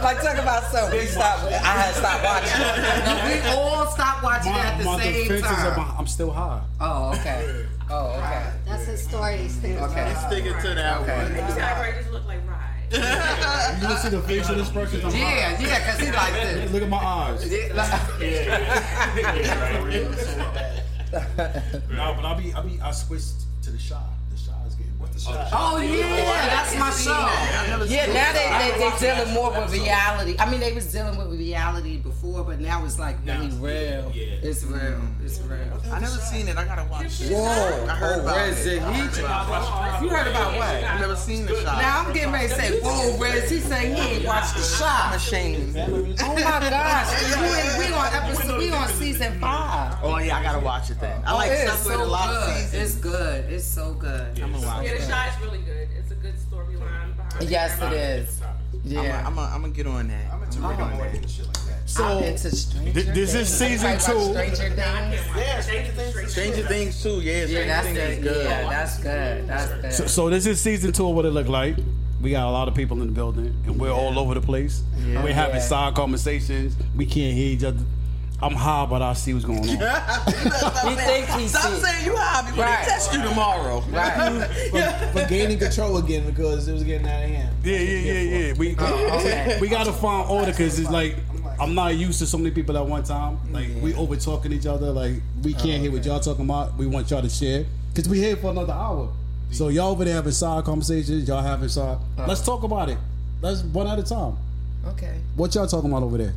S6: Like talk about something. We stopped. I had stopped watching. No, we all stopped watching it at the
S7: My
S6: same
S7: defenses are
S6: time.
S7: behind- I'm still high.
S6: Oh, okay. Oh, okay.
S16: That's his story. He's thinking
S6: Okay.
S16: about
S2: Stick it to that one.
S7: You gonna see the face of this person? I'm
S6: Yeah,
S7: high.
S6: yeah, 'cause he like this.
S7: Look at my eyes.
S6: Yeah, like-
S7: no, but I be, I be, I switched to the shy. The shy is getting what the shy.
S6: Oh yeah, that's my show. Yeah, now they they they dealing more with reality. I mean, they was dealing with reality before, but now it's like really real. It's real. It's real.
S2: I never seen it. I gotta watch it.
S6: Whoa.
S2: I heard
S6: Oh,
S2: about
S6: where's
S2: it.
S6: it?
S2: I heard
S6: He-
S2: about it.
S6: You heard about what?
S2: I've never seen the shot.
S6: Now I'm getting ready to say, whoa, Rez, he say he ain't watched the shot.
S2: Ashamed.
S6: Oh my gosh, you ain't- we on episode, we on season five.
S2: Oh yeah, I gotta watch it then. I like
S6: it is
S2: stuff with a lot
S6: good.
S2: of seasons.
S6: It's good. It's so good. I'm
S2: gonna watch
S33: Yeah, the
S2: it.
S33: shot is really good. It's a good storyline behind it.
S6: Yes, it is. Yeah.
S2: I'm gonna I'm gonna get on that. I'm into Rick and Morty and shit like that.
S6: So, into Stranger
S2: Th- this is
S6: Things.
S2: season
S6: Everybody watch
S2: two.
S6: Stranger Things.
S25: Yeah, Stranger Things.
S2: Stranger Things too. Yeah, Stranger
S6: Yeah, that's
S2: Things is
S6: good.
S2: good.
S6: Yeah, that's good. That's good.
S7: So, so this is season two of what it looked like. We got a lot of people in the building, and we're all over the place.
S6: Yeah.
S7: We're having
S6: Yeah.
S7: side conversations. We can't hear each other. I'm high, but I see what's going on.
S2: Stop
S6: He think he
S2: Stop
S6: sick.
S2: saying you hobby when
S6: Right.
S2: they test you tomorrow.
S6: Right.
S2: Yeah.
S3: But gaining control again because it was getting out of hand.
S7: Yeah, yeah, yeah, yeah. We
S3: okay.
S7: we gotta find order because it's like I'm not used to so many people at one time. Like we over talking each other. Like we can't hear what y'all talking about. We want y'all to share because we here for another hour. So y'all over there having side conversations. Y'all having side. Let's talk about it. Let's one at a time.
S6: Okay.
S7: What y'all talking about over there?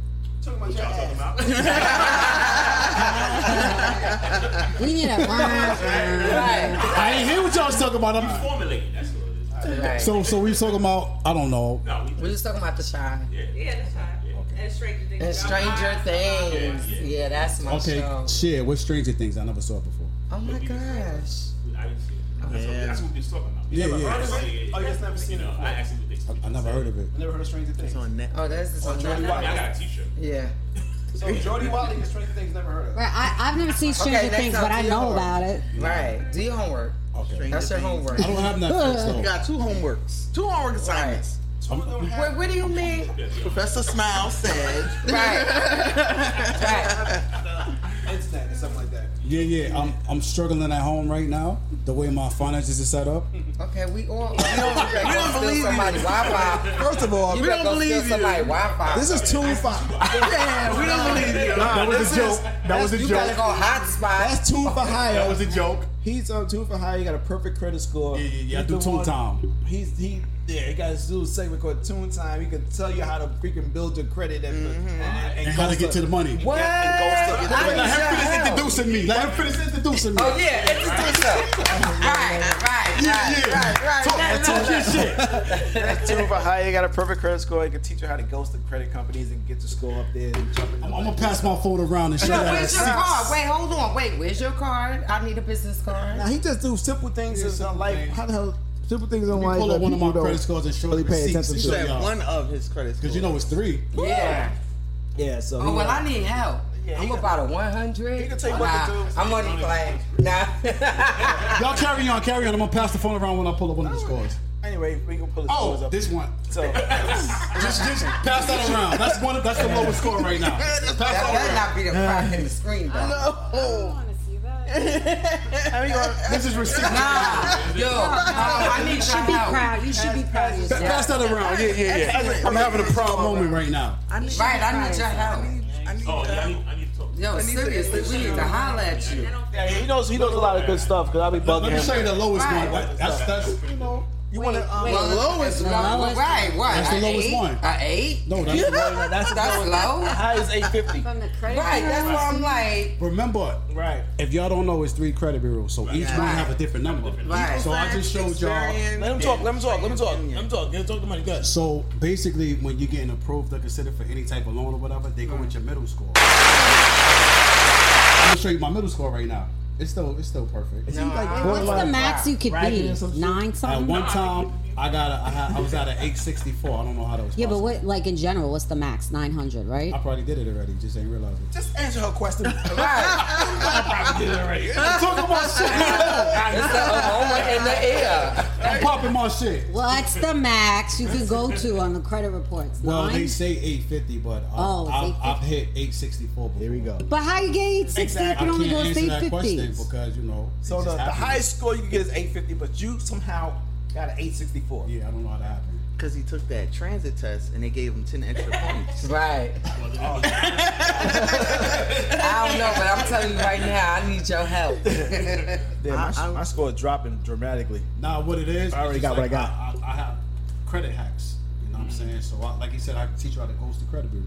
S16: We need a
S6: Right.
S7: I ain't hear what y'all was talking about. I'm,
S34: Formulating, that's what it is.
S6: Right.
S7: so so we was talking about I don't know.
S6: we just talking about the shine.
S33: Yeah, that's fine. And Stranger Things.
S6: And Stranger Things. Yeah, that's my
S7: Okay,
S6: show.
S7: share. What Stranger Things? I never saw it before.
S6: Oh my gosh.
S34: I didn't see it. That's, what, that's what we was talking about.
S7: Yeah, yeah.
S34: Oh, you just never seen it. No, I actually did.
S7: I never heard of it.
S3: Never heard of Stranger Things.
S2: on that.
S6: Oh, that's just
S3: on Jordy
S34: I, mean, I
S3: Wiley.
S34: got a T-shirt.
S6: Yeah.
S3: So Jordy Wiley and Stranger Things never heard of.
S16: Right, I, I've never seen
S6: Okay,
S16: Stranger
S6: next
S16: Things,
S6: up,
S16: but I
S6: do your
S16: know
S6: homework.
S16: about it.
S6: Right. Do your homework.
S7: Okay.
S6: That's your homework.
S7: I don't have Netflix
S2: You
S7: though.
S2: got two homeworks. Two homework assignments.
S6: Wait, what do you mean?
S2: Professor Smile said.
S3: Internet or something like that.
S7: Yeah, yeah. I'm I'm struggling at home right now. The way my finances are set up.
S6: Okay, we all. We
S2: We don't believe
S6: don't believe
S2: you.
S6: somebody Wi-Fi.
S7: First of all,
S6: You
S2: We
S6: better
S2: don't
S6: go steal
S2: believe you.
S6: somebody Wi-Fi.
S7: this is two five.
S2: Yeah, we don't believe you.
S7: That was a joke. That was a
S6: you
S7: joke.
S6: gotta go hotspot.
S24: That's two for
S7: That
S24: high.
S7: was a joke.
S24: He's on two for high. He got a perfect credit score.
S3: Yeah, yeah, yeah.
S24: He's
S3: I do
S24: the
S3: two
S24: one-
S7: time.
S3: He's he yeah, he got his little segment called Tune Time. He can tell you how to freaking build your credit and, and, Mm-hmm. and
S7: And how to
S3: goes
S7: get to the money.
S6: What?
S3: and goes to-
S6: I
S7: Let
S6: need your
S7: him finish
S6: help.
S7: introducing me. Let him finish introducing me.
S6: Oh yeah, introduce her. Right, right, right, right, right. That- that- that-
S3: Tune for high, you got a perfect credit score. He can teach you how to ghost the credit companies and get your score up there and jump in.
S7: I'm, I'm gonna pass my phone around and show
S6: Yo,
S7: that
S6: where's your
S7: seats.
S6: card? Wait, hold on. Wait, where's your card? I need a business card.
S24: Now, he just do simple things in uh, life. How the hell simple things in life?
S7: Pull up
S24: that
S7: one of my
S24: people
S7: credit
S24: don't
S7: scores and show
S24: really
S7: the
S24: pay
S7: receipts.
S24: attention to.
S7: and show
S2: Said
S7: y'all.
S2: one of his credit scores.
S7: Cause you know it's three.
S6: Yeah.
S24: Yeah, so
S6: Oh
S24: he-
S6: well, I need help. I'm about a 100. You can
S3: take what to do.
S6: I'm on the plane. Nah.
S7: Y'all carry on, carry on. I'm gonna pass the phone around when I pull up one of the scores.
S3: Anyway, we can pull the scores
S7: Oh,
S3: up.
S7: this one.
S3: so
S7: Just, just pass that around. That's one. That's the lowest score right now. Pass
S6: That better
S7: that
S6: not be the crack in the screen, though.
S2: No.
S7: around. This is receipt.
S6: Nah, yo, uh, I need
S16: You
S6: your
S16: should be
S6: help.
S16: proud. You should be proud of yourself.
S7: Pass that around. Yeah, yeah, yeah. I'm having a proud moment right now.
S6: Right, I need your help.
S34: Oh, yeah, I need, I need to talk.
S6: Yo, seriously, we need to holler at you.
S3: yeah, he knows he knows a lot of good stuff because I be bugging
S7: Let me
S3: him.
S7: show you uh, the lowest one. That- That's that's you know.
S3: You want to? Um,
S6: wait. The lowest one. Right, right.
S3: That's the
S6: An
S3: lowest
S6: eight?
S3: one.
S6: An eight?
S7: No, that's the lowest.
S6: That's low.
S3: High is eight fifty. From
S16: the
S6: Right, that's why I'm like.
S7: Remember,
S3: right?
S7: If y'all don't know, it's three credit bureaus, so each one
S3: Right.
S7: have a different number.
S3: Right.
S7: So I just showed y'all.
S3: Let him talk. Let him talk. Let him talk. Let him talk. Let him talk the money. Good.
S7: So basically, when you're getting approved or considered for any type of loan or whatever, they
S3: Mm.
S7: go with your middle score. I'm gonna show you my middle score right now. It's still it's still perfect. It's like
S16: What's the
S7: borderline
S16: max you could
S7: ragged
S16: be?
S7: or some shit.
S16: Nine
S7: At
S16: something.
S7: one time, I got a, I, had, I was at an 864. I don't know how that was.
S16: Yeah, but what? Like in general, what's the max? Nine hundred, right? I
S7: probably did it already. Just ain't realize it.
S3: Just answer her question.
S7: Talk about shit.
S6: It's the aroma in the air.
S7: I'm popping my shit.
S16: What's the max you can go to on the credit reports?
S7: Well,
S16: Nine?
S7: they say 850, but I,
S16: Oh, it's
S7: I, I've hit 864. There we go.
S16: But how you get eight sixty?
S7: Exactly.
S16: You can only
S7: I
S16: go
S7: can't
S16: to
S7: answer that
S16: eight
S7: question
S16: fifty.
S7: because you know. it
S3: So
S7: just
S3: the, the
S7: happened.
S3: highest score you can get is 850, but you somehow got an 864.
S7: Yeah, I don't know how that happened.
S2: Because he took that transit test and they gave him 10 extra points.
S6: right. I don't know, but I'm telling you right now, I need your help.
S3: Damn, my, my score is dropping dramatically.
S7: Nah, what it is?
S3: I already
S7: it's
S3: got what I
S7: like
S3: got. Mm.
S7: I, I have credit hacks. You know what I'm saying? So, I, like you said, I can teach you how to ghost the credit bureau.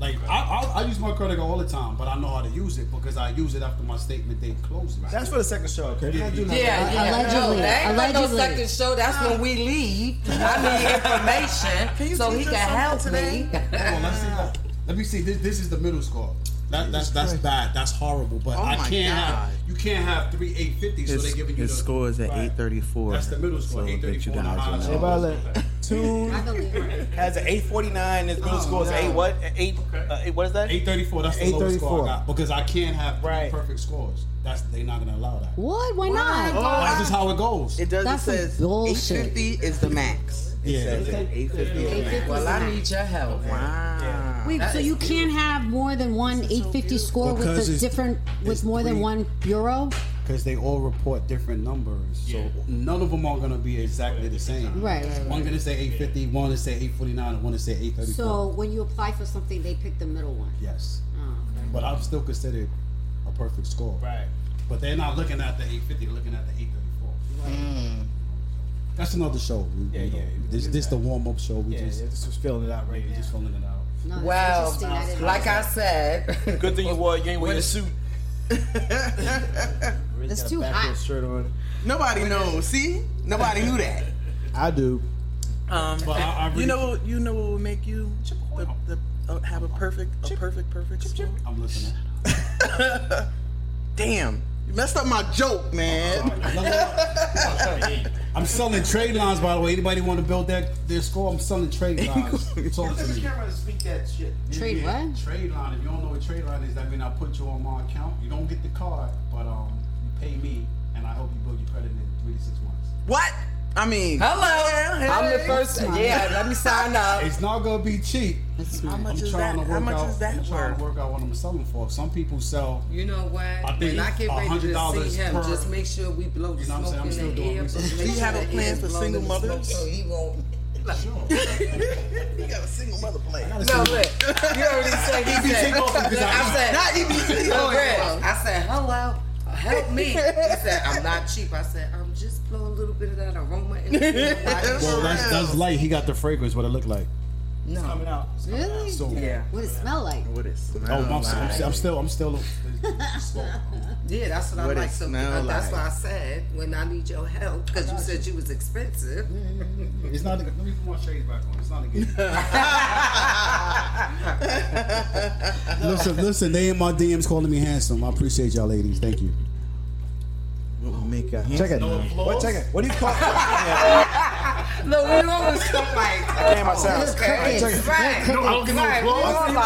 S7: Like I, I, I use my credit card all the time, but I know how to use it because I use it after my statement date closes.
S3: That's for the second show, okay?
S7: Yeah,
S6: Yeah, yeah. No, that ain't like no second show. That's when we leave. I need information so he can help me.
S7: Hold on, let's see that. Let me see. This, this is the middle score. That, that's that's bad. That's horrible. But
S2: Oh
S7: I
S2: my
S7: can't
S2: God.
S7: have you can't have three eight fifty. So
S2: His,
S7: they're giving you
S2: his
S7: the
S2: score is at
S7: Right.
S2: 834.
S7: That's the middle score,
S2: so that you
S7: 834
S2: guys
S7: on the
S2: will
S7: high
S2: know.
S7: score.
S3: Two has an 849. His middle score is
S7: Oh, no.
S3: eight what? An Eight, uh, eight. What is that?
S7: Eight thirty four. That's the lowest score I
S3: 834.
S7: got because I can't have three perfect scores. That's they're not gonna allow that.
S16: What? Why not?
S7: Oh, that's just how it goes.
S2: It does.
S16: That's
S2: it says
S16: some bullshit.
S2: 850 is the max. It
S7: Yeah.
S2: says it. 850 is the max.
S6: Well, I need your help. Wow.
S16: Wait, so you can't have more than one eight fifty score
S7: Because
S16: with a
S7: it's-
S16: different with more than
S7: three-
S16: one bureau?
S7: Because they all report different numbers, so none of them are gonna be exactly the same.
S16: Right, right,
S7: One
S16: right.
S7: gonna say eight fifty, one to say eight forty nine, and one to say eight thirty four.
S16: So when you apply for something, they pick the middle one.
S7: Yes.
S16: Oh, okay.
S7: But I'm still considered a perfect score. Right. But they're not looking at the 850, they're looking at the 834. Hmm. That's another show. yeah, yeah. This this the warm up show. We just
S3: just filling it out right
S7: now. Just filling it out.
S6: Well, like I said,
S3: Good thing you wore. You ain't wearing a suit.
S2: It's
S3: Got a
S2: too
S3: backwards
S2: hot.
S3: Shirt on.
S2: Nobody knows. See? Nobody knew that.
S3: I do.
S2: Um,
S3: But I- I really-
S2: you know, you know what would make you the, the, uh, have a perfect, a perfect, perfect score?
S7: I'm listening.
S2: Damn, you messed up my joke, man.
S7: I'm selling trade lines, by the way. Oh, Anybody want to build that their score? I'm selling trade lines. Talk to me.
S3: speak that shit.
S16: Trade
S7: Yeah,
S16: what?
S7: Trade line. If you don't know what trade line is, that means I put you on my account. You don't get the card, but um, you pay me, and I help you build your credit in three to six months.
S2: what? I mean,
S6: Hello. I'm the
S2: hey.
S6: first. Yeah, let me sign up.
S7: It's not gonna be cheap.
S16: How
S7: I'm
S2: much is
S7: trying
S2: that?
S7: to
S2: How
S7: work
S2: much
S7: out.
S2: is that
S7: I'm trying to work out what I'm selling for. Some people sell.
S6: You know what?
S7: I think
S6: when I get ready to
S7: $100
S6: see him,
S7: per-
S6: just make sure we blow the
S7: You know what I'm saying? I'm still
S6: smoke in the
S7: doing
S6: air.
S7: research.
S6: Just
S7: Do
S6: make
S7: you
S6: sure
S7: have a
S6: the
S7: plan
S6: air
S7: for
S6: blow
S7: single
S6: the smoke
S7: mothers?
S6: So he won't.
S2: you got a single mother play.
S6: No, look. You already said he
S2: EBT
S6: said.
S2: both of
S6: Look,
S2: you
S6: I
S2: guys.
S6: said. E
S2: Not EBT.
S6: Look,
S2: Oh,
S6: Red,
S2: hello.
S6: I said hello. Help me. He said I'm not cheap. I said I'm just blowing a little bit of that aroma in the air.
S7: Well, that's that's light. He got the fragrance. What it looked like.
S6: No.
S3: coming out.
S16: Really?
S7: So- Yeah.
S16: What it smell like?
S2: What it
S7: Oh,
S2: smell
S7: I'm,
S2: like?
S7: I'm, I'm still, I'm still.
S6: Yeah, that's what,
S2: What it
S6: I like. So
S2: smell
S6: uh, that's
S2: like.
S6: why I said when I need your help because you said you was expensive.
S3: Mm.
S7: It's not. Let me put my shades back on. It's not a game. listen, listen. They in my DMs calling me handsome. I appreciate y'all, ladies. Thank you.
S2: What would make a
S7: Check it.
S3: What? Check it. What do you call?
S6: Look, we always stuff like.
S3: I came outside.
S6: Look, crickets.
S3: Check it.
S6: Right.
S3: No, I don't get no
S6: Right, we
S3: applause.
S6: all
S3: I don't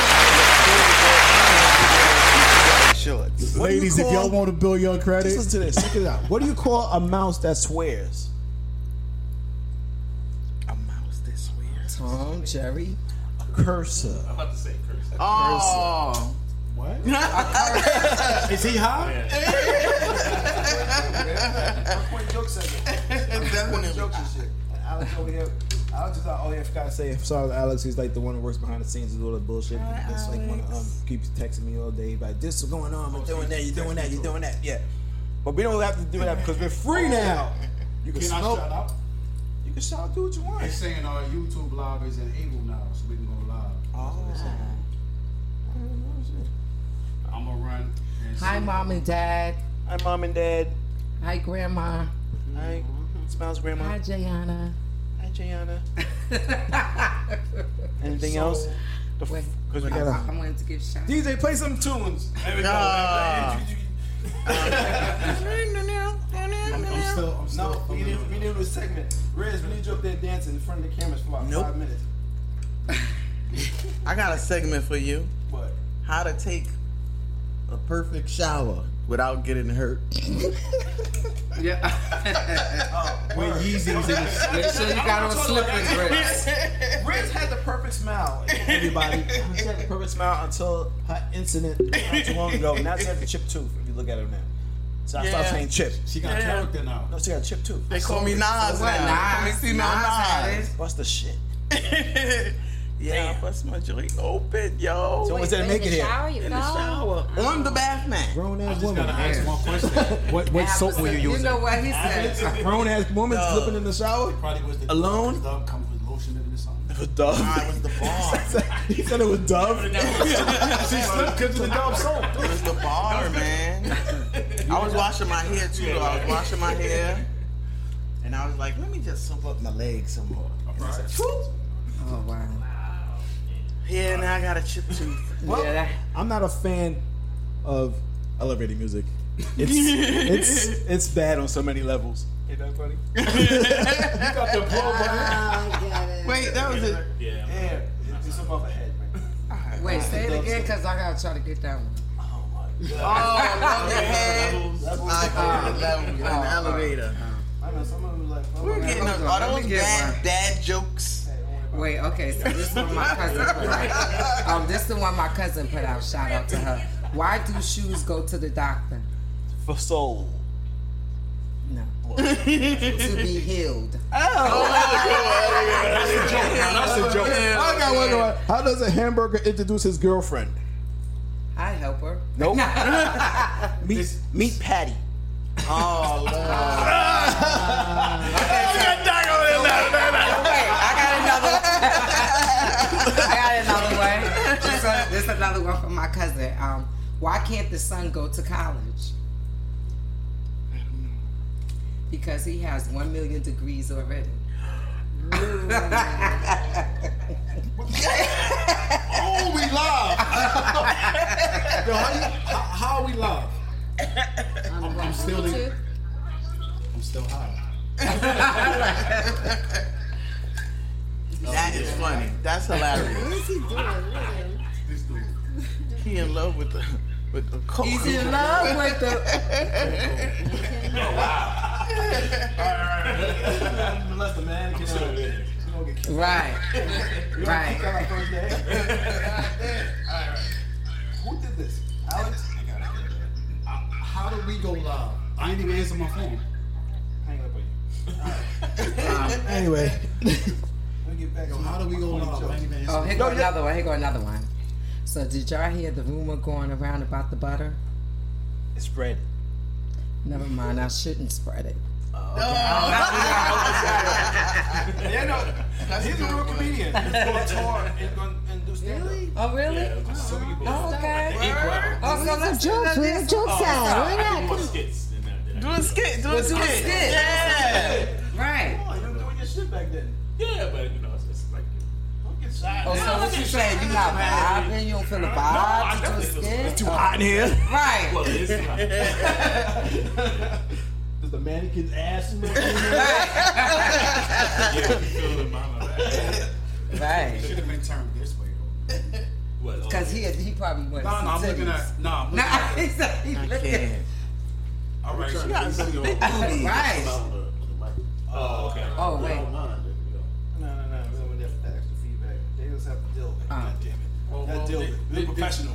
S6: like-
S2: shorts?
S3: What do you
S7: Ladies, if
S3: call-
S7: y'all want to build your credit,
S3: Just listen to this. Check it out. What do you call a mouse that swears?
S2: A mouse this way.
S6: Tom, Jerry.
S3: A cursor.
S34: I'm about to say curse.
S2: Oh.
S7: What? Is he high?
S2: Definitely.
S3: Alex over here. Alex is out. Oh yeah, I forgot to say. Sorry, to Alex. He's like the one who works behind the scenes with all the bullshit. That's like one of, um keeps texting me all day. Like this is going on. I'm doing that. You're doing that. You're doing that. Yeah. But we don't have to do that because we're free now.
S24: You can,
S7: I
S24: smoke.
S7: shout out?
S24: You can shout. Do what you want. They're saying our YouTube live is enabled now, so we can go live. Oh. I'm gonna run. and
S6: Hi,
S24: see.
S6: mom and dad.
S3: Hi, mom and dad.
S6: Hi, grandma.
S3: Hi,
S7: Mm-hmm.
S3: smiles, grandma.
S6: Hi, Jayana.
S3: Hi, Jayana. Anything else? Because we
S6: I,
S3: got
S6: I wanted to give shout.
S3: DJ, play some tunes. There we go.
S6: Ah.
S3: I'm, I'm still, I'm still. No, we didn't, we didn't do a segment. Riz, we need you up there dancing in front of the cameras for like
S2: Nope.
S3: five minutes.
S2: I got a segment for you.
S3: What?
S2: How to take a perfect shower without getting hurt.
S3: When
S2: Yeezy was in the- Make sure you got on slippers, Riz.
S3: Riz had the perfect smile. Everybody, she had the perfect smile until her incident not too long ago. Now she has a chip tooth. If you look at her now. So I
S2: Yeah.
S3: stopped saying chip.
S2: She got Yeah. character
S3: now. No, she got a chip tooth.
S2: They call me Nas now. They call me C-Lo Nas.
S3: Bust the shit.
S2: Yeah, I bust my joint open, yo.
S3: So what's that Wait, make in it the here? shower you
S2: in
S3: go?
S2: the shower. On the bath mat.
S7: Grown ass
S2: woman.
S7: What what soap were you
S2: You
S7: using?
S2: know what he said.
S7: Grown ass woman
S2: Duh.
S7: slipping in the shower.
S24: Probably was the
S7: Alone?
S24: Dub comes with lotion in it or something.
S3: It was Dove.
S2: was the bomb.
S3: he said it was Dove.
S2: she
S7: slipped because of the dub soap.
S2: It was the bar, man. I was washing my hair too. though. I was washing my hair, and I was like, let me just soak up my legs some more. And I said, "Phew."
S6: Oh wow.
S2: Yeah, now I got a chip tooth.
S7: Well, I'm not a fan of elevator music. It's it's it's bad on so many levels.
S3: Ain't that funny?
S7: got the blow
S2: Wait, that was it.
S3: Yeah. It's above her head, man.
S6: Wait, say it again, cause I gotta try to get that one.
S3: Oh,
S6: love your
S2: head.
S3: I
S2: got that one. An elevator.
S3: I know someone was like, oh,
S2: We're
S3: man,
S2: getting
S3: I'm
S2: up.
S3: sorry.
S2: Are
S3: Let me
S2: those
S3: get one.
S2: bad, dad jokes?
S6: Wait, okay, so this one my cousin put out. Um, this the one my cousin put out. Shout out to her. Why do shoes go to the doctor?
S3: For soul.
S6: No. to be healed.
S7: That's a joke. I got one. more. How does a hamburger introduce his girlfriend?
S6: I help her.
S7: Nope.
S3: meat, meat patty.
S2: Oh, Lord.
S6: I got another one. This one- This another one from my cousin. Um, why can't the son go to college? Because he has one million degrees already.
S24: Oh, we live. Yo, how, you, how, how are we live? I'm, I'm still in, I'm still high.
S2: That is funny. That's hilarious.
S16: What is he doing? Really?
S2: He in love with the with the coke.
S6: He's in love with
S2: the.
S3: Unless the man can.
S6: Right.
S3: Right.
S24: Who did this? Alex? Uh, How do we go live? I ain't even answer my phone.
S3: Hang up on you.
S7: Anyway,
S24: Yo, how do we go live? I ain't even answer
S6: Oh,
S24: my
S6: here
S24: phone.
S6: go another one. Here go another one. So, did y'all hear the rumor going around about the butter?
S3: It's bread.
S6: Never mind. I shouldn't spread it.
S3: Yeah, no. He's a real comedian. He's going to tour and going and do stand up. Really?
S6: Oh, really?
S3: Oh,
S6: okay.
S3: Oh,
S6: so let's Oh, jokes.
S16: we have jokes out. Why not?
S34: Doing skits.
S2: Do a skit. Do a
S6: Let's do
S2: skit.
S6: a skit.
S2: Yeah.
S6: Right.
S3: you were doing your shit back then.
S34: Yeah, but you know, it's, it's like. Don't get shy.
S6: Oh, so
S34: Now,
S6: what
S34: look
S6: you
S34: at-
S6: saying? You not vibing? You don't feel the
S34: No,
S6: vibe?
S34: I
S6: You
S34: definitely
S6: just
S34: feel-
S6: scared?
S34: it's too
S3: hot in here.
S6: Right.
S34: Well, it's
S3: Does the mannequin's ass in
S6: Right.
S24: Should have been turned this way.
S6: Because he, he probably went.
S24: Nah, nah, I'm looking at. Nah, I'm looking at.
S6: Nah, he's like, he looking at.
S24: All right,
S34: She
S24: so
S34: got
S24: this
S34: some
S24: is-
S34: big booty.
S6: Right.
S34: Oh, okay.
S6: Oh, wait.
S34: Don't mind it, you know.
S3: No, no, no. We don't have that extra feedback. They just have to deal with it.
S6: Ah.
S3: God damn it.
S24: Well,
S3: Not
S24: well,
S3: deal
S24: they-
S3: with it.
S24: they-
S3: We're
S24: they-
S3: professional.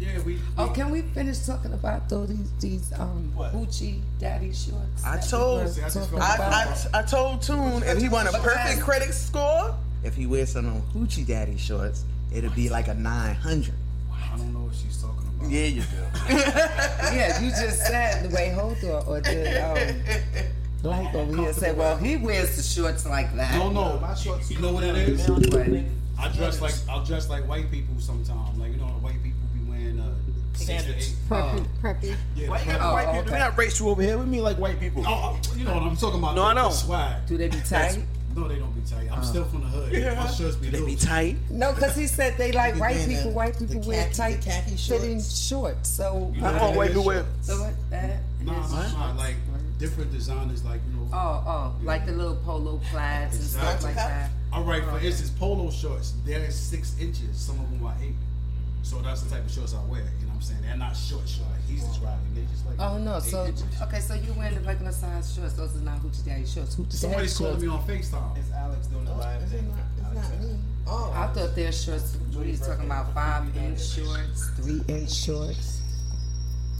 S24: Yeah, we.
S6: Oh, can we finish talking about though these these um Gucci daddy shorts?
S2: I
S6: that we
S2: told
S6: were talking
S2: I,
S6: about?
S2: I, I told Toon if he want a perfect credit score, if he wears some on Gucci Daddy shorts, it'll be like a nine hundred.
S24: I don't know what she's talking about.
S2: Yeah, you do.
S6: yeah, you just said the way Hodor or did um, Like over here said, well, he wears the shorts like that. um,
S7: No, oh, no, my shorts. You know what it is? I dress like I dress like white people sometimes. Like you know, white people be wearing uh, sandals.
S16: Preppy. preppy.
S7: Yeah,
S25: Why you got white people? We're not racial over here. We mean like white people.
S7: Oh, oh, you know what I'm talking about.
S25: No, I know.
S7: The swag.
S25: Do they be
S7: That's-
S25: tight?
S7: No, they don't be tight. I'm
S25: Oh.
S7: still from the hood.
S25: Yeah.
S7: My shirts be. Do they be
S25: tight?
S6: No, because he said they like white
S7: wearing
S6: people. white people wear tight fitting shorts. So
S7: You know what it is?
S6: So what? That?
S7: Nah,
S6: is-
S7: nah, nah, like different designers, like you know.
S6: Oh, oh, like the little polo plaids and stuff like that.
S7: All right, for instance, polo shorts, they're six inches. Some of them are eight. So that's the type of shorts I wear. You know what I'm saying? They're not short shorts. Like he's describing. They're just like.
S6: Oh no!
S7: eight
S6: So
S7: inches.
S6: okay, so you wearing the regular size shorts? Those are not hoochie daddy shorts. Hoochie
S7: Somebody's
S6: daddy
S7: calling
S6: shorts.
S7: me on Facetime. It's Alex doing the live thing.
S6: Oh, I thought their shorts. What are you talking about? Five inch shorts, three inch shorts.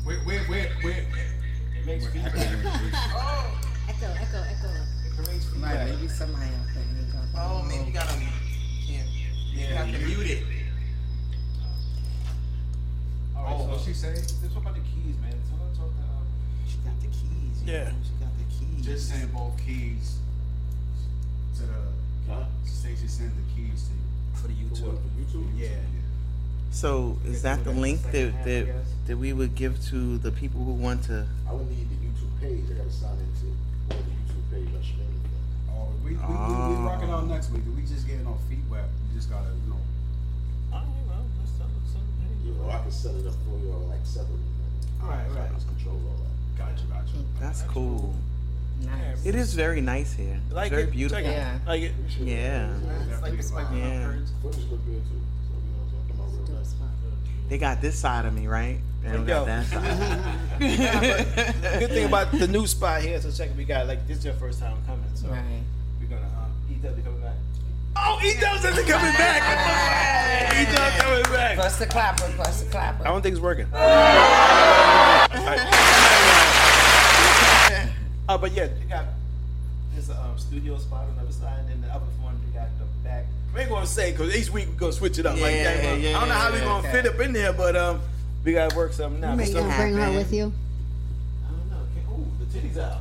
S7: Wait, wait, wait, wait. It makes me.
S16: Oh. Echo, echo, echo.
S6: Right, maybe somebody out there. ain't got that.
S2: Oh, man, you gotta can't. You
S6: Yeah,
S2: have to mute it.
S10: Oh, what she say?
S34: Talk about the keys, man. Talk, talk, um,
S2: She got the keys. you
S34: Yeah.
S2: know, She got the keys.
S7: Just send both keys to the station. Send the keys to you for the YouTube. YouTube. Yeah.
S2: So is that the link that, that that we would give to the people who want to?
S34: I would need the YouTube page. I gotta sign into or the YouTube page. I should name it.
S7: Oh, we we, we, we
S2: Oh.
S7: rocking out next week. We just getting our feet wet. We just gotta you know.
S34: I don't even know. Just tell them something. You know, I can set it up for you all like separately. All right, right. I just control all that.
S7: Gotcha, gotcha.
S2: That's cool.
S6: Nice.
S2: It is very nice here. It's
S25: Like
S2: very
S25: it,
S2: beautiful.
S25: check it, Yeah. like it.
S2: Yeah.
S25: Like it's like
S2: Yeah.
S34: Footage look good too. So you know, so I come out real nice.
S2: They got this side of me, right? They don't
S25: Yo.
S2: got that side.
S25: Nah, but good thing about the new spot here, so check it, we got like this is your first time coming, so we're gonna um, EW coming back.
S10: Oh,
S3: E
S10: he does isn't coming back. He does coming back.
S6: Bust the clapper, bust the clapper.
S25: I don't think it's working. Uh, but yeah, they got there's a um, studio spot on the other side, and then the other one they got the back. We ain't gonna say because each week we gonna switch it up like
S2: Yeah,
S25: that. but
S2: yeah,
S25: I don't know how we
S2: yeah,
S25: gonna
S2: okay. Oh
S25: fit up in there, but um, we gotta work something out.
S16: You
S25: So-
S16: gonna bring her with you?
S25: The titties out.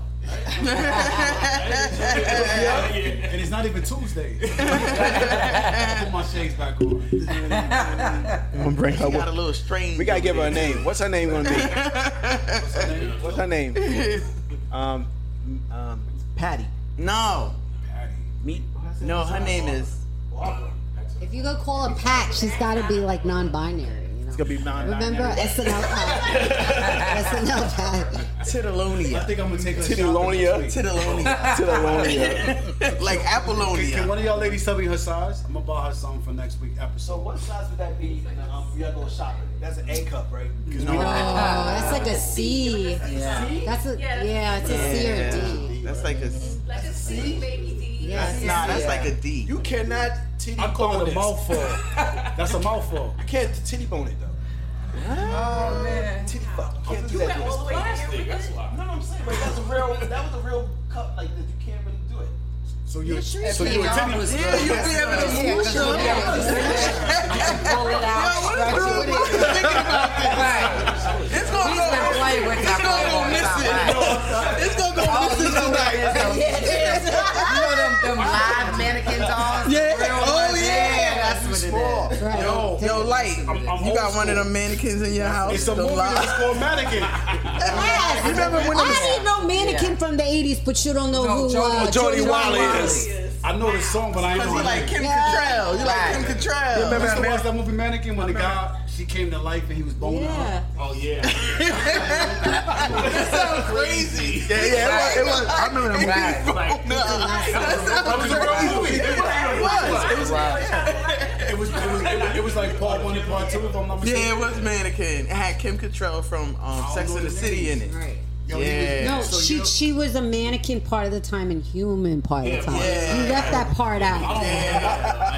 S7: And it's not even Tuesday. Put my shades back on.
S25: I'm gonna bring her.
S2: She got a little strange.
S25: We gotta give her a name. What's her name gonna be? What's her name? Um, um,
S2: Patty. No.
S25: Me.
S2: No, her name is.
S16: If you go call a Pat, she's got to be like non-binary. You know?
S25: It's gonna be non.
S16: Remember SNL Pat? SNL Pat.
S2: Titalonia. I
S7: think I'm gonna take a
S25: Titalonia.
S2: Titalonia. like Apollonia.
S7: Can one of y'all ladies tell me her size? I'm gonna buy her something for next week
S25: So
S7: episode.
S25: what size would that be? Um, we gotta go shopping. That's an A cup, right?
S16: No, that's Oh, like a C. Yeah. That's a yeah, it's a C or D.
S2: That's like a.
S33: Like a C, baby D.
S2: That's not. That's like a D.
S25: You cannot titty
S7: I call
S25: bone
S7: it a mouthful. That's a mouthful.
S25: You can't titty bone it though.
S6: Oh man.
S25: Titty fuck. You can't do
S33: You
S25: that.
S33: went all the way down.
S34: That's why.
S25: No, no, I'm saying, but that's a real. That was a real cup like this. You can't really do it.
S7: So you,
S25: sure
S7: so
S25: you
S7: you a
S25: can.
S7: titty.
S25: Yeah, you can have it
S6: Yeah, 'cause you'll be able to pull it out, stretch it. Right.
S2: It's gonna
S6: He's
S2: go.
S6: been playing with
S2: It's
S6: that
S2: gonna go
S6: for a long
S2: missing.
S6: time.
S2: It's gonna go
S6: Oh,
S2: missing
S6: you know
S2: tonight.
S6: that is, though. You know them, them live mannequin dolls? the
S2: Yeah.
S6: real
S2: Oh
S6: ones?
S2: yeah.
S6: That's what it is.
S2: Yo, yo, light. you got one of them mannequins in your house.
S7: It's a
S2: The
S7: movie
S2: light.
S7: that's called Mannequin.
S16: Yes.
S2: Remember when it was-
S16: I didn't know mannequin from the '80s, but you don't know who uh, Jody Waller is.
S7: I know the song, but I ain't know
S2: you
S7: the
S2: like
S7: name.
S2: Kim
S16: Yeah.
S2: Cattrall. You like Kim Cattrall.
S7: You remember I watched that movie Mannequin when the guy she came to life and he was boning
S16: Yeah.
S7: her. Oh yeah.
S2: That's so crazy. Yeah,
S7: yeah,
S2: it was. It was I remember that movie.
S7: That was a real movie. It was. It was. It was. It was. It was, it was like part one and part two. If I'm not mistaken.
S2: Yeah, it was Mannequin. It had Kim Cattrall from um, Sex and the City in it.
S16: Right.
S2: yeah.
S16: No, she she was a mannequin part of the time and human part of the time.
S2: Yeah.
S16: You left that part out.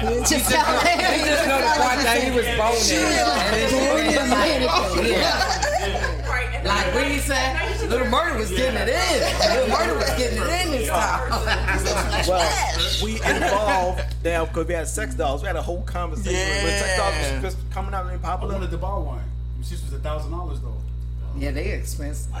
S16: Just
S6: He just
S16: tell
S6: know-
S16: her.
S6: he just know the part that he was boning.
S16: She was
S6: And it's-
S16: boning the mannequin.
S6: Yeah. Like what he said, Little Murder was getting it in. Little Murder was getting it in this time.
S25: Well, we involved now because we had sex dolls. We had a whole conversation when sex dolls was just coming out and
S7: I
S25: popular.
S7: wanted to buy one. This was a thousand dollars though.
S6: Yeah, they expensive.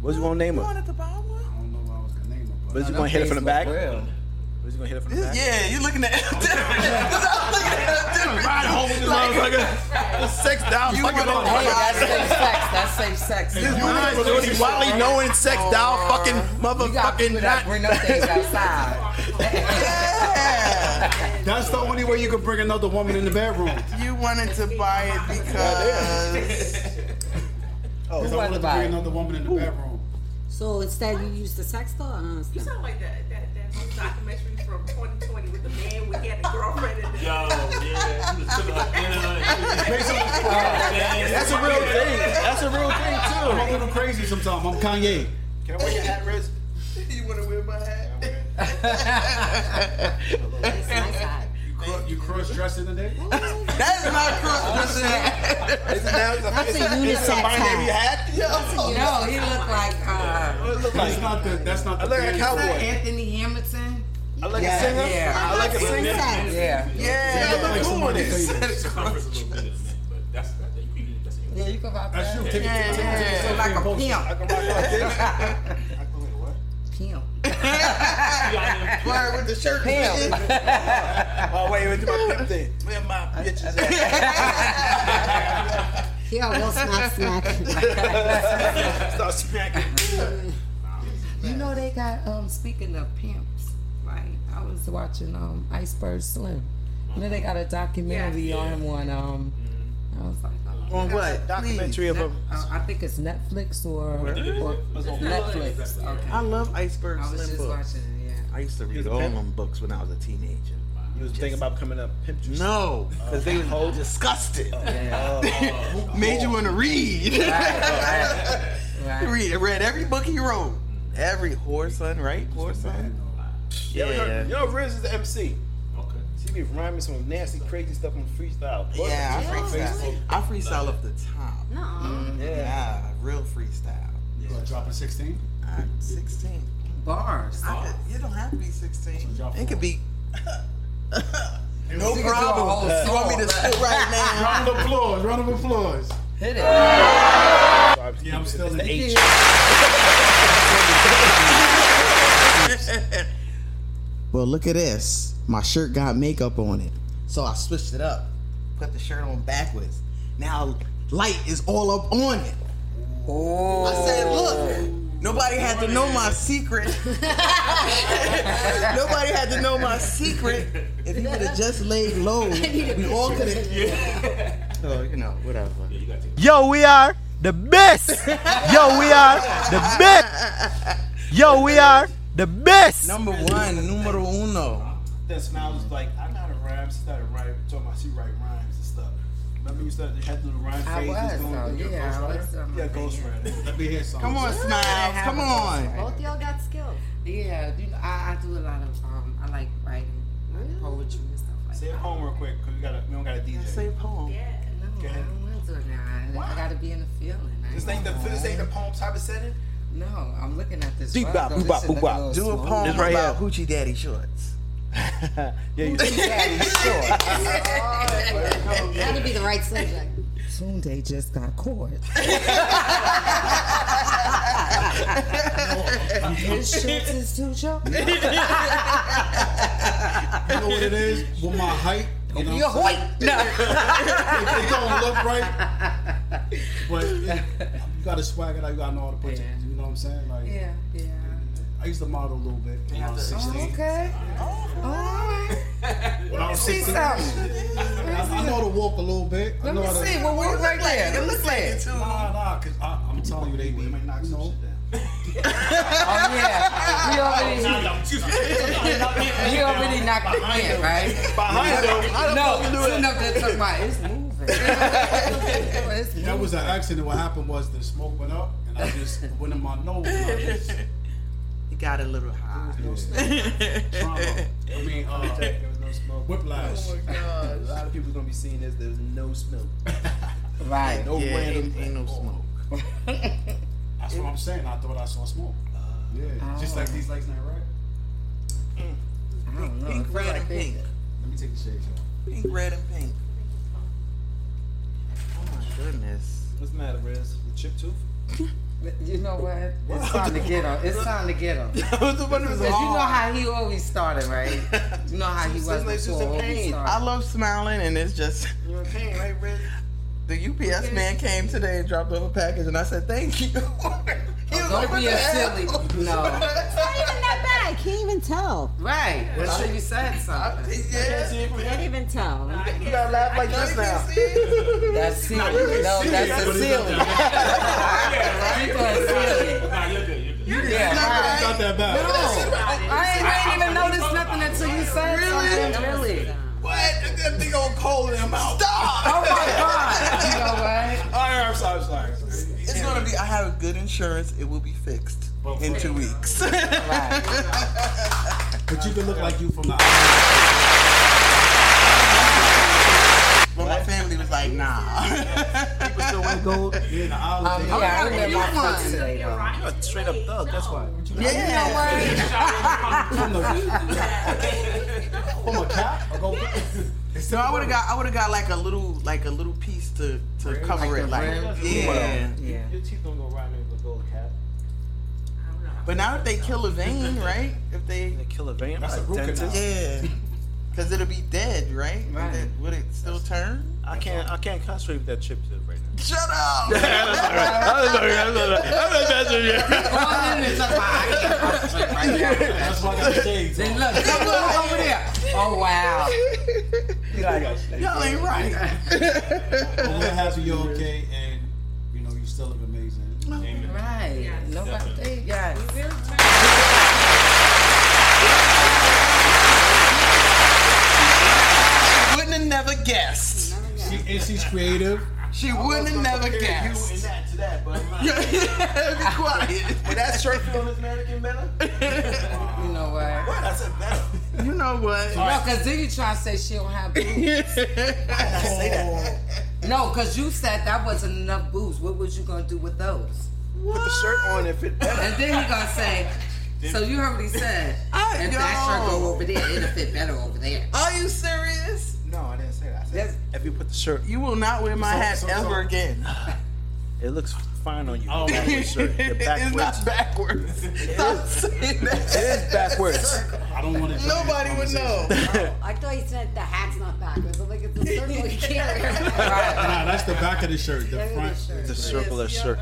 S25: What's you gonna name her?
S2: wanted to buy one.
S7: I don't know what I was gonna name her,
S35: Was you gonna hit it from the back? Was you gonna hit it from the back?
S2: Yeah, you looking at him different. 'Cause I'm looking at him different.
S35: Ride home with this motherfucker. This sex down
S2: You
S35: fucking
S3: Oh,
S2: wanna-
S35: motherfucker.
S2: hey, that's
S6: Safe sex. That's safe sex.
S35: This mind dirty, wildly knowing sex down fucking motherfucking not.
S6: Bring those things outside.
S7: That's the only way you could bring another woman in the bedroom.
S2: You wanted to buy it because.
S7: Oh,
S2: so I wanted to
S7: bring
S2: bring
S7: another woman in the bedroom.
S16: So instead, you use the sex doll. I don't
S36: You
S16: understand.
S36: sound like that that that documentary from 2020 with the man with he had a girlfriend. And Yo, yeah, he was cooking up
S3: That's a real thing. That's a real thing too.
S7: I'm a little crazy sometimes. I'm Kanye.
S3: Can I wear your hat, Riz?
S2: You want to wear my hat?
S7: You cross dressing today?
S2: That's not cross dressing.
S3: Isn't that
S7: That's a unisex hat.
S6: No, he looked like. Uh,
S7: That's not the. That's not the.
S6: look
S7: thing.
S6: Anthony Hamilton.
S3: I like
S6: yeah,
S3: a singer.
S6: Yeah.
S3: I like a singer.
S6: Yeah.
S3: Yeah, I look cool in this.
S6: Yeah, you can rock
S3: That's
S6: that.
S3: you. Take it-
S6: yeah,
S3: take it-
S6: yeah.
S3: take it- take it-
S6: like a
S3: post it.
S6: pimp.
S3: I can rock like this.
S6: Pimp.
S2: Why with the shirt?
S6: Pimp.
S3: Oh wait, wait, do my pimp thing. Where my bitches at?
S16: Yeah, Will Smith
S3: Start smacking.
S6: You know they got um speaking of pimps, right? I was watching um Iceberg Slim. You know they got a documentary on him on um I was like oh,
S3: On what? Documentary of
S6: Net-
S3: him.
S6: uh, I think it's Netflix or,
S3: Where?
S6: or
S3: It was on
S6: Netflix.
S3: Netflix.
S6: Okay.
S2: I love Iceberg
S6: I was
S2: Slim
S6: just
S2: books.
S6: watching it, yeah.
S2: I used to
S3: He's
S2: read
S3: a
S2: all
S3: pimp?
S2: them books when I was a teenager.
S3: You was thinking about coming up pimp juice?
S2: No, because they was
S3: Oh.
S2: all disgusted. Made you want to read.
S3: Right, right,
S2: Read. I read every book he wrote. Every whore son, right? Whore son.
S3: Yeah,
S2: Yeah.
S3: you know Riz is the MC. Okay. She be rhyming some nasty, crazy stuff on freestyle. But
S2: Yeah, I
S3: she's
S2: freestyle.
S3: crazy.
S2: I freestyle off the top.
S3: Mm, Yeah.
S2: Yeah, real freestyle.
S7: What, dropping 16?
S2: I'm 16.
S6: Bars.
S2: I could, you don't have to be 16. It could be. no
S7: You could do a whole
S2: problem. You want me to
S7: song.
S2: sit right now?
S7: Round of applause. Round of applause.
S6: Hit it.
S7: Yeah, I'm still in
S3: H.
S2: Well, look at this. My shirt got makeup on it. So I switched it up. Put the shirt on backwards. Now light is all up on it.
S6: Oh.
S2: I said, look, nobody had to know my secret. nobody had to know my secret. If you would have just laid low, we all could have. So, you know, whatever.
S17: Yo, we are the best. Yo, we are the best. Yo, we are the best.
S2: Number one, numero uno.
S3: Then Smile was like, I got a rhyme. She started writing, talking about she write rhymes and stuff. Remember you started, you had to do the rhyme
S6: I
S3: phase.
S6: was, so, yeah, I was, um,
S3: yeah, ghostwriter. Let me hear some.
S2: Come on, Smiles. Come on.
S6: Both y'all got skills. Yeah, you know, I, I do a lot of um, I like writing, like poetry and stuff like
S3: Say a
S6: that.
S3: poem real quick, cause we gotta, we don't got a DJ.
S2: Say a poem.
S6: No, I don't want to do it now. I- I gotta be in the feeling. I
S3: This ain't the, this ain't the poem type of setting.
S6: No, I'm looking at this.
S3: Deep
S6: rug,
S3: bop,
S6: though.
S3: boop
S6: This
S3: bop,
S6: shit
S3: boop
S6: look
S3: bop.
S6: little
S2: Do a
S6: small.
S2: poem
S3: This right
S2: about Hoochie Daddy shorts.
S3: Yeah, you.
S6: Yeah, sure.
S16: That would be the right subject.
S6: Soon they just got caught. His shorts is too short.
S7: You know what it is? With my height. You know,
S6: You're white.
S7: it, it don't look right. But it- you gotta swag it out. You gotta know how to put it. You know what I'm saying? Like,
S6: Yeah, yeah.
S7: I used to model a little bit when I was 16.
S6: Okay. Alright.
S7: When I was
S6: See
S7: 16.
S6: something.
S7: I, I know how to walk a little bit. I
S6: Let
S7: know
S6: me
S7: how to,
S6: see. Well, we're right there. Let me see.
S7: Nah, nah, cause I, I'm telling you, they be. No.
S6: Oh yeah. We already. You already knocked the
S3: Behind
S6: pin,
S3: him.
S6: right?
S3: Behind him. How the
S6: no,
S3: fuck you do
S6: sitting
S3: that?
S6: up there talking about it's moving. It's
S7: That was an accident. What happened was the smoke went up, and I just went in my nose. And I just, uh,
S2: You got a little high.
S7: trauma. I mean, uh,
S3: There was no smoke.
S7: whiplash.
S3: Oh my god. A lot of people's gonna be seeing this. There's no smoke.
S6: right.
S3: No
S2: Yeah,
S3: random.
S2: ain't, ain't no smoke.
S7: That's what I'm saying. I thought I saw smoke.
S3: Uh,
S7: yeah,
S6: Oh.
S7: just like these lights now, right?
S6: I don't know. I
S2: Pink,
S6: feel
S2: red, and
S6: like
S2: pink.
S7: Let me take the shades off.
S2: Pink, red, and pink. Oh my goodness.
S3: What's the matter, Riz? You chip tooth?
S6: You know what? It's time to get him. It's time to get him. Because
S2: was
S6: you know
S2: hard.
S6: how he always started, right? You know how he
S2: She's
S6: was
S2: just like, she's
S6: before.
S2: in
S6: always
S2: pain.
S6: started.
S2: I love smiling, and it's just you're in pain, right, Riz? The UPS man came today and dropped off a package, and I said thank you.
S6: Don't be a silly. No.
S16: It's not even that bad. I can't even tell.
S6: Right. Well, sure you said something.
S16: I can't even tell.
S2: You gotta laugh like this now.
S6: That's silly. No, that's a silly.
S3: It's not that bad.
S6: I ain't even noticed nothing until you said something. Really?
S2: What? That big old cold in my mouth. Stop!
S6: Oh my God. You know what?
S2: I'm sorry, I'm sorry. It's gonna be. I have good insurance. It will be fixed in two weeks.
S7: But you can look like you from the
S2: But my family was like, nah. People still want gold.
S6: Um, yeah, I remember my first today, though.
S3: You're a straight up thug, that's why.
S2: Yeah.
S3: You know
S2: So I would have got I would have got like a little like a little piece to to cover
S3: Like
S2: it
S3: the
S2: like
S3: rim?
S2: yeah.
S3: Your- Your teeth don't go right in with a gold cap.
S2: But now if they kill a vein, right? If they,
S3: kill a vein,
S2: That's
S3: I'm
S2: a root
S3: dentist.
S2: canal. Yeah. Cause it'll be dead, right? Would
S3: Right.
S2: it- Would it still turn?
S3: I can't. I can't concentrate with that chip tip right now.
S2: Shut up!
S3: I'm sorry. I'm sorry. I'm not messing with you.
S7: That's why I got shades.
S6: Then look, look, look over there. Oh wow.
S2: Y'all ain't right.
S7: But we're happy you're okay, and you know you still look amazing. Amen.
S6: Right. Nobody. Yes.
S2: Wouldn't have never guessed.
S7: She, and she's creative.
S2: She wouldn't have never guessed.
S3: You and that to that, but I'm
S2: Yeah, be quiet.
S3: But that shirt from this mannequin better.
S6: You know what?
S3: What? I said better.
S2: You know what?
S6: No, cause then you try to say she don't have boobs. No, cause you said that wasn't enough boobs. What was you gonna do with those?
S3: Put the shirt on and fit better.
S6: And then he gonna say, so you already said
S2: I
S6: if that shirt
S2: know.
S6: go over there, it'll fit better over there.
S2: Are you serious?
S3: No, I didn't say that. I said if you put the shirt,
S2: You will not wear my
S3: So-
S2: hat
S3: so- so-
S2: ever again.
S3: it looks fine on you.
S2: Oh.
S3: The backwards shirt, the
S2: It's not
S3: backwards.
S2: backwards. Stop saying
S3: It
S2: that.
S3: is backwards.
S7: I don't want to.
S2: Nobody would know.
S16: I thought you said the hat's not backwards. I'm like, it's a circle. You can't wear it.
S7: Nah, that's the back of the shirt. The front.
S3: It's a circular shirt.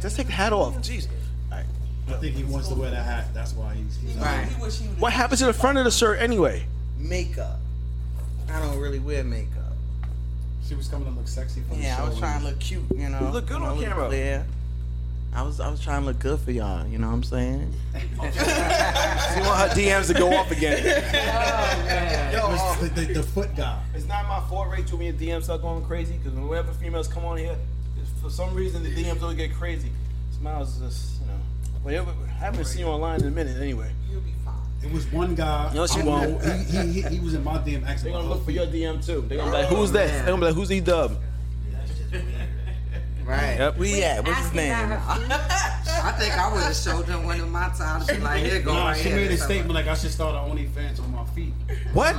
S3: Just take the hat off. Jeez.
S7: I think he wants to wear that hat. That's why he's. he's
S3: What happens to the front of the shirt anyway?
S2: Makeup. I don't really wear makeup.
S7: She was coming to look sexy for the
S2: Yeah, I
S7: show.
S2: was trying to look cute, you know.
S3: You look good
S2: when I
S3: on
S2: was
S3: camera.
S2: clear. I was I was trying to look good for y'all, you know what I'm saying?
S3: She want her DMs to go off again. Oh,
S7: It was the, the, the foot guy.
S3: uh, It's not my fault, Rachel, when your DMs are going crazy, because whenever females come on here, it's- for some reason the DMs always get crazy. Smiles is just, you know, whatever. I haven't seen you online in a minute anyway.
S7: It was one guy.
S3: No, she
S7: I
S3: won't.
S7: know, He, he, he, he was in my DM asking.
S3: They're gonna look for your DM too. They're gonna be
S7: Oh,
S3: like, who's that?
S7: man.
S3: They're gonna be like, who's E Dub?
S6: Right.
S3: Yep.
S2: Where you at? What's his name?
S6: I think I would have showed him one of my times. Be like, here go
S7: Nah,
S6: right
S7: she
S6: here.
S7: made a statement like I should start an OnlyFans on my feet.
S3: What?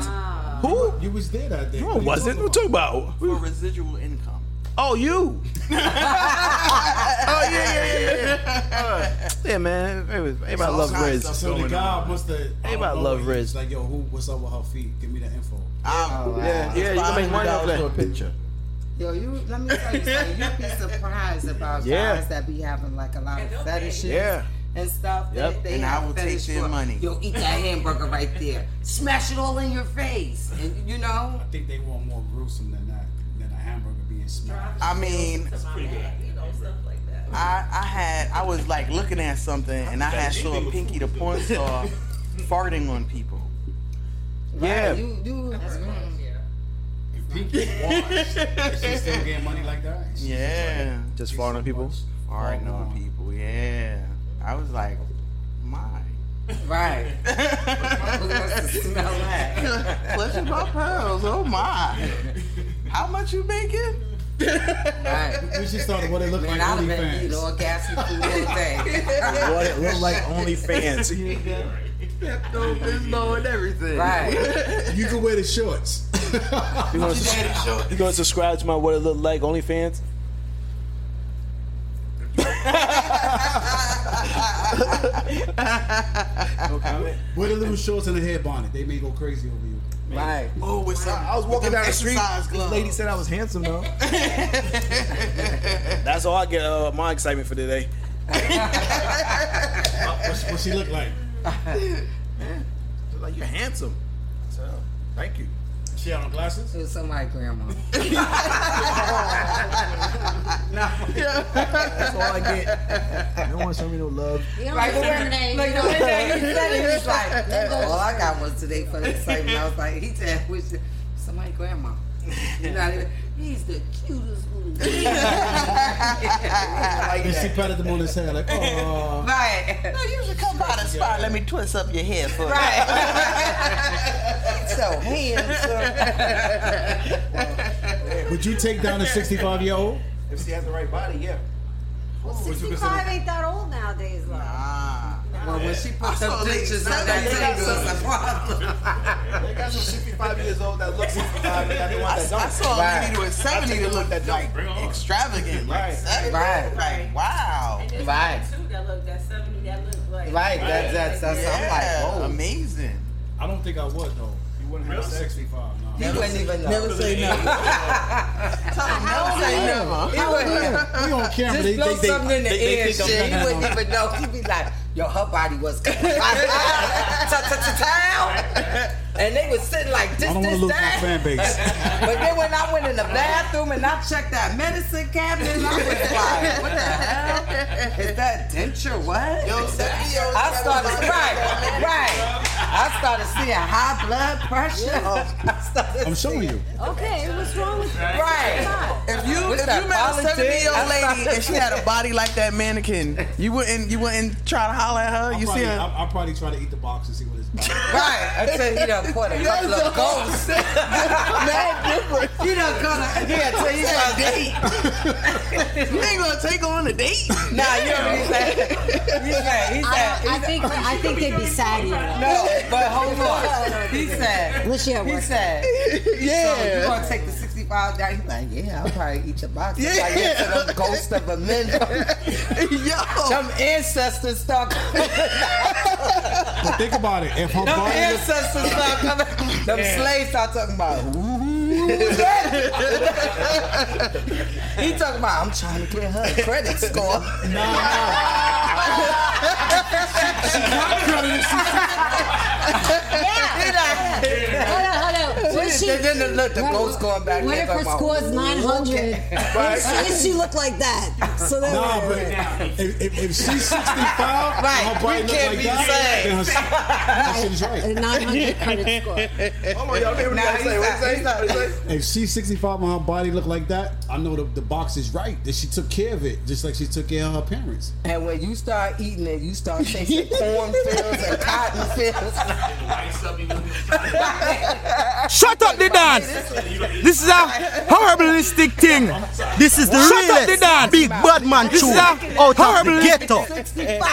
S3: Who?
S7: You was there that day. What
S3: No, I
S7: are you
S3: wasn't.
S7: talking
S3: What you about?
S2: For residual income.
S3: Oh, you?
S2: oh yeah, yeah, yeah, yeah.
S3: Yeah, man. Everybody
S7: about?
S3: love Riz.
S7: So the guy must have.
S3: Everybody love Riz.
S7: Like yo, who? What's up with her feet? Give me the info.
S2: Um,
S3: Yeah, yeah, you can make money off
S2: $500 for a
S3: that.
S2: picture.
S6: Yo, you let me tell you something. You'd be surprised about
S3: Yeah.
S6: guys that be having like a lot of fetishes
S3: Yeah.
S6: and stuff.
S3: Yep.
S6: They, they
S2: And I
S6: have
S2: will take
S6: fetish
S2: their
S6: for,
S2: money.
S6: Yo, eat that hamburger right there. Smash it all in your face, and you know.
S7: I think they want more gruesome than that, than a hamburger being smashed.
S2: I mean, I, I had I was like looking at something and I had saw a Pinky the porn star farting on people.
S3: Yeah.
S6: You, you,
S7: Pinky washed. Is she still getting money like that? She's just
S2: Yeah,
S3: Just farting on people. Oh,
S2: farting on people. Yeah, I was like, my.
S6: right. Who wants to smell that?
S2: Flesh and my pearls. Oh my. How much you making?
S6: Right.
S7: like- We should start what it looked
S6: Man,
S7: like
S6: I'd have been eating
S7: OnlyFans.
S6: orgasmic food all day.
S3: What it look like OnlyFans.
S2: No, there's no and everything.
S6: right.
S7: You can wear the shorts.
S3: You gonna, sus- you gonna subscribe to my What It Look Like OnlyFans?
S10: Wear the little shorts and a hair bonnet. They may go crazy over you.
S37: Right.
S3: Oh, with some, I was walking
S10: them
S3: down the street.
S10: exercise
S3: This lady said I was handsome though. That's all I get. Uh, my excitement for today.
S10: What's, what's she look like?
S3: Man, she's like you're handsome. So, thank you.
S10: She had on glasses.
S7: It was something like grandma.
S3: no. That's all I get. No one showed me no love.
S7: Like,
S2: say
S7: when-
S2: her name.
S7: Like, the one day he said it, he's like, all I got was today for the excitement. I was like, he said, "Which somebody grandma." You know, I- he's the cutest little dude.
S10: And she patted them on his head like, oh.
S7: Right.
S2: No, you should come by the spot. Let me twist up your hair for you. so handsome.
S10: Would you take down a 65 year old?
S3: If she has the right body, yeah.
S6: Well,
S10: you consider-
S6: 65 ain't that old nowadays, though.
S2: Uh,
S7: Well, when she
S3: I
S7: puts
S3: saw
S7: up
S3: a lady
S7: pictures of
S3: Saturday,
S7: that
S3: they got
S7: table,
S3: some-
S7: it's a problem.
S3: They got some 65 years old that look 65. They got
S2: I,
S3: the ones that don't.
S2: I saw a lady with 70 that looked that like extravagant. Like,
S3: Right.
S2: 70.
S7: Right.
S2: Like, wow.
S38: And there's
S2: Right.
S38: people, too that look that seventy that look like
S2: Right, that's- that's- that's- I'm like,
S38: Yeah.
S2: whoa. Amazing.
S10: I don't think I would though. You wouldn't have 65. No.
S2: He wouldn't even know.
S10: Never say never.
S2: How
S10: say
S2: old
S10: never.
S2: are you?
S10: How old are you? We on camera,
S7: Just
S10: they-
S7: blow
S10: they- they-
S7: something in the
S10: they- they
S7: air,
S10: think I'm
S7: shit. He
S10: not
S7: wouldn't even know. He'd be like, yo, her body was town. And they was sitting like this,
S10: I don't want
S7: this,
S10: to lose my
S7: that.
S10: fan base.
S7: But then when I went in the bathroom and I checked that medicine cabinet, I was like, what the hell? Is that denture? What?
S2: Yo, Stephanie, yo,
S7: I started,
S2: Stephanie.
S7: right, right. I started seeing high blood pressure. I started
S10: I'm showing you.
S6: Okay, what's wrong with that?
S2: Right. If you
S7: What's
S2: if
S7: that,
S2: you met a
S7: politics?
S2: seventy year old
S7: That's not-
S2: lady and she had a body like that mannequin, you wouldn't you wouldn't try to holler at her.
S10: I'll
S2: you
S10: probably,
S2: see her.
S10: I'll, I'll probably try to eat the box and see what it's about.
S7: Right. I said, you done caught a couple of ghosts. You done caught a, yeah, so you got a date.
S2: you ain't gonna take her on a date.
S7: Nah, you know what he said? He said, he
S6: I,
S7: said,
S6: I think I think they'd be sad.
S7: no, but hold on. He said,
S6: Wish she had
S7: he
S6: worked.
S7: said, so
S2: Yeah.
S7: you gonna take the 65 down? He's like, yeah, I'll probably eat your box. He's Like,
S2: Yeah.
S7: yeah, to them ghost of a man. Yo. Some ancestors start
S10: But think about it. If her
S7: Them
S10: body look-
S7: ancestors start coming. Them
S10: Yeah.
S7: slaves start talking about. "Ooh." he talking about. I'm trying to get her credit score.
S6: Yeah. Hold on, hold on. What
S7: Then
S6: if she,
S7: then the- look, the ghost going back.
S6: what
S7: there
S6: if her
S7: talking about,
S6: score's
S7: "Ooh."
S6: 900? What if she- if she look like that? So that
S10: Nah, but if, if, if she's 65 and
S7: Right,
S10: her body
S7: we
S10: look
S7: can't
S10: like
S7: be
S10: that,
S7: the
S10: then her,
S7: same.
S10: that shit is
S6: A
S10: right.
S6: 900 credit score.
S3: Hold on, y'all. Hear what
S7: Nah,
S3: you gotta
S7: he's
S3: say? What you
S7: not-
S3: say?
S7: he's not-
S3: What you say?
S10: If she's 65 and her body look like that, I know the, the box is right. That she took care of it, just like she took care of her parents.
S7: And when you start eating it, you start tasting cornfields and cotton fields.
S1: Shut up the dance. This is a horribilistic thing. This is the
S7: Shut
S1: realest
S7: up the dance.
S1: big bad man
S7: This is
S1: tune
S7: a
S1: out of the
S7: horribilistic
S1: ghetto.
S7: 65.
S10: Nah,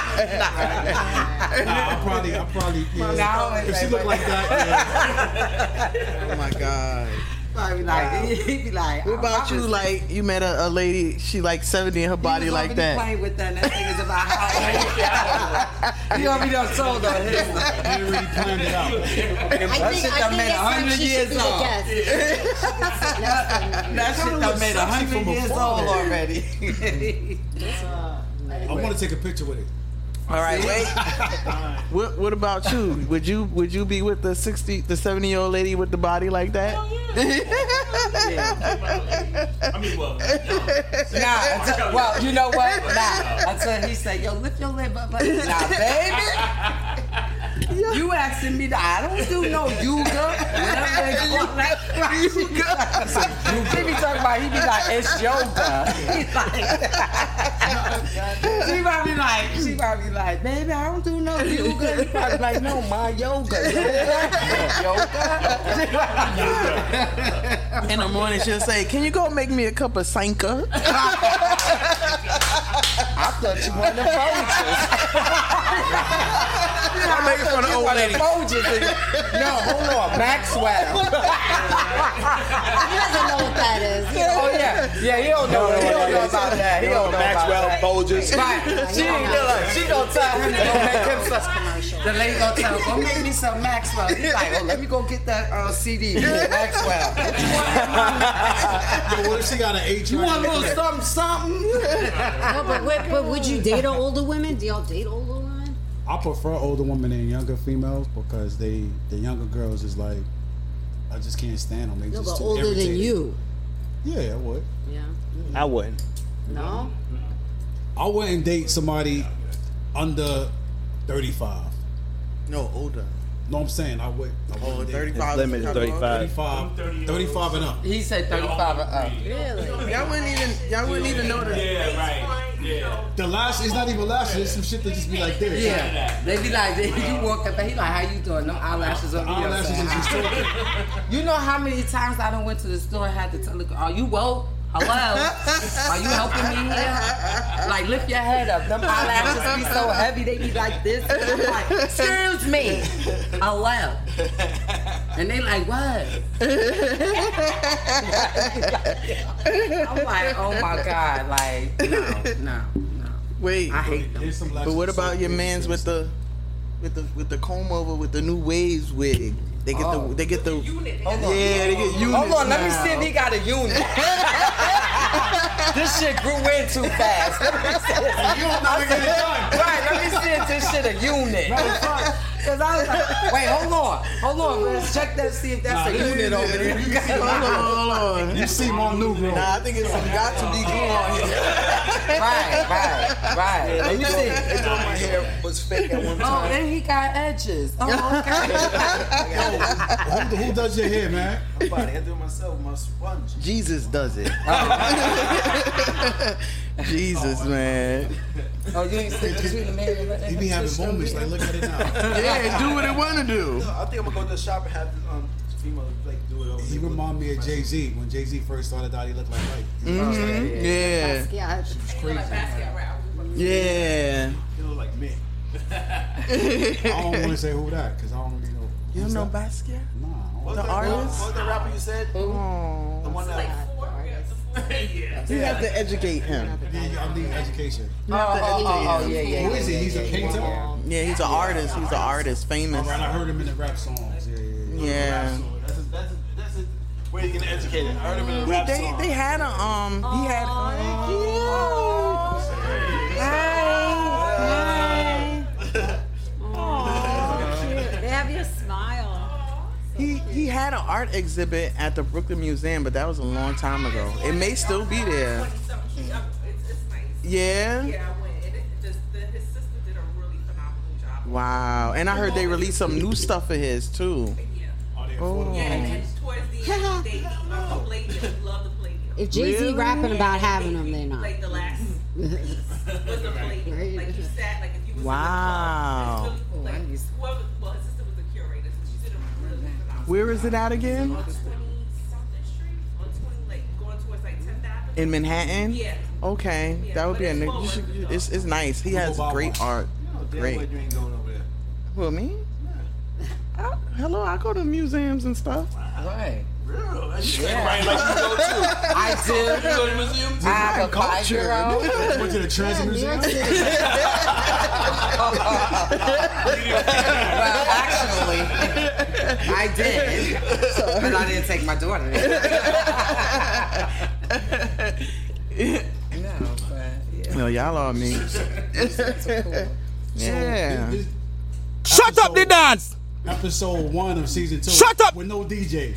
S10: I probably, I probably, yeah.
S7: Now it's
S10: if she
S7: like-
S10: look like that,
S2: Oh my god.
S7: Probably like, he'd be like,
S6: "Oh,
S2: What about you? Like you met a, a lady, she like seventy, and her body like that.
S7: Playing with that, that thing is about how old you already done sold on his.
S10: yeah, you already planned it out.
S7: That shit done made a hundred years old. That shit done made a hundred years old already.
S10: I want to take a picture with it.
S2: All right, wait. what What about you? Would you Would you be with the sixty, the seventy year old lady with the body like that?
S39: I mean, well, yeah.
S7: Nah, until, well, you know what? Nah, until he said, "Yo, lift your lip up," like, nah, baby. You asking me that? I don't do no yuga. Whatever they call that crap. He be talking about. He be like, it's yoga. He like, she probably like, she probably like, baby, I don't do no yoga. He probably like, no, my yoga, yoga. She probably-
S2: In the morning, she'll say, "Can you go make me a cup of sanka?"
S7: I thought you wanted the Folgers. I'm making fun of old lady. No, hold on, Maxwell.
S6: He doesn't know what that is.
S7: Oh yeah,
S6: Yeah, he don't know. He don't know about that. He
S2: You know,
S6: don't know
S2: Maxwell
S6: about that.
S2: Bulges.
S6: Right. She, you're like, she gonna tell him to go make him some. The lady gonna tell him, go make me some Maxwell. He's like, oh, let me go get that uh, CD. Maxwell.
S7: Yo, what if she got an eight?
S6: You want a little something, something?
S40: no, but, would- but would you date an older woman? Do y'all date older women?
S7: I prefer older women than younger females because they the younger girls is like I just can't stand them. They
S40: No,
S7: just
S40: but
S7: too
S40: older than
S7: irritating.
S40: you.
S7: Yeah, I would.
S40: Yeah.
S3: I wouldn't.
S40: No.
S7: I wouldn't date somebody under thirty five.
S2: No, older.
S7: No, I'm saying I would. I oh,
S2: 35 is Limited, coming up. 35.
S7: 35, 35 and up.
S6: He said 35 and up.
S2: Really? Y'all wouldn't even. Y'all wouldn't even know that.
S7: Yeah, right.
S2: Yeah.
S7: The lash is not even lashes. It's some shit that just be like this.
S6: Yeah. They be like, they, you walk up and he like, how you doing? No eyelashes on me.
S7: Eyelashes is just
S6: You know how many times I done went to the store and had to tell the girl, are you woke? Hello? Are you helping me here? Like, lift your head up. Them eyelashes be so heavy, they be like this. And I'm like, excuse me. Hello? And they like, what? I'm like, oh my God. Like, no, no.
S2: Wait.
S6: I hate them.
S2: But what about your man's with the, with the with the comb over with the new waves wig? They get
S6: Oh.
S2: the they get the
S6: Hold
S2: yeah
S6: on.
S2: they get units.
S6: Hold on, let me
S2: now.
S6: see if he got a unit. this shit grew in too fast. Let me see.
S2: You don't know
S6: I
S2: we get it
S6: said-
S2: done.
S6: Right, let me see if this shit a unit. Cause I was like, wait, hold on, hold on, let's check that, see if that's a unit over there.
S2: You see, hold on, hold on.
S7: You see my new girl.
S2: Nah, I think it's some got to be glue on here.
S6: Right, right, right.
S2: Yeah,
S6: Let me
S2: they
S6: see.
S2: thought- They thought my hair was fake at one
S6: Oh,
S2: time.
S6: and he got edges. Oh,
S7: who,
S6: okay.
S7: who does your hair, man?
S3: Nobody. I do it myself. with My sponge.
S2: Jesus does it. Jesus, man.
S6: oh, you ain't seen between the man and the
S7: He be having moments like, look at it now.
S2: Yeah, do what it wanna do.
S3: No, I think I'm gonna go to the shop and have um female like do it over.
S7: He remind me of Jay Z. When Jay Z first started out, he looked like Mike. He was
S2: Mhm,
S7: like-
S2: yeah. Yeah.
S3: He look like me.
S7: I don't want to say who that because I don't really know.
S2: You don't know Basquiat?
S3: What
S2: The
S3: the, What,
S2: artist?
S3: what the rapper you said? The one that. yeah.
S2: Oh. You have to educate him.
S7: I need education.
S2: You have to
S7: Oh,
S2: educate
S7: oh, oh,
S2: him.
S7: yeah, yeah, Who is he? yeah, He's a yeah, painter? yeah.
S2: Yeah, he's an artist. He's an artist, famous.
S7: All right, I heard him in the rap songs. Yeah, yeah.
S2: Yeah.
S3: That's his, that's his, that's his, where you can educate it. I heard him in a
S2: He-
S3: rap
S2: They,
S3: song.
S2: they had a um. He had.
S40: They have your smile.
S2: He he had an art exhibit at the Brooklyn Museum, but that was a long time ago. It may still be there. Yeah.
S41: Yeah, I went. And it, just, the, his sister did a really phenomenal job.
S2: Wow. And I heard they released some new stuff of his too. Oh.
S41: Yeah, and, and towards the end, they uh, played it. Love the play.
S40: If Jay Z
S41: Really?
S40: rapping about having them, they're not.
S41: Like the last piece was a play. Like you sat, like if you was
S2: Wow.
S41: in the club, like whoever, well, his sister was the curator, so she did a really phenomenal.
S2: Where is it at again?
S41: On 20 something street, on 20, like going towards like 10th Avenue.
S2: In Manhattan.
S41: Yeah.
S2: Okay, that would be a. You should, you- it's it's nice. He has great art. Great.
S3: You ain't going over there.
S2: Who me? I- hello, I go to museums and stuff.
S6: Right.
S3: Real. You yeah. right like you go too.
S6: I do.
S3: You go to museums.
S6: I have a five-year-old.
S7: Went to the Transit Museum.
S6: Well, actually, I did, but I didn't take my daughter. no, but yeah.
S2: No, y'all are me. yeah.
S7: Shut up the dance. Episode one of season two. Shut up with no DJ.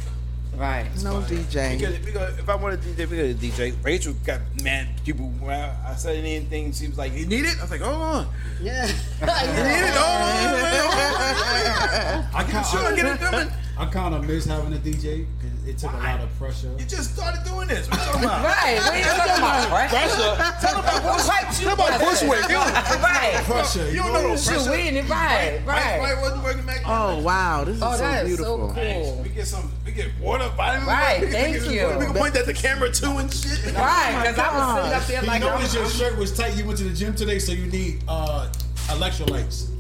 S6: Right.
S2: No DJ.
S3: Because we go- if I wanted to DJ, we go to DJ. Rachel got mad. People, when I, I said anything, she was like, "You need it." I was like, "Oh, "Hold on."
S40: Yeah.
S7: I kind
S3: Sure, get it done.
S7: I kind of miss having a DJ because it took a lot of pressure.
S3: You just started doing this. What you talking about?
S6: Right, what you talking about? Pressure?
S3: Tell them about Bush.
S6: Right, you
S3: Tell them about
S6: pressure.
S3: Bushwick. You don't-
S6: Right.
S7: Pressure,
S3: You don't know no pressure.
S6: Shoot, we in it, right, right.
S3: Right. Wasn't working back.
S2: Oh wow, this is
S6: Oh,
S2: so
S6: that is so
S2: beautiful.
S6: cool.
S3: We get some. We get water, vitamin.
S6: Right,
S3: We can-
S6: thank
S3: we can-
S6: you.
S3: We can point at the camera too and shit.
S6: Right, because I was sitting up there
S7: You
S6: like,
S7: noticed
S6: I'm,
S7: your shirt was tight. You went to the gym today, so you need uh, electrolytes.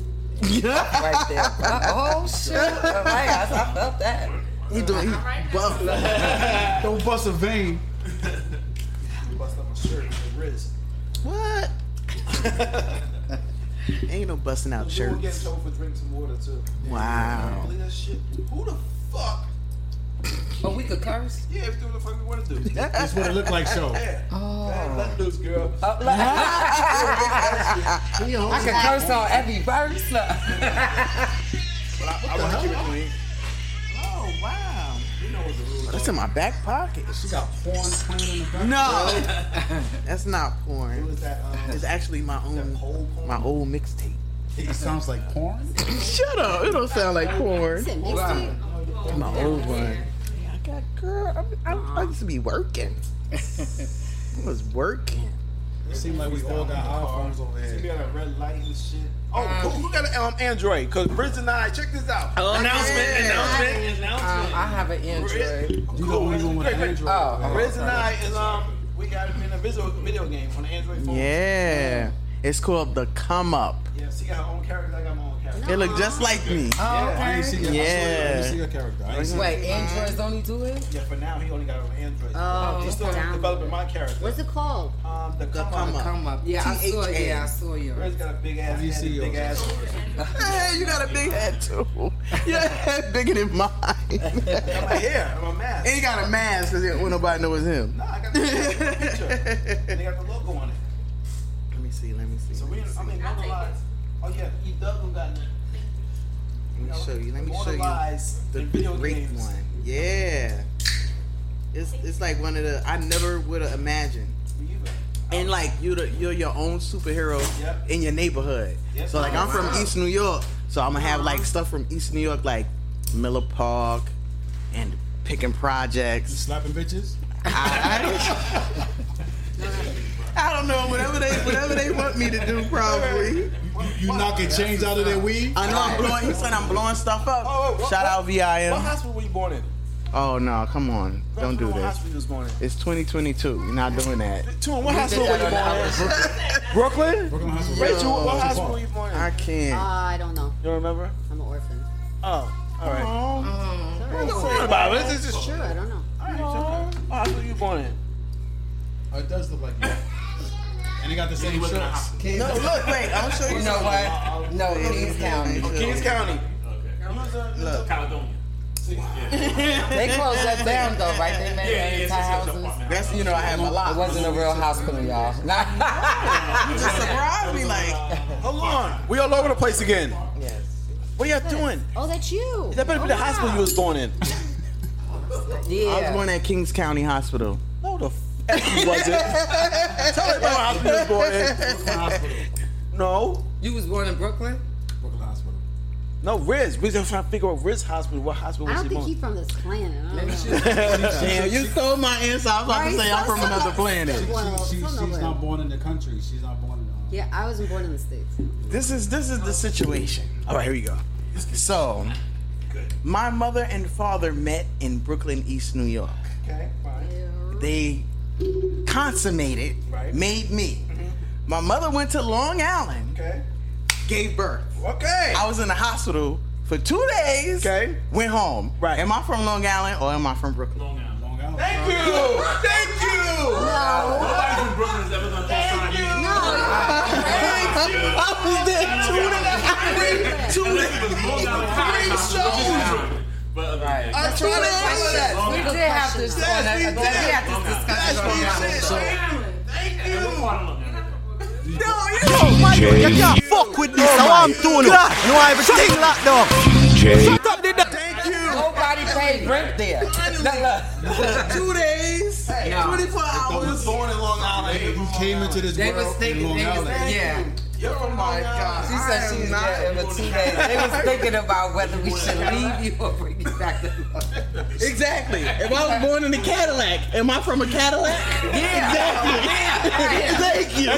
S2: Yeah.
S6: right there. Oh, shoot. All right, I, I felt that.
S2: He doing he buff.
S7: Don't bust a vein.
S3: shirt and wrist.
S2: What? Ain't no busting out
S3: Dude
S2: shirts.
S3: gets told for drinking some water too.
S2: Wow.
S3: Can you believe that shit? Who the fuck?
S6: But Oh, we could curse.
S3: Yeah, if do what the fuck we want to do.
S7: That's what it looked like, show.
S3: Yeah.
S6: Oh.
S3: God, let loose, girl.
S6: I can curse on every verse. Look.
S42: But I, I want to keep it clean.
S2: Oh wow.
S42: You know what the rules
S2: That's in my back pocket. She got porn playing in the back. No, that's not porn. it's actually my own, my old mixtape.
S43: It sounds like porn.
S2: Shut up! It don't sound like porn.
S43: Is it mixtape?
S2: My old one. I got girl. I, I, I used to be working. I was working.
S7: It seemed like we all got iPhones over here.
S3: It's gonna be on a red light and shit.
S44: Oh, who, who got an um, Android? Because Bridge and I, check this out.
S3: Oh,
S44: Uh, announcement,
S3: yeah. Um,
S44: announcement, announcement.
S6: I have an Android.
S7: You know we going with
S3: Great, great.
S7: Android.
S3: Oh, Riz and I is um, we got him in a video video game on the Android phone.
S2: Yeah, it's called the Come Up.
S3: Yeah, she got her own character. I got my own character.
S2: It look just like me.
S3: Yeah.
S2: Yeah.
S6: Oh, Wait, Androids only do it?
S3: Yeah, for now he only got it on Android.
S6: Oh,
S3: he's still
S6: okay.
S3: developing my character.
S45: What's it called?
S3: Um, the come,
S2: Come Up. Come Up.
S6: Yeah, I saw it.
S2: THA.
S6: Yeah, I saw you.
S3: Riz got a big ass.
S2: You
S3: head
S2: see
S3: and big
S2: yours.
S3: ass.
S2: Hey, you got a big head too. Your head bigger than mine.
S3: I'm like, yeah, I'm a mask.
S2: And he got a mask because don't want nobody to know it's him.
S3: I got the picture. and they got the logo on it.
S2: Let me see. Let me see.
S3: So we, in, I mean, Wonder Lies. Oh yeah, E Double got it.
S2: Let me show you. Let me show
S3: Immortalized
S2: you the
S3: in video
S2: great
S3: games.
S2: one. Yeah. It's it's like one of the I never would have imagined. And like you the, you're your own superhero
S3: Yep.
S2: in your neighborhood.
S3: Yep. Uh-huh.
S2: So like I'm
S3: Oh,
S2: from
S3: wow.
S2: East New York, so I'm gonna have like stuff from East New York like Miller Park and picking projects.
S7: slapping bitches.
S2: I don't know. Whatever they whatever they want me to do, probably.
S7: You knocking chains out of their weed?
S2: I know I'm blowing. He said I'm blowing stuff up.
S3: Oh, what-
S2: Shout out
S3: what- What
S2: VIM.
S3: hospital were you born in?
S2: Oh no, come on, don't do
S3: What
S2: this.
S3: hospital you was born in?
S2: It's 2022. You're not doing that.
S3: Tune, what hospital were you born in? Brooklyn? Brooklyn
S2: Hospital.
S3: Rachel,
S2: No.
S3: what hospital were you born in?
S2: I can't.
S45: Uh, I don't know.
S3: You don't remember?
S45: I'm an orphan.
S3: Oh, all right.
S45: Sorry.
S3: Don't worry about it. This is just
S45: Sure, I don't know.
S3: What hospital you born in?
S7: Oh, it does look like you. And they got the same shorts.
S2: No, look, wait. I'm gonna show you.
S6: You know what? No,
S2: Look,
S6: Kings County.
S2: look.
S3: Kings County.
S2: Look.
S6: They closed that down though, right? They made yeah, houses.
S2: That's you know I have a lot.
S6: It wasn't a real hospital, y'all.
S2: You just surprised me, like.
S3: Hold on. We all over the place again.
S2: Yes.
S3: What y'all doing?
S45: Oh, that's you.
S3: That better be the hospital you was born in.
S6: yeah.
S2: I was born at Kings County Hospital.
S3: No, the f- you wasn't. Tell everybody what hospital you was born in. No.
S6: You was born in Brooklyn?
S7: Brooklyn Hospital.
S3: No, Riz. We just trying to figure out Riz Hospital. What hospital
S45: I
S3: was
S45: don't
S3: he
S45: think
S3: born?
S45: he's from this planet. I don't know.
S2: Damn, you stole my answer. I was about to
S45: Right,
S2: say I'm
S45: so
S2: from another
S45: somebody-
S2: planet.
S45: Well,
S7: She, she,
S45: from
S7: she's
S45: nowhere.
S7: not born in the country. She's not born in. Um,
S45: Yeah, I wasn't born in the states.
S2: This is this is the situation. All right, here we go. So, my mother and father met in Brooklyn, East New York.
S3: Okay, fine.
S2: They consummated,
S3: Right. Mm-hmm.
S2: made me. My mother went to Long Island,
S3: Okay.
S2: gave birth.
S3: Okay.
S2: I was in the hospital for two days.
S3: Okay.
S2: Went home. Right. Am I from Long Island or am I from Brooklyn?
S7: Long Island.
S3: Thank you. Thank you.
S6: Oh,
S46: Nobody from Brooklyn's ever gonna test on you.
S2: I was there two days. Two days.
S46: But
S2: I'm trying to tell her that.
S6: We did have this.
S2: Yes, we
S6: on
S2: did.
S6: that- We had this discussion. on that.
S2: Thank you.
S17: Yo, my youth, you can't fuck with this. I want to know. You know everything locked down. Shut up, did that.
S6: Nobody paid rent there.
S2: Two days, 24 hours.
S3: Born in Long Island.
S7: You came into this
S6: They was
S7: world in
S6: thinking,
S7: Long
S6: they was
S7: Island.
S6: yeah.
S3: Oh my God.
S6: She said she was there in the two days. They was thinking about whether we should leave you or bring you back to London.
S2: Exactly. If I was born in a Cadillac, am I from a Cadillac?
S6: Yeah. Yeah.
S2: Thank you.
S6: They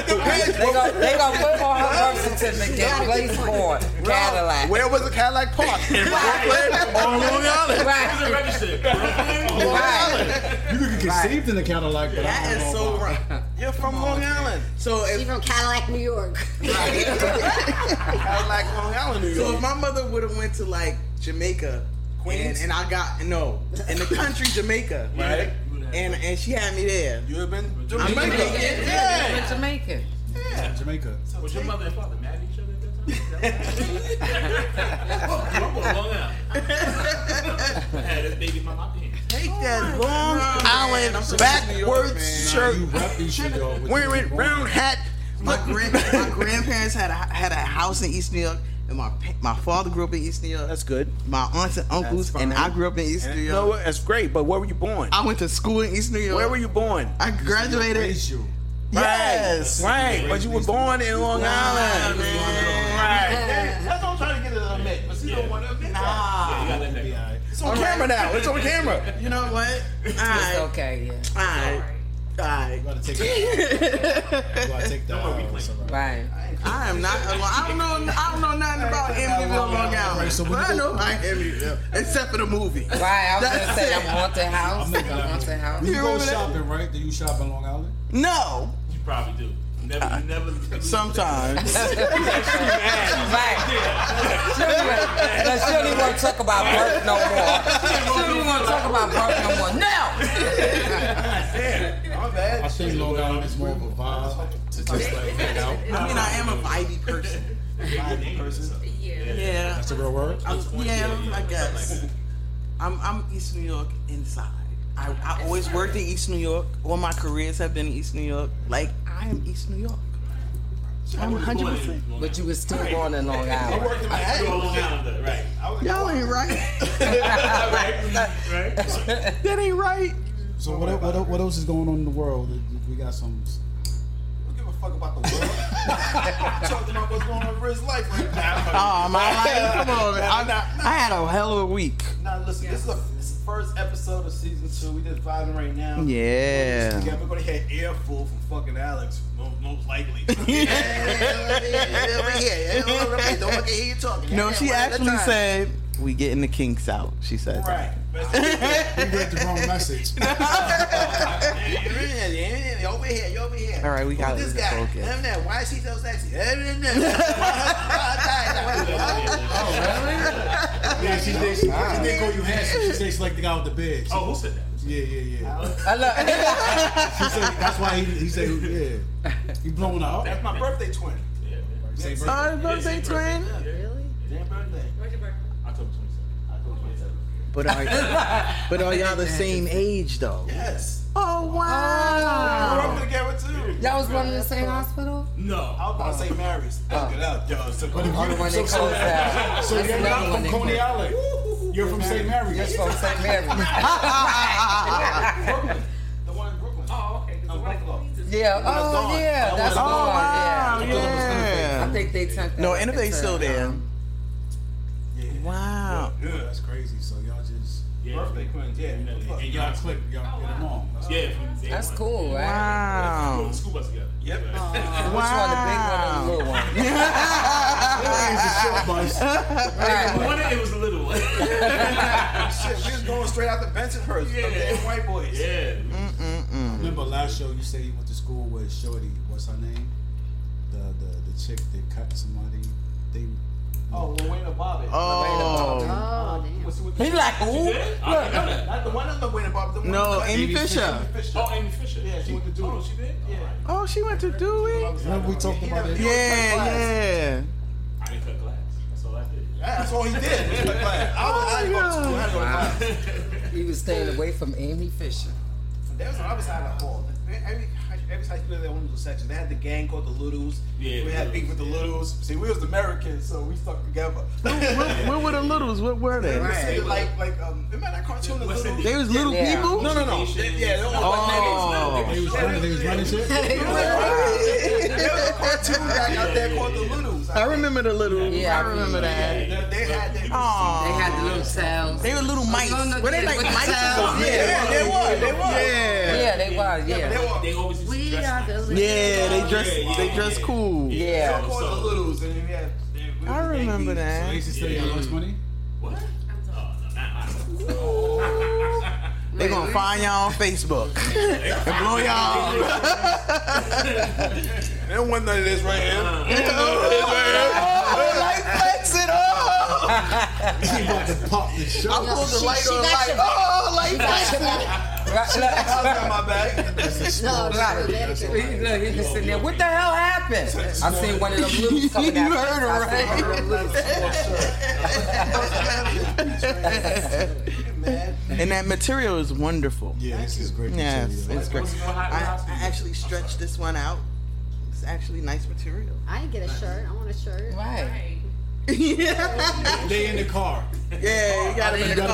S6: gonna, they gonna put on her birth certificate, place born, Cadillac.
S3: Where was the Cadillac Park? In Brooklyn or Long Island?
S6: Right. Right.
S7: You could get conceived in the Cadillac, but I
S2: That
S7: don't
S2: is
S7: know
S2: so
S7: about-
S2: right.
S3: You're from Long Island.
S2: So
S45: She's
S2: if
S45: from Cadillac, New York.
S3: Cadillac Long Island, New
S2: so,
S3: York.
S2: if my mother would have went to like Jamaica, Queens, and, and I got no in the country Jamaica,
S3: Right.
S46: You would
S2: and and she had me there.
S3: You have been
S2: I'm
S3: Jamaica.
S2: Jamaican.
S3: Yeah.
S2: Yeah.
S5: Jamaican.
S7: Yeah. Jamaica.
S3: Was your mother and father mad at each other at that
S34: Had this baby mama
S2: Take that long island backwards shirt. Wearing round hat. My, grand, my grandparents had a, had a house in East New York, and my pa- my father grew up in East New York. That's
S3: good.
S2: My aunts and uncles, and I grew up in East New York.
S3: No, that's great. But where were you born?
S2: I went to school in East New York.
S3: Where were you born?
S2: I graduated.
S3: Yes. Right. But you were born in Long Island. Right. That's what I'm trying to get to admit. But she don't want to admit that. It's on
S2: All
S3: camera
S2: right.
S3: now. It's on camera.
S2: You know what? Alright.
S5: okay, yeah.
S2: Alright. Alright.
S5: Right.
S2: I am not. I don't know. I don't know nothing about Amityville, Long Island.
S5: so we
S2: But I
S5: can
S2: know
S5: go-
S2: about Amityville, except for the movie.
S5: Right, I was gonna
S2: That's
S5: say
S2: it.
S5: I'm haunted house. I'm haunted house.
S7: You go
S2: remember that?
S7: shopping, right? Do you shop in Long Island?
S2: No.
S34: You probably do. Never, you never.
S2: Sometimes.
S5: But she don't even want to talk about birth no more. She don't even want to talk about birth no more. No.
S7: I think Long Island is more of a vibe to just like hang out.
S2: I mean, I am a vibey person.
S7: Vibey person.
S2: Yeah.
S7: That's a real word.
S2: I'm, yeah, I guess. I'm I'm East New York inside. I, I always worked in East New York. All my careers have been in East New York. Like I am East New York. I'm 100. percent
S5: But you was still born in Long Island.
S2: I
S34: Go Long Island, right?
S2: Y'all ain't right. That ain't right.
S7: So what, what, what, else is going on in the world? We got some.
S3: Talking about what's going on in his life right now.
S2: Oh my life! Come on, man. I,
S3: I'm not.
S2: I had a hell of a week.
S3: Now listen, this is a this is the first episode of season two. We just vibing right now.
S2: Yeah.
S3: We're gonna get air full from fucking Alex, mo- most likely.
S2: Don't
S3: fucking hear you talking.
S2: No, she actually said we getting the kinks out. She said that.
S3: Right.
S7: We read the wrong message.
S3: You over here, you over here.
S2: All right, we gotta
S3: this
S2: get
S3: guy.
S2: focused.
S3: Him there. Why is he so sexy? Him there. Oh,
S7: Yeah, she did. She did call you handsome. She said she liked the guy with the bed. oh, who said that? Yeah, yeah, yeah.
S5: I love.
S7: She said that's why he, he said yeah. He blowing up.
S3: That's my birthday twin.
S7: Same birthday.
S2: Oh, the birthday twin.
S3: Really? Damn birthday. When's your birthday? October 27th. October 27th.
S2: But are but are y'all the same age though?
S3: Yes.
S2: Oh wow.
S3: We're up together too.
S5: Y'all was born in the same hospital?
S3: No, I was about to say Mary's. Look it up, yo. So,
S7: But if you-
S5: one
S7: so,
S5: they
S7: so,
S5: closed out.
S7: so
S5: That's
S7: you're
S5: the
S7: not
S5: one
S7: from
S5: they
S7: Coney
S5: closed.
S7: Island. You're from St. Mary's.
S5: That's from St. Mary's.
S33: Oh, okay. 'cause the one in Queens is-
S5: Yeah. Oh, yeah. That's
S2: Oh,
S5: gone.
S2: wow,
S5: Yeah.
S2: yeah.
S5: I think they took.
S2: No,
S5: that
S2: Innovate's
S3: uh,
S5: into,
S2: still there.
S5: um,
S2: Wow.
S7: Yeah, that's crazy. So y'all just
S3: birthday twins, yeah.
S7: and y'all click, y'all get along. That's
S34: Yeah. From day
S5: That's
S34: one.
S5: cool, right?
S2: Wow.
S34: School, school bus together. Yep.
S5: Which one, the big one or the little one?
S34: One day it was a little one.
S3: Shit, we was going straight out the Bensonhurst. Yeah. white boys.
S34: Yeah.
S7: Remember last show you said you went to school with Shorty. What's her name? The the, the chick that cut somebody. They.
S3: Oh, Lorena Bobbitt.
S2: Oh.
S5: He like, ooh.
S3: Look. Not the one on the Lorena Bobbitt. the one
S2: No,
S3: on the-
S2: Amy Fisher.
S34: Oh, Amy Fisher.
S3: Yeah, she went to do
S34: Oh,
S3: it.
S34: she did. Yeah.
S2: Oh, she went to Dewey.
S7: Remember we talked about it.
S2: Yeah, yeah.
S34: I didn't cut glass. That's all I did.
S3: That's all he did. He looked like, I was
S2: Oh,
S3: I didn't go to school. I didn't go to class.
S5: He was staying away from Amy Fisher.
S3: That was on the other side of the hall. Every high- every high school had their own little section. They had the gang called the Littles.
S34: Yeah,
S3: we
S34: the
S3: had beef with the Littles. See, we was Americans, so we stuck together.
S2: Where, where were the littles? What were they?
S3: Right. Like, like, um, remember that cartoon, The Littles?
S2: They was little
S5: Yeah.
S2: people?
S3: No, no, no. They, yeah, they were
S2: Oh.
S3: all
S7: They was running. They was running shit.
S3: There was a cartoon guy out there called The Littles.
S2: I remember the littles.
S5: Yeah,
S2: I remember that.
S3: They, they had that.
S5: They
S2: Aw.
S5: had the little cells.
S2: They were little mice.
S5: no, no,
S2: Were they
S5: yeah,
S2: like
S5: with the
S2: mice or
S5: tails.
S2: something?
S3: Yeah, they were. They were.
S2: Yeah.
S5: Yeah, they were.
S3: They
S5: Yeah.
S3: were.
S34: They always used to
S16: We
S34: dress
S16: are
S34: nice.
S16: the
S2: Yeah, they dress
S34: yeah,
S2: they
S34: yeah,
S2: dress
S34: yeah.
S2: cool.
S3: They
S5: Yeah.
S3: were called The Littles, and we had. they- we
S2: I
S3: was the gang
S2: remember
S7: So
S3: beef.
S2: that.
S7: they used to steal your lunch money.
S34: What? Oh, no, not
S2: They gonna find y'all on Facebook and blow y'all.
S3: They don't want none of this right here.
S2: Oh, like flexing. Oh,
S7: She about to pop the
S2: I
S7: show.
S2: pulled the
S16: She-
S2: light
S16: she
S2: on.
S16: got
S2: Like
S16: your-
S2: oh, like flexing.
S6: Right,
S47: She
S6: look.
S47: got something in my bag.
S6: No, right. He- Look, he just sitting there. What the hell happened? I seen one of them loops coming out.
S47: You heard her,
S6: I seen one of them
S2: And that material is wonderful.
S3: Yeah, this is great.
S2: Yes,
S3: material.
S2: it's great. I, I actually stretched this one out. It's actually nice material.
S48: I didn't get a shirt. I want a shirt.
S6: Right.
S2: they
S7: in the car.
S2: Yeah, you got it in the car.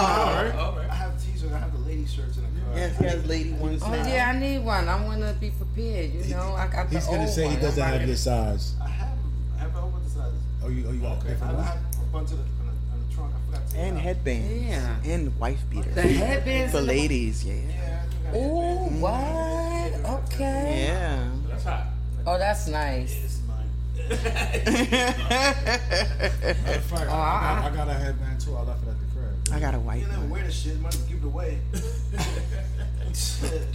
S3: I have teasers. I have the lady shirts in the car.
S2: Yes, he has lady ones
S6: Oh
S2: now.
S6: yeah, I need one. I want to be prepared. You know, I got the
S7: He's gonna
S6: old
S7: say he
S3: Oh,
S6: one.
S7: doesn't
S6: I'm
S7: have
S6: like-
S7: your size.
S3: I have all the sizes.
S7: Oh, you, oh, you got a
S3: I
S7: different one?
S3: have a bunch of the, on the, on the trunk. I forgot to
S2: And headbands.
S6: Yeah.
S2: And wife beaters.
S6: The headbands
S2: For
S6: and the-
S2: ladies, yeah.
S6: Ooh, what? Okay.
S2: Yeah.
S6: That's hot. Oh, that's nice.
S7: Matter of fact,
S6: Oh,
S7: I, got,
S6: I-
S7: I got a headband too. I left it at the crib.
S2: I got a white
S3: never
S2: one.
S3: wear this shit. Might as well give it away.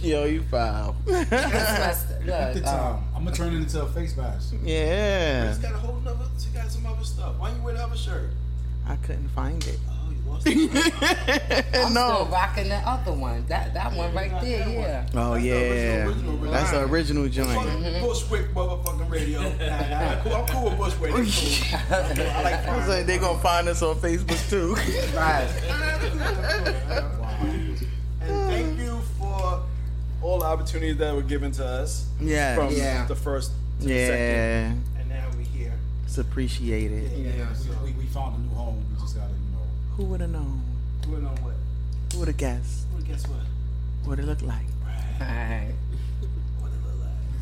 S2: Yo, you foul.
S7: At the
S6: uh,
S7: time, I'm gonna turn it into a face mask.
S2: Yeah.
S3: She's got a whole nother. She got some other stuff. Why you wear the other shirt?
S2: I couldn't find it.
S3: Oh, you lost it.
S6: I'm still rocking the other one. That that one right there. Yeah.
S2: Oh yeah, that's the original joint.
S3: Fuck Bushwick motherfucking radio. Nah, nah, I'm cool- I'm cool with Bushwick. It's cool. I like
S2: I was like, they gonna find us on Facebook too.
S3: And thank you for all the opportunities that were given to us.
S2: Yeah.
S3: From
S2: Yeah.
S3: the first to the
S2: Yeah,
S3: second. And now we're here.
S2: it's appreciated.
S7: we, we, we found a new home. We just gotta, you know.
S2: Who would have known?
S3: Who would know what?
S2: Who would have guessed?
S3: Well, guess what?
S2: What it looked like?
S6: Right.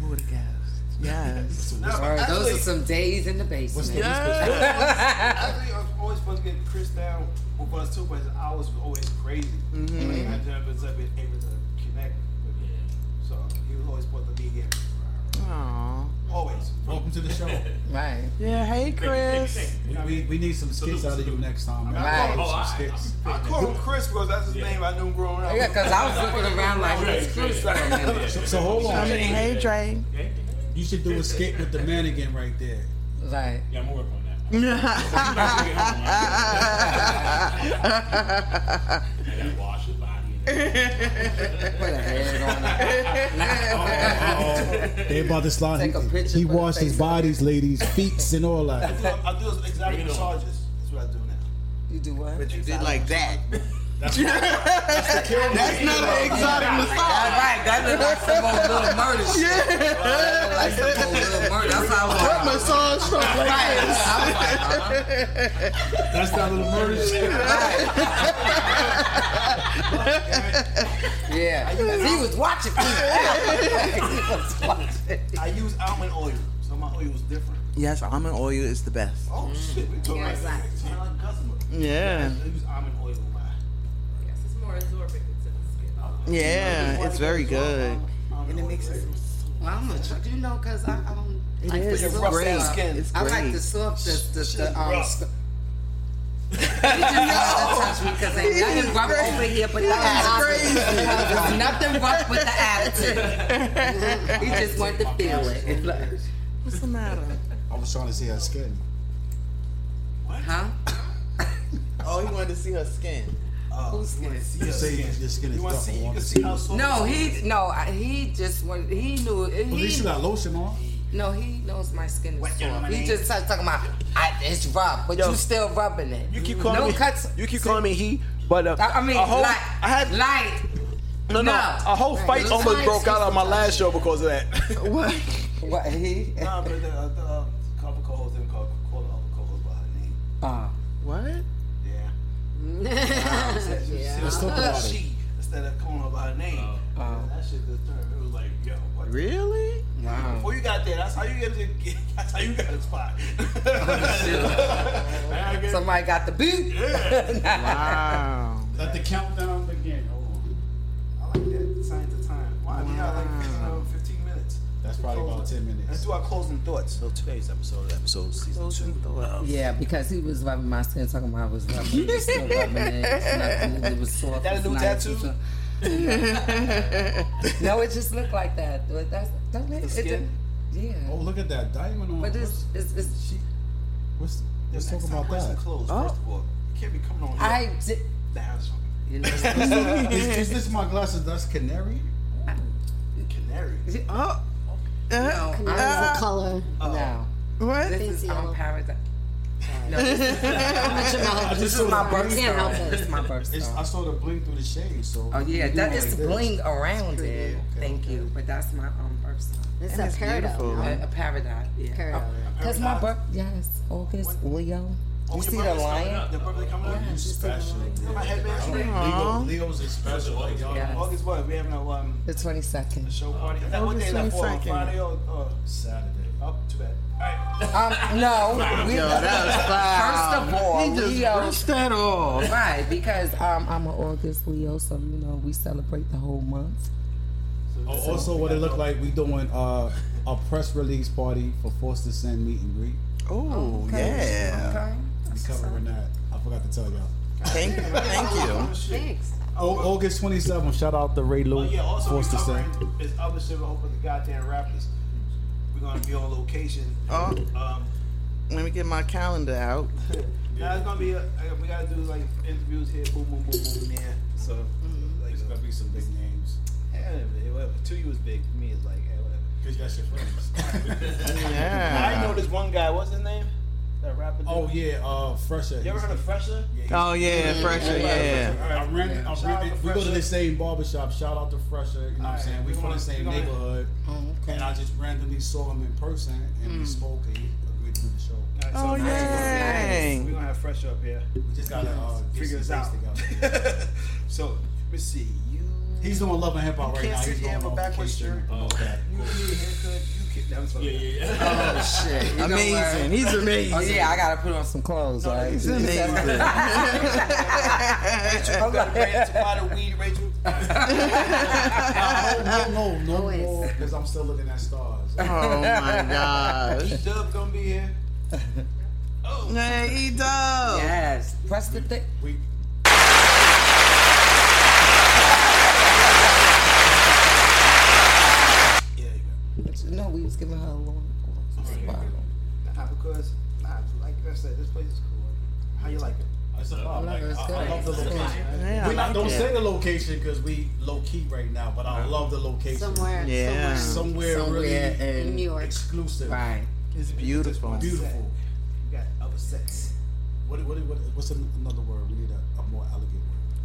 S2: Who would have guessed? Yes.
S6: Or those are some days in the basement.
S3: Actually, I was always supposed to get Chris down with us too, but his hours was always crazy.
S2: Mhm.
S3: Like, I never was ever able to connect with him. So he was always supposed to be here.
S2: Aw.
S3: Always.
S7: Welcome to the show.
S6: right.
S2: Yeah. Hey, Chris.
S7: We, we, we need some skits out of you next time. Man.
S3: Right.
S7: Some
S3: Oh, I-
S7: skits.
S3: I call him Chris because that's his name I knew growing up.
S6: Yeah, 'cause I was looking around like, who's Chris right now?
S7: So, so hold on.
S2: I mean, hey, Dre.
S7: You should do a skit with the mannequin right there.
S6: Right.
S7: Yeah, I'm gonna work on that. They about to slide. He, he washed his bodies, ladies, feet, and all
S3: I do,
S7: that.
S3: I do exotic massages. That's what I do now.
S6: You do what?
S2: But you did like that.
S3: That's,
S2: That's not an exotic massage.
S6: Right, that look like some old little murder shit.
S2: Yeah.
S6: Like some old little murder. That's how I was
S2: What massage from
S6: uh-huh.
S7: That's that little murder shit.
S6: Yeah. He was watching.
S3: I use almond oil, so my oil is different.
S2: Yes, almond oil is the best.
S3: Oh shit, we talking like talking like customer.
S2: Yeah.
S3: I use almond oil in my.
S49: Yes, it's more absorbent into the skin.
S2: Yeah, it's very good.
S3: And it makes it.
S6: Well, I'm gonna try, you know, cause I, I don't
S2: It
S6: like
S2: is.
S6: the
S2: It's
S6: soft
S2: great.
S6: stuff.
S2: It's
S6: I like
S2: great.
S6: the soft, the, the, the um.
S2: rough.
S6: Sc- you just gotta touch me because ain't nothing rough over here but the attitude. There's nothing rough with the attitude. He just wanted to feel it. It's like,
S2: What's the matter?
S7: I was trying to see her skin.
S6: huh?
S2: Oh, he wanted to see her skin.
S6: Who's skin?
S7: You say your skin is tough. You can
S3: see how soft.
S6: No, he no, I, he just wanted. He knew.
S7: At least
S6: He
S7: you got lotion on.
S6: no, he knows my skin is
S3: you know
S6: soft.
S3: my
S6: He
S3: name?
S6: just started talking about I, it's rough, but
S3: Yo.
S6: you still rubbing it.
S3: You keep calling
S6: no
S3: me.
S6: cuts.
S3: You keep calling me he, but uh,
S6: I I mean,
S3: a whole,
S6: light.
S3: I had
S6: light.
S3: no, no,
S6: No.
S3: a whole
S6: Right.
S3: fight
S6: It's
S3: almost
S6: not
S3: broke out on my last show because of that.
S2: What?
S6: What he?
S3: nah, but the, uh, the uh, couple co-hosts didn't call, call the other co-host by her name.
S6: Uh,
S2: What?
S3: Yeah.
S48: Yeah.
S3: Let's
S48: Let's talk about it.
S3: she instead of calling her by her name.
S6: uh,
S3: that shit disturbed. It was like, yo, what?
S2: Really?
S3: Before you got there, that's how you get to get. That's how you got a spot. Man, I get-
S6: Somebody got the boot.
S2: Wow.
S7: Let the countdown begin. Hold on.
S3: I like that. Sign to time. Why? Wow. Yeah, I like you know, 15 minutes.
S7: That's probably about 10
S3: Let's
S7: minutes.
S3: do our closing thoughts. So today's episode, episode season two. Of
S6: Yeah, because he was rubbing my skin, talking about I was rubbing. He was still rubbing it. It's not- It was soft.
S3: That a
S6: it's
S3: new
S6: nice.
S3: tattoo?
S6: No, it just looked like that. But that's don't it? it
S3: skin?
S6: yeah.
S7: Oh, look at that diamond on.
S6: But it's, it's, it's
S7: Let's, let's talk about
S3: First and
S7: that.
S3: close. First of all, you can't be coming on here.
S6: I did,
S3: That has something.
S6: You know?
S24: is, is this my glasses? That's canary.
S6: Canary.
S2: Oh.
S6: No,
S16: Canary's
S6: I'm-
S16: a color.
S6: No.
S2: uh, What?
S6: This is on paradise. No, this is,
S16: I
S6: this is my birth
S24: Can't
S6: stone.
S24: help
S6: This is my birth
S24: It's-
S6: stone.
S24: I saw the bling through the shade, so.
S6: Oh yeah,
S24: you
S6: that
S24: do
S6: is
S24: like this.
S6: bling around it. Thank you, but that's my um birth stone.
S16: It's
S6: And
S16: a peridot,
S6: beautiful.
S16: no?
S6: A, a paradise. Yeah.
S16: Peridot.
S6: Because my birth, yes, August Leo. You see the lion?
S3: The birthday coming up.
S6: Yes, it's a lion.
S3: Leo, Leo's is special. Like, y'all,
S6: Yes.
S3: August what? We having a um,
S6: The twenty second.
S3: show party. Is that what day is that for? On Friday or, or Saturday? Oh, too bad.
S6: Um, no. We,
S3: Yo, that was foul.
S6: first of all,
S3: He just
S6: Leo,
S3: brushed that off.
S6: Right, because um, I'm an August Leo, so you know we celebrate the whole month.
S7: Oh, also, what it looked like, we doing uh, a press release party for Foster Send meet and greet.
S2: Oh, Okay. yeah.
S7: We covering that. I forgot to tell y'all.
S2: Thank you. Thank you.
S16: Thanks.
S7: Oh, August 27th. Shout out to Ray Lou.
S3: Oh yeah, also
S7: Forced to
S3: we
S7: say.
S3: covering is other shit over the goddamn rappers. We're gonna be on location.
S2: Oh.
S3: Um,
S2: Let me get my calendar out.
S3: now it's gonna be a, uh, we gotta do like interviews here, boom, boom, boom, boom, there. So like it's gonna be some big names. Yeah, whatever, whatever. To you is big. To me is like eh, whatever. Cause you got your friends.
S2: Yeah.
S3: I know this one guy. What's his name? That rapper. Dude.
S7: Oh yeah, uh, Fresher.
S3: You ever heard of Fresher?
S2: Oh, yeah, Fresher, yeah.
S7: I rent, I
S3: Shout out
S7: rent it.
S3: to
S7: We go to the
S3: Fresher.
S7: same barbershop. Shout out to Fresher. You know what I'm saying? We
S3: Alright,
S7: from the
S3: we gonna-
S7: same
S3: we gonna- Oh,
S7: neighborhood. And I just randomly saw him in person and we
S3: Mm.
S7: spoke and he agreed to do the show.
S3: Oh,
S2: yay.
S3: We're gonna have fresh up here. We
S7: just gotta uh, get
S3: figure this
S7: some
S3: out.
S7: things
S3: so let me see. You
S7: He's doing love and hip hop
S3: You
S7: right
S3: can't
S7: now.
S3: sit
S7: He's
S3: here
S7: doing
S3: with
S7: love
S3: backwards
S7: vacation.
S3: shirt.
S7: Okay.
S3: you need a haircut. You can. That was yeah, yeah,
S2: Oh shit!
S6: You know
S2: amazing.
S6: what?
S2: He's amazing.
S6: Oh yeah, I gotta put on some clothes. all right?
S2: he's amazing.
S3: Rachel, you got a brand supply of weed, Rachel.
S7: no, no, no, no more, because I'm still looking at stars.
S2: Oh my gosh.
S3: Dub gonna be here.
S2: Hey, E Dub. Yes.
S6: Press the thing. No, we was giving her a little.
S3: Nah, because nah, like I said, this place is cool. How you like it?
S7: It's a
S3: vibe.
S7: Like, I, I love the location.
S3: Yeah, I
S7: we not,
S3: like
S7: don't
S3: it.
S7: say the location because we low key right now, but I love the location.
S16: Somewhere-
S2: Yeah.
S7: somewhere,
S2: somewhere-
S7: really
S2: somewhere in New York.
S7: exclusive. Right,
S2: It's beautiful.
S7: beautiful.
S3: You got other sets.
S7: What, what, what, what's an- another word? We need a, a more elegant word.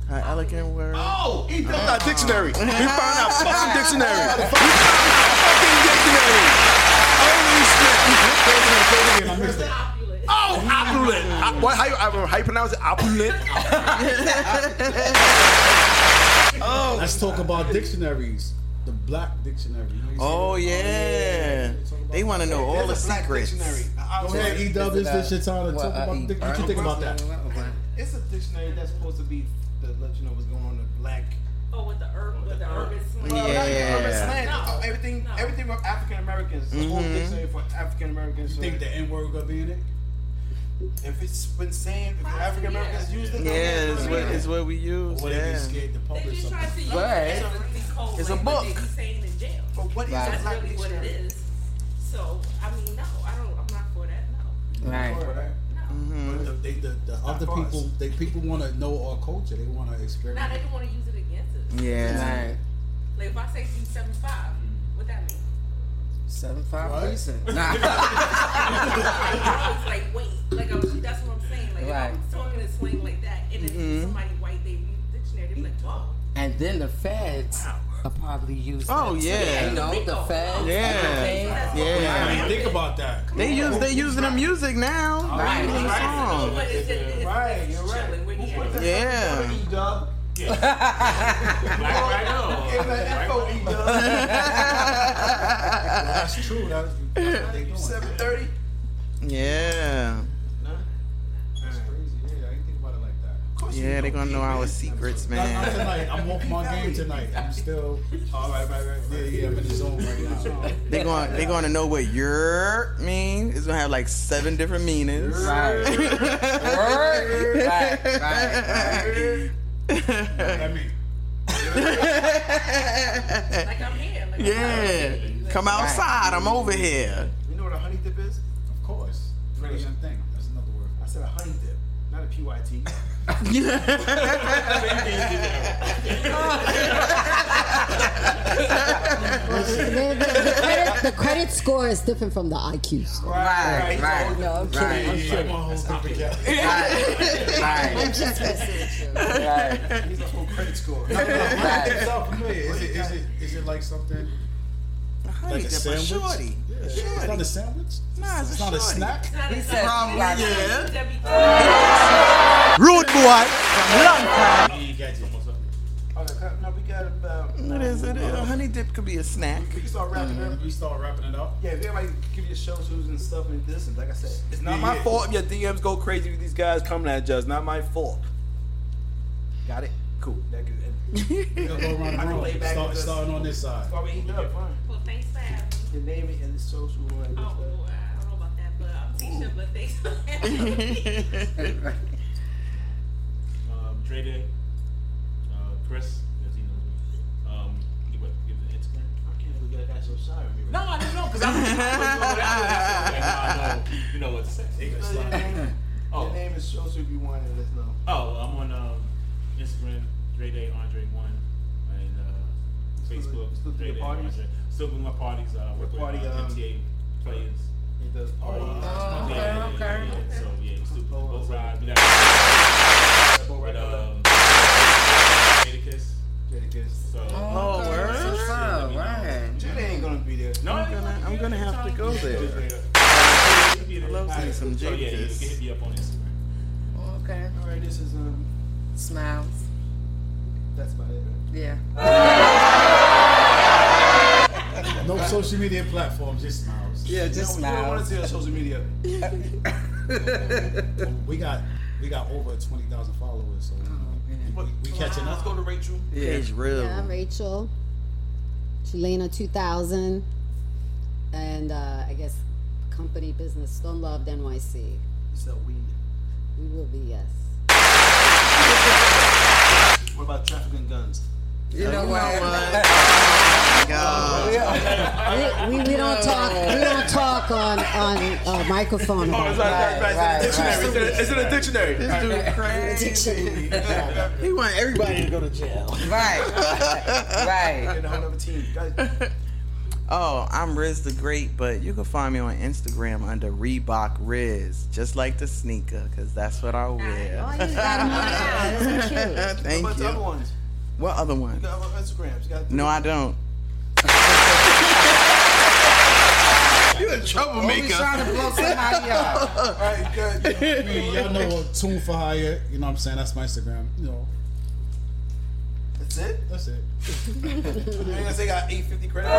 S2: Her elegant word.
S3: Oh,
S2: E
S7: Dub got a dictionary. We found
S10: out fucking dictionary.
S2: We found out fucking dictionary.
S10: Oh, opulent. I, what, how, you, I, how you pronounce it? Opulent.
S7: Oh, let's talk about dictionaries. The black dictionary.
S2: Oh yeah. They want to know all the
S3: There's a black
S2: secrets.
S3: dictionary.
S7: Go ahead, E Dub. It's this shit time to talk about dic- What you think about that?
S3: It's a dictionary that's supposed to be to let you know what's going on in black.
S33: Oh, with the herb, with the urban slang.
S3: Well, not the urban slang.
S33: No.
S3: Everything, everything for African Americans. The
S50: Mm-hmm.
S3: whole
S2: Mhm.
S3: dictionary for African Americans.
S7: You think the N word gonna be in it?
S3: If it's been saying, if African Americans use it,
S2: Yeah, it's what, it's what we use.
S7: What if
S2: Yeah.
S7: you scared to publish something?
S33: See, you
S2: Right.
S33: can actually code
S2: It's a
S33: language
S2: book.
S33: and be saying in jail.
S3: But what is
S2: Right.
S33: That's
S3: a black
S33: really what it
S3: dictionary?
S33: is. So, I mean, no, I don't, I'm not for that, no.
S6: Right.
S7: But the, they, the, the other
S3: for us.
S7: people, they people want to know our culture. They want to experience.
S33: Now, they don't want to use it against us.
S2: Yeah.
S33: Like, if I say to you 75, what that mean?
S6: Seven five
S33: What?
S6: reason. Nah.
S33: It's like, wait, like, I'm, that's what I'm saying. Like, if I'm
S6: Right.
S33: talking in slang like that, and
S6: Mhm.
S33: then somebody white, they read the dictionary, they be like, whoa.
S6: And then the feds are probably using.
S2: Oh,
S6: it, too.
S2: yeah.
S6: You know the feds.
S2: Yeah.
S6: everything.
S2: Yeah.
S7: I mean, think about that.
S2: They use they using the music now.
S6: Right.
S2: They using songs.
S33: But it's, it's, it's,
S3: Right, you're right.
S2: Yeah.
S3: E Dub.
S7: E, That's true. That's, that's what they doing.
S3: Seven thirty.
S2: Yeah.
S7: That's crazy. Yeah, I didn't think about it like that. Of course you
S2: Yeah, they
S7: know.
S2: gonna know our secrets,
S7: Not, not
S2: man.
S7: tonight. I'm off my game tonight. I'm still. All right, right, right. Yeah, yeah. I'm in the zone right now.
S2: They going they going to know what your mean. It's gonna have like seven different meanings.
S6: Right. Right. Right.
S7: I mean,
S33: like, I'm here. Like,
S2: Yeah. Come outside. I'm over here.
S3: You know what a honey dip is?
S7: of course. Pretty young thing. That's another word.
S3: I said a honey dip, not a pyt.
S6: the, credit, the credit score is different from the IQ score.
S2: Right, right,
S6: No, I'm kidding. I'm
S2: right.
S6: kidding.
S2: Right.
S6: I'm just messing with you.
S2: Right.
S50: He's a whole credit score.
S2: No, no, Right.
S50: It's all familiar. Is it, is it, is it like something? Like
S2: Honey,
S50: a
S2: that's
S50: sandwich?
S2: shorty.
S50: Yeah. It's not a sandwich?
S2: Nah, it's,
S50: It's not a
S2: shorty.
S50: snack?
S2: He
S50: It's
S2: said,
S50: probably-
S2: like,
S51: Rude boy.
S3: No, we um, got about.
S2: It is, it is. A honey dip could be a snack.
S3: We start wrapping it up. We Mm-hmm. start wrapping it up. Yeah, if everybody give you show shoes and stuff and this and like I said, it's not
S2: Yeah,
S3: my
S2: yeah.
S3: fault if your DMs go crazy with these guys coming at you. It's not my fault. Got it? Cool. That good.
S50: Go around the room. Start, starting on this side.
S3: While we eating up, fine.
S52: Well, thanks for having me.
S3: The name it and the social one.
S52: Oh, well, I don't know about that, but I'm teaching, but thanks for having me.
S2: Right.
S7: Um, Dre Day, uh, Chris, because he knows me. Um, give what? Give the Instagram. I can't believe that guy's so shy with me.
S3: No,
S7: I
S3: don't know,
S7: 'cause I'm- I'm- I'm- I'm- I'm- I'm- I'm- I'm- I'm- I'm- I'm- I'm- I'm- I'm- I'm- I'm- I'm- I'm- you know what to say.
S3: Oh.
S7: Oh.
S3: Your name is social if you want it. Let's know.
S7: Oh, I'm on um, Instagram, Dre Day Andre One, and uh, Facebook,
S3: still do
S7: Dre
S3: the
S7: Day
S3: parties?
S7: Andre. Still doing my parties. Uh, work with
S3: party,
S7: uh,
S3: um,
S7: MTA players.
S3: He does parties.
S7: yeah,
S3: Oh, okay,
S7: yeah, yeah,
S3: okay.
S7: yeah. So yeah, we still do the boat ride. We got but, um, Jadakiss. So.
S2: Oh,
S7: so
S2: word?
S7: shit, let me know.
S3: Jada ain't gonna be there.
S7: No,
S2: I'm gonna, I'm gonna have to go there.
S7: I love
S2: seeing some
S7: So Oh, yeah, you
S2: Jadakiss.
S7: can hit me up on Instagram.
S53: Okay.
S3: All right, this is um.
S53: Smiles.
S3: That's about it.
S53: Yeah.
S50: No social media platforms, just smiles.
S53: Yeah, just
S3: You don't want to
S50: smiles.
S3: see on social media.
S50: We got we got over twenty thousand followers, so
S3: Oh,
S50: we, we catching
S3: Let's
S50: up.
S3: go to Rachel.
S2: Yeah, it's real.
S6: Yeah, I'm Rachel. Chilena 2000. And uh, I guess company business, Stone Loved NYC.
S3: So we.
S6: We will be, yes.
S3: What about trafficking guns?
S6: You know
S2: what?
S6: We, we, we don't talk we don't talk on on uh, microphone.
S3: Oh, it's,
S6: about
S3: right, right, it's, in the dictionary. It's, in, it's in the dictionary.
S2: This dude crazy. he want everybody to go to jail.
S3: Right. right. And a whole other team. Guys,
S2: Oh, I'm Riz the Great, but you can find me on Instagram under Reebok Riz, just like the sneaker, because that's what I wear.
S6: Oh, you got 'em on. That's
S3: cute.
S2: Thank
S3: What about
S2: you.
S3: the other ones?
S2: What other
S3: You
S2: one?
S3: got on Instagrams. You got
S2: No, I don't. you a troublemaker.
S3: All right, good.
S50: I mean, y'all know Tune for Hire. You know what I'm saying? That's my Instagram. You know,
S3: That's it.
S50: that's it.
S3: I guess they got 850 credits.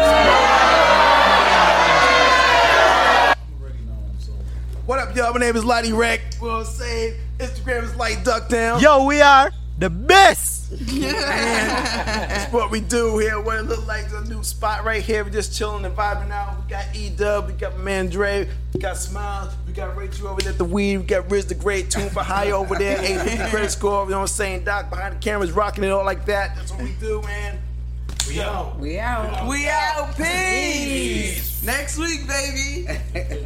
S3: What up, y'all? My name is Lottie Rack. You know what I'm saying? Instagram is Light Duck Down.
S51: Yo, we are the best.
S3: That's what we do here. What it look like is a new spot right here. We're just chilling and vibing out. We got E Dub, we got my man Dre, we got Smiles, we got Rachel over there at the weed, we got Riz the Great, Tune for High over there, 850 credit score, you know what I'm saying? Doc behind the cameras rocking it all like that. That's what we do, man. We out.
S54: We out.
S2: We out. Peace. Next week, baby.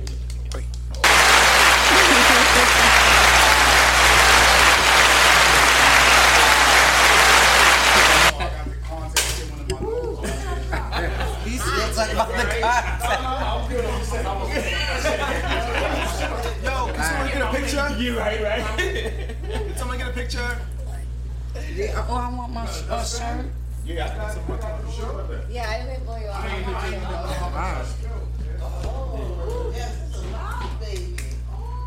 S53: He's still talking about the content.
S3: Yo, can someone get a picture?
S7: You right, right.
S3: Can someone get a picture?
S53: Yeah, oh, I want my sh- uh, shirt.
S7: Yeah,
S6: Yeah, I didn't blow you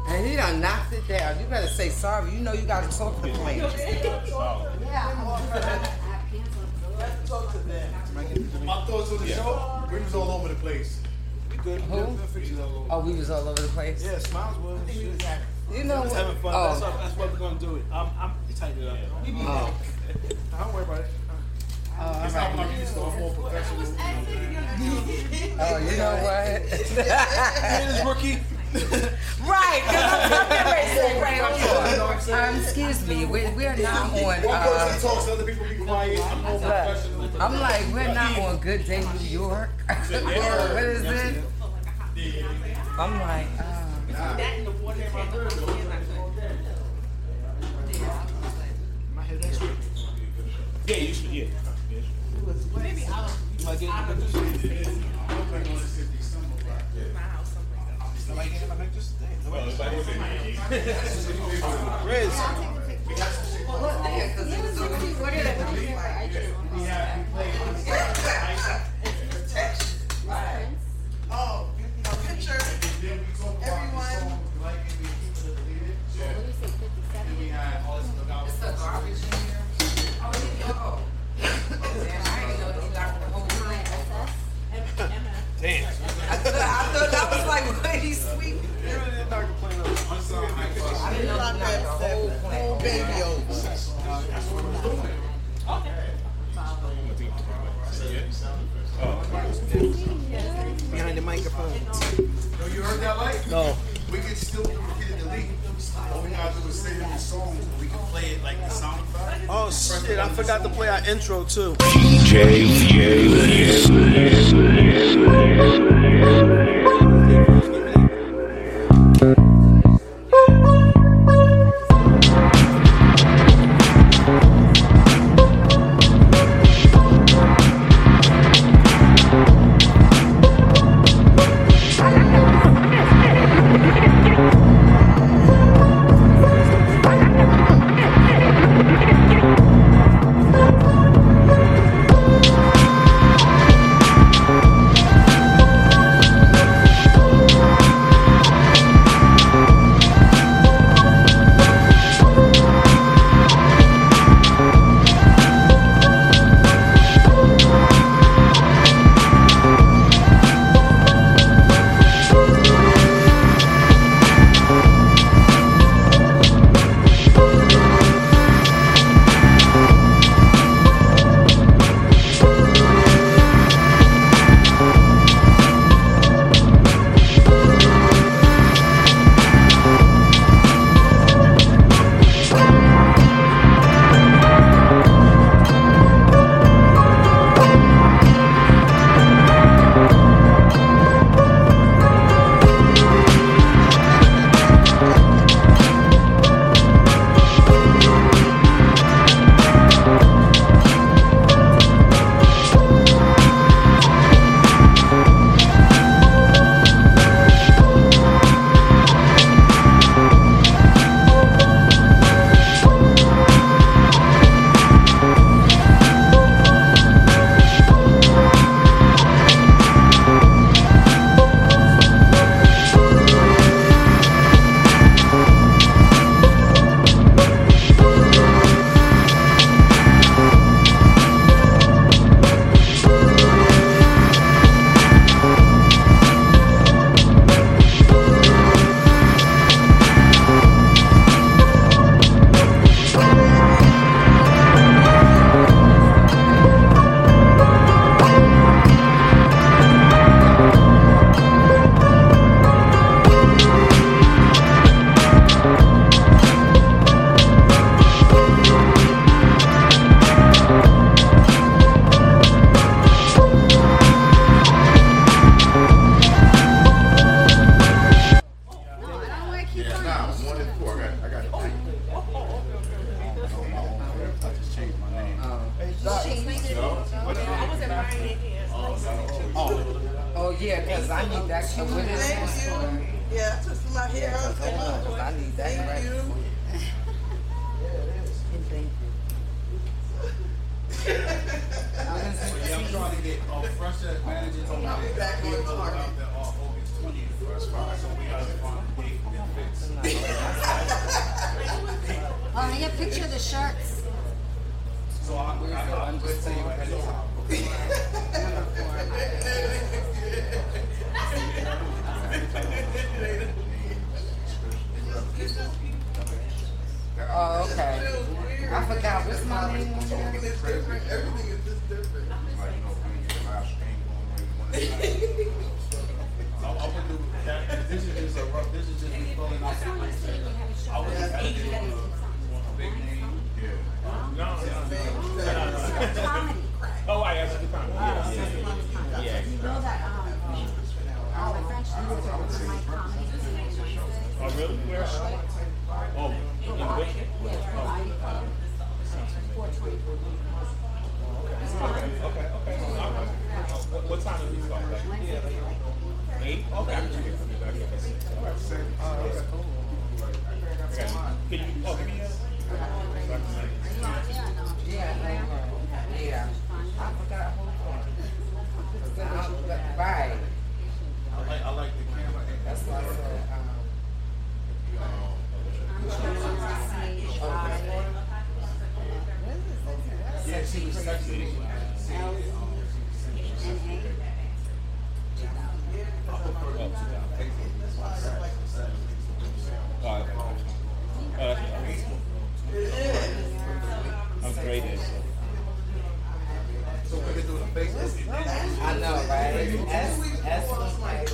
S53: And he done knocked it down. You better say sorry. You know you gotta talk to players.
S50: My thoughts on the show. We was all over the place.
S3: We good.
S53: Who? Oh, we was all over the place.
S3: Yeah, Smiles was.
S53: You know
S3: Just
S53: what?
S3: having fun.
S53: Oh.
S3: That's, what, that's what we're gonna do. It. I'm, I'm tighten it up. We be
S53: Oh.
S3: Don't worry about it.
S53: Uh,
S3: It's not like you used to. I'm more professional.
S53: Oh, you know what?
S3: This rookie.
S53: right. 'cause I'm fucking racist. Right.
S3: You know what I'm saying?
S53: Um, excuse me. We, we're not on.
S50: One
S53: Uh,
S50: person talks, other people be quiet. I'm more professional.
S53: look, I'm like, we're not on Good Day New York. Or what is this? I'm like, uh,
S52: That in the water tank.
S55: Yeah, you should. Yeah. yeah.
S56: Maybe I don't.
S55: You might get
S56: I don't know.
S3: Damn.
S6: I thought that was like, what he sweet. I didn't know that whole plan.
S2: Baby
S3: Behind the microphone.
S7: Yo, Oh, you heard that light?
S3: No.
S7: We can still we can delete. All we gotta do is save the song. We can play it like the sound effect.
S3: Oh shit! I forgot to play our intro too.
S6: Oh, yeah, because I need that.
S53: uh,
S6: shit with this one.
S2: Yeah, I twisted my hair. I was like, oh, I need that. Thank you.
S7: I'm trying to get uh, fresher managers on my I'll be back on target. August 20th, first spot, so we gotta find a date that fits.
S57: Oh, yeah, picture the shirts.
S7: So I'm, I'm, I'm just saying ahead of time.
S6: Oh, okay. I forgot what's my name. on there?
S7: This is just a rough, this is just me pulling out. I was just having to do a big name.
S55: Oh, I got the time. Yeah, yeah, yeah. yeah.
S2: Eight? Okay. Can you, oh, give me
S6: Yeah. I forgot. Hold on. Right.
S7: I like, I like the camera. That's why I said, Yeah, she was sexy.
S2: I'm great at it.
S6: I know, right? That's, that's what's like.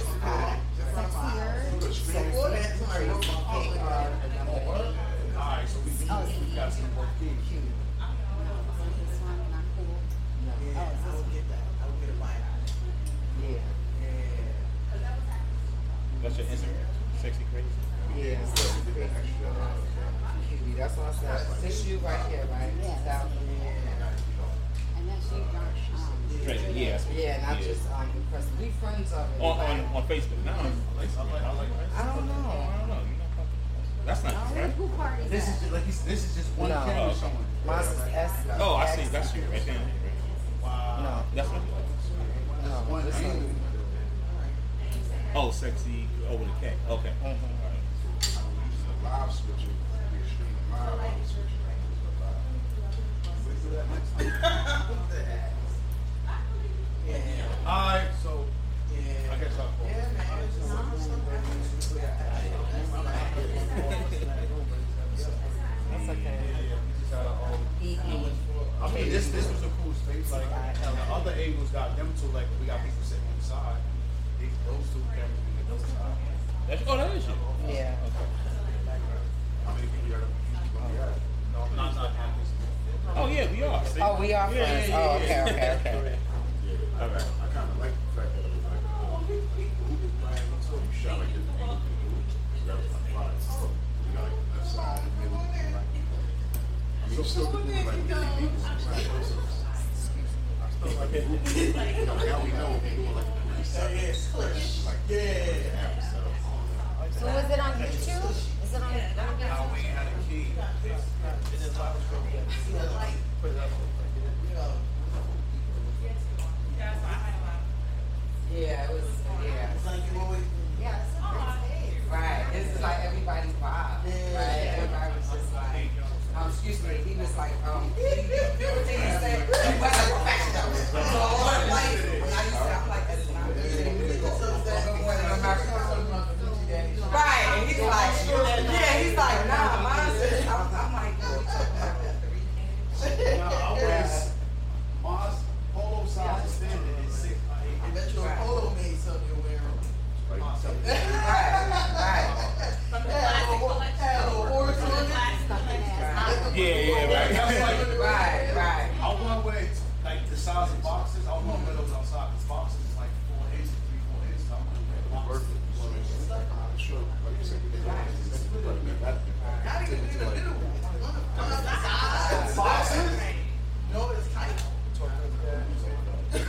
S7: Alright, so we, we got some work to do. Yeah, I would get that. I would get a line. Yeah.
S2: What's your Instagram? Sexy crazy?
S6: Yeah. That's what I said. This you right here, right? Yeah. And that's you, Um,
S2: Straight, yeah.
S6: Yeah, not
S2: Yeah.
S6: just um, because we friends already.
S2: On,
S6: but
S2: on, on Facebook. No, I like, I like, I like
S6: I don't know.
S2: I don't know. That's not right.
S7: This is, like, this this is just one
S6: No.
S7: camera someone.
S6: Mine is S.
S2: Oh, I see. That's you right there. Wow. No. That's what?
S6: No, this one.
S2: Oh, sexy. Oh, with a K. Okay.
S7: Live switching, the extreme live, I'm switching angles of live. Wait till that next time. What the heck? Yeah. All right, so, yeah. I guess I'll. Yeah, That's okay.
S6: E,
S7: I mean, this, this was a cool space, like, the other angles got them two, like, we got people sitting on the side. These, those two cameras, we got those side.
S2: That's, oh, that is you.
S7: Yeah.
S2: Oh, yeah, we are. See?
S6: Oh, we
S2: Yeah,
S6: are friends.
S2: yeah, yeah,
S6: Oh, okay,
S2: yeah.
S6: okay, okay.
S2: All right.
S7: I kind of like the fact that it was like, oh, you shot like this. That was my plot. You got like left side, middle, and right. I mean, you still could do like three people. it's not close enough. I still like it. You know, now we know we're doing like three seconds. Like, yeah.
S58: So was it on YouTube? Is it on, on YouTube?
S6: Yeah, it was. Yeah. It's like you always. Yeah. Right. It's like everybody's vibe. Right. Everybody was just like. Um, excuse me. He was like, um. he- he was saying, "You was a professional." So I'm like, when I used to, I'm like, that's not me. Right. And he's like, yeah. He's like, nah, mine says. I'm I'm like.
S7: Always, Mars polo size standard is six by eight. Bet your polo made something you're wearing.
S2: Yeah, yeah, right.
S7: Right, right. I want where it's like the size of boxes. I want where those outside because boxes is like four inches, three, four inches. I want where boxes. Sure, like you said, Gotta get in the middle. Boxes? No, it's tight.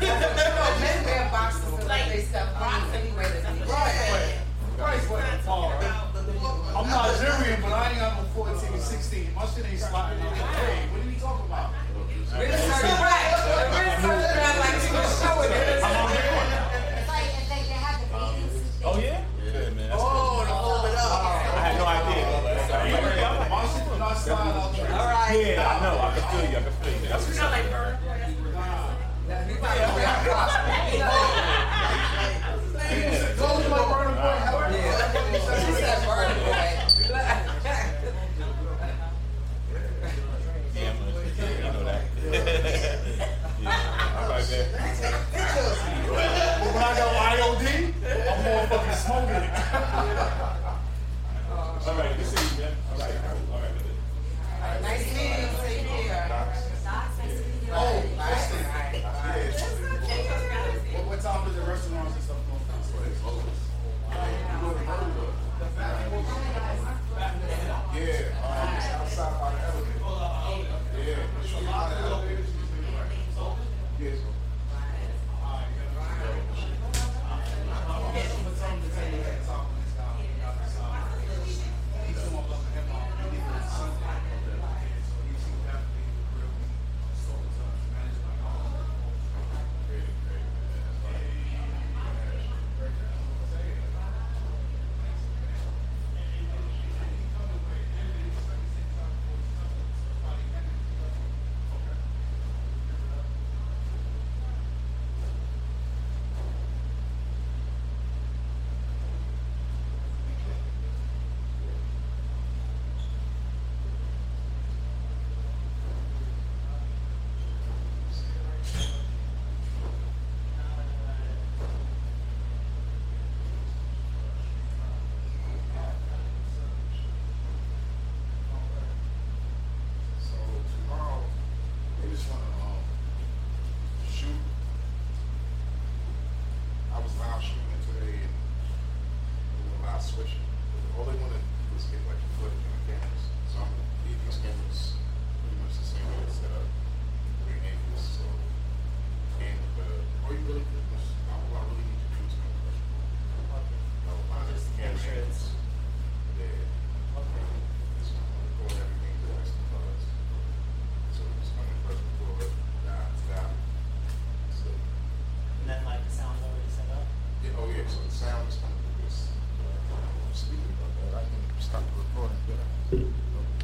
S6: Men wear boxes to let they stuff on anyway.
S7: Right. Christ, what a ball, right? I'm Nigerian, but I ain't up with 14, 16. My shit ain't sliding. out. Hey, what are you talking about?
S58: Like, if they, they have the bathing suit.
S2: Oh, yeah? Yeah, man. that's
S7: Oh, to hold it up.
S2: I had no idea.
S7: All
S2: right. Yeah, I know. I can feel you. I can feel you. That's what's up. Yeah, I'm gonna- you know that. yeah. All right, man.
S7: But when I go IOD, I'm motherfucking smoking it. um, uh, oh, uh, uh,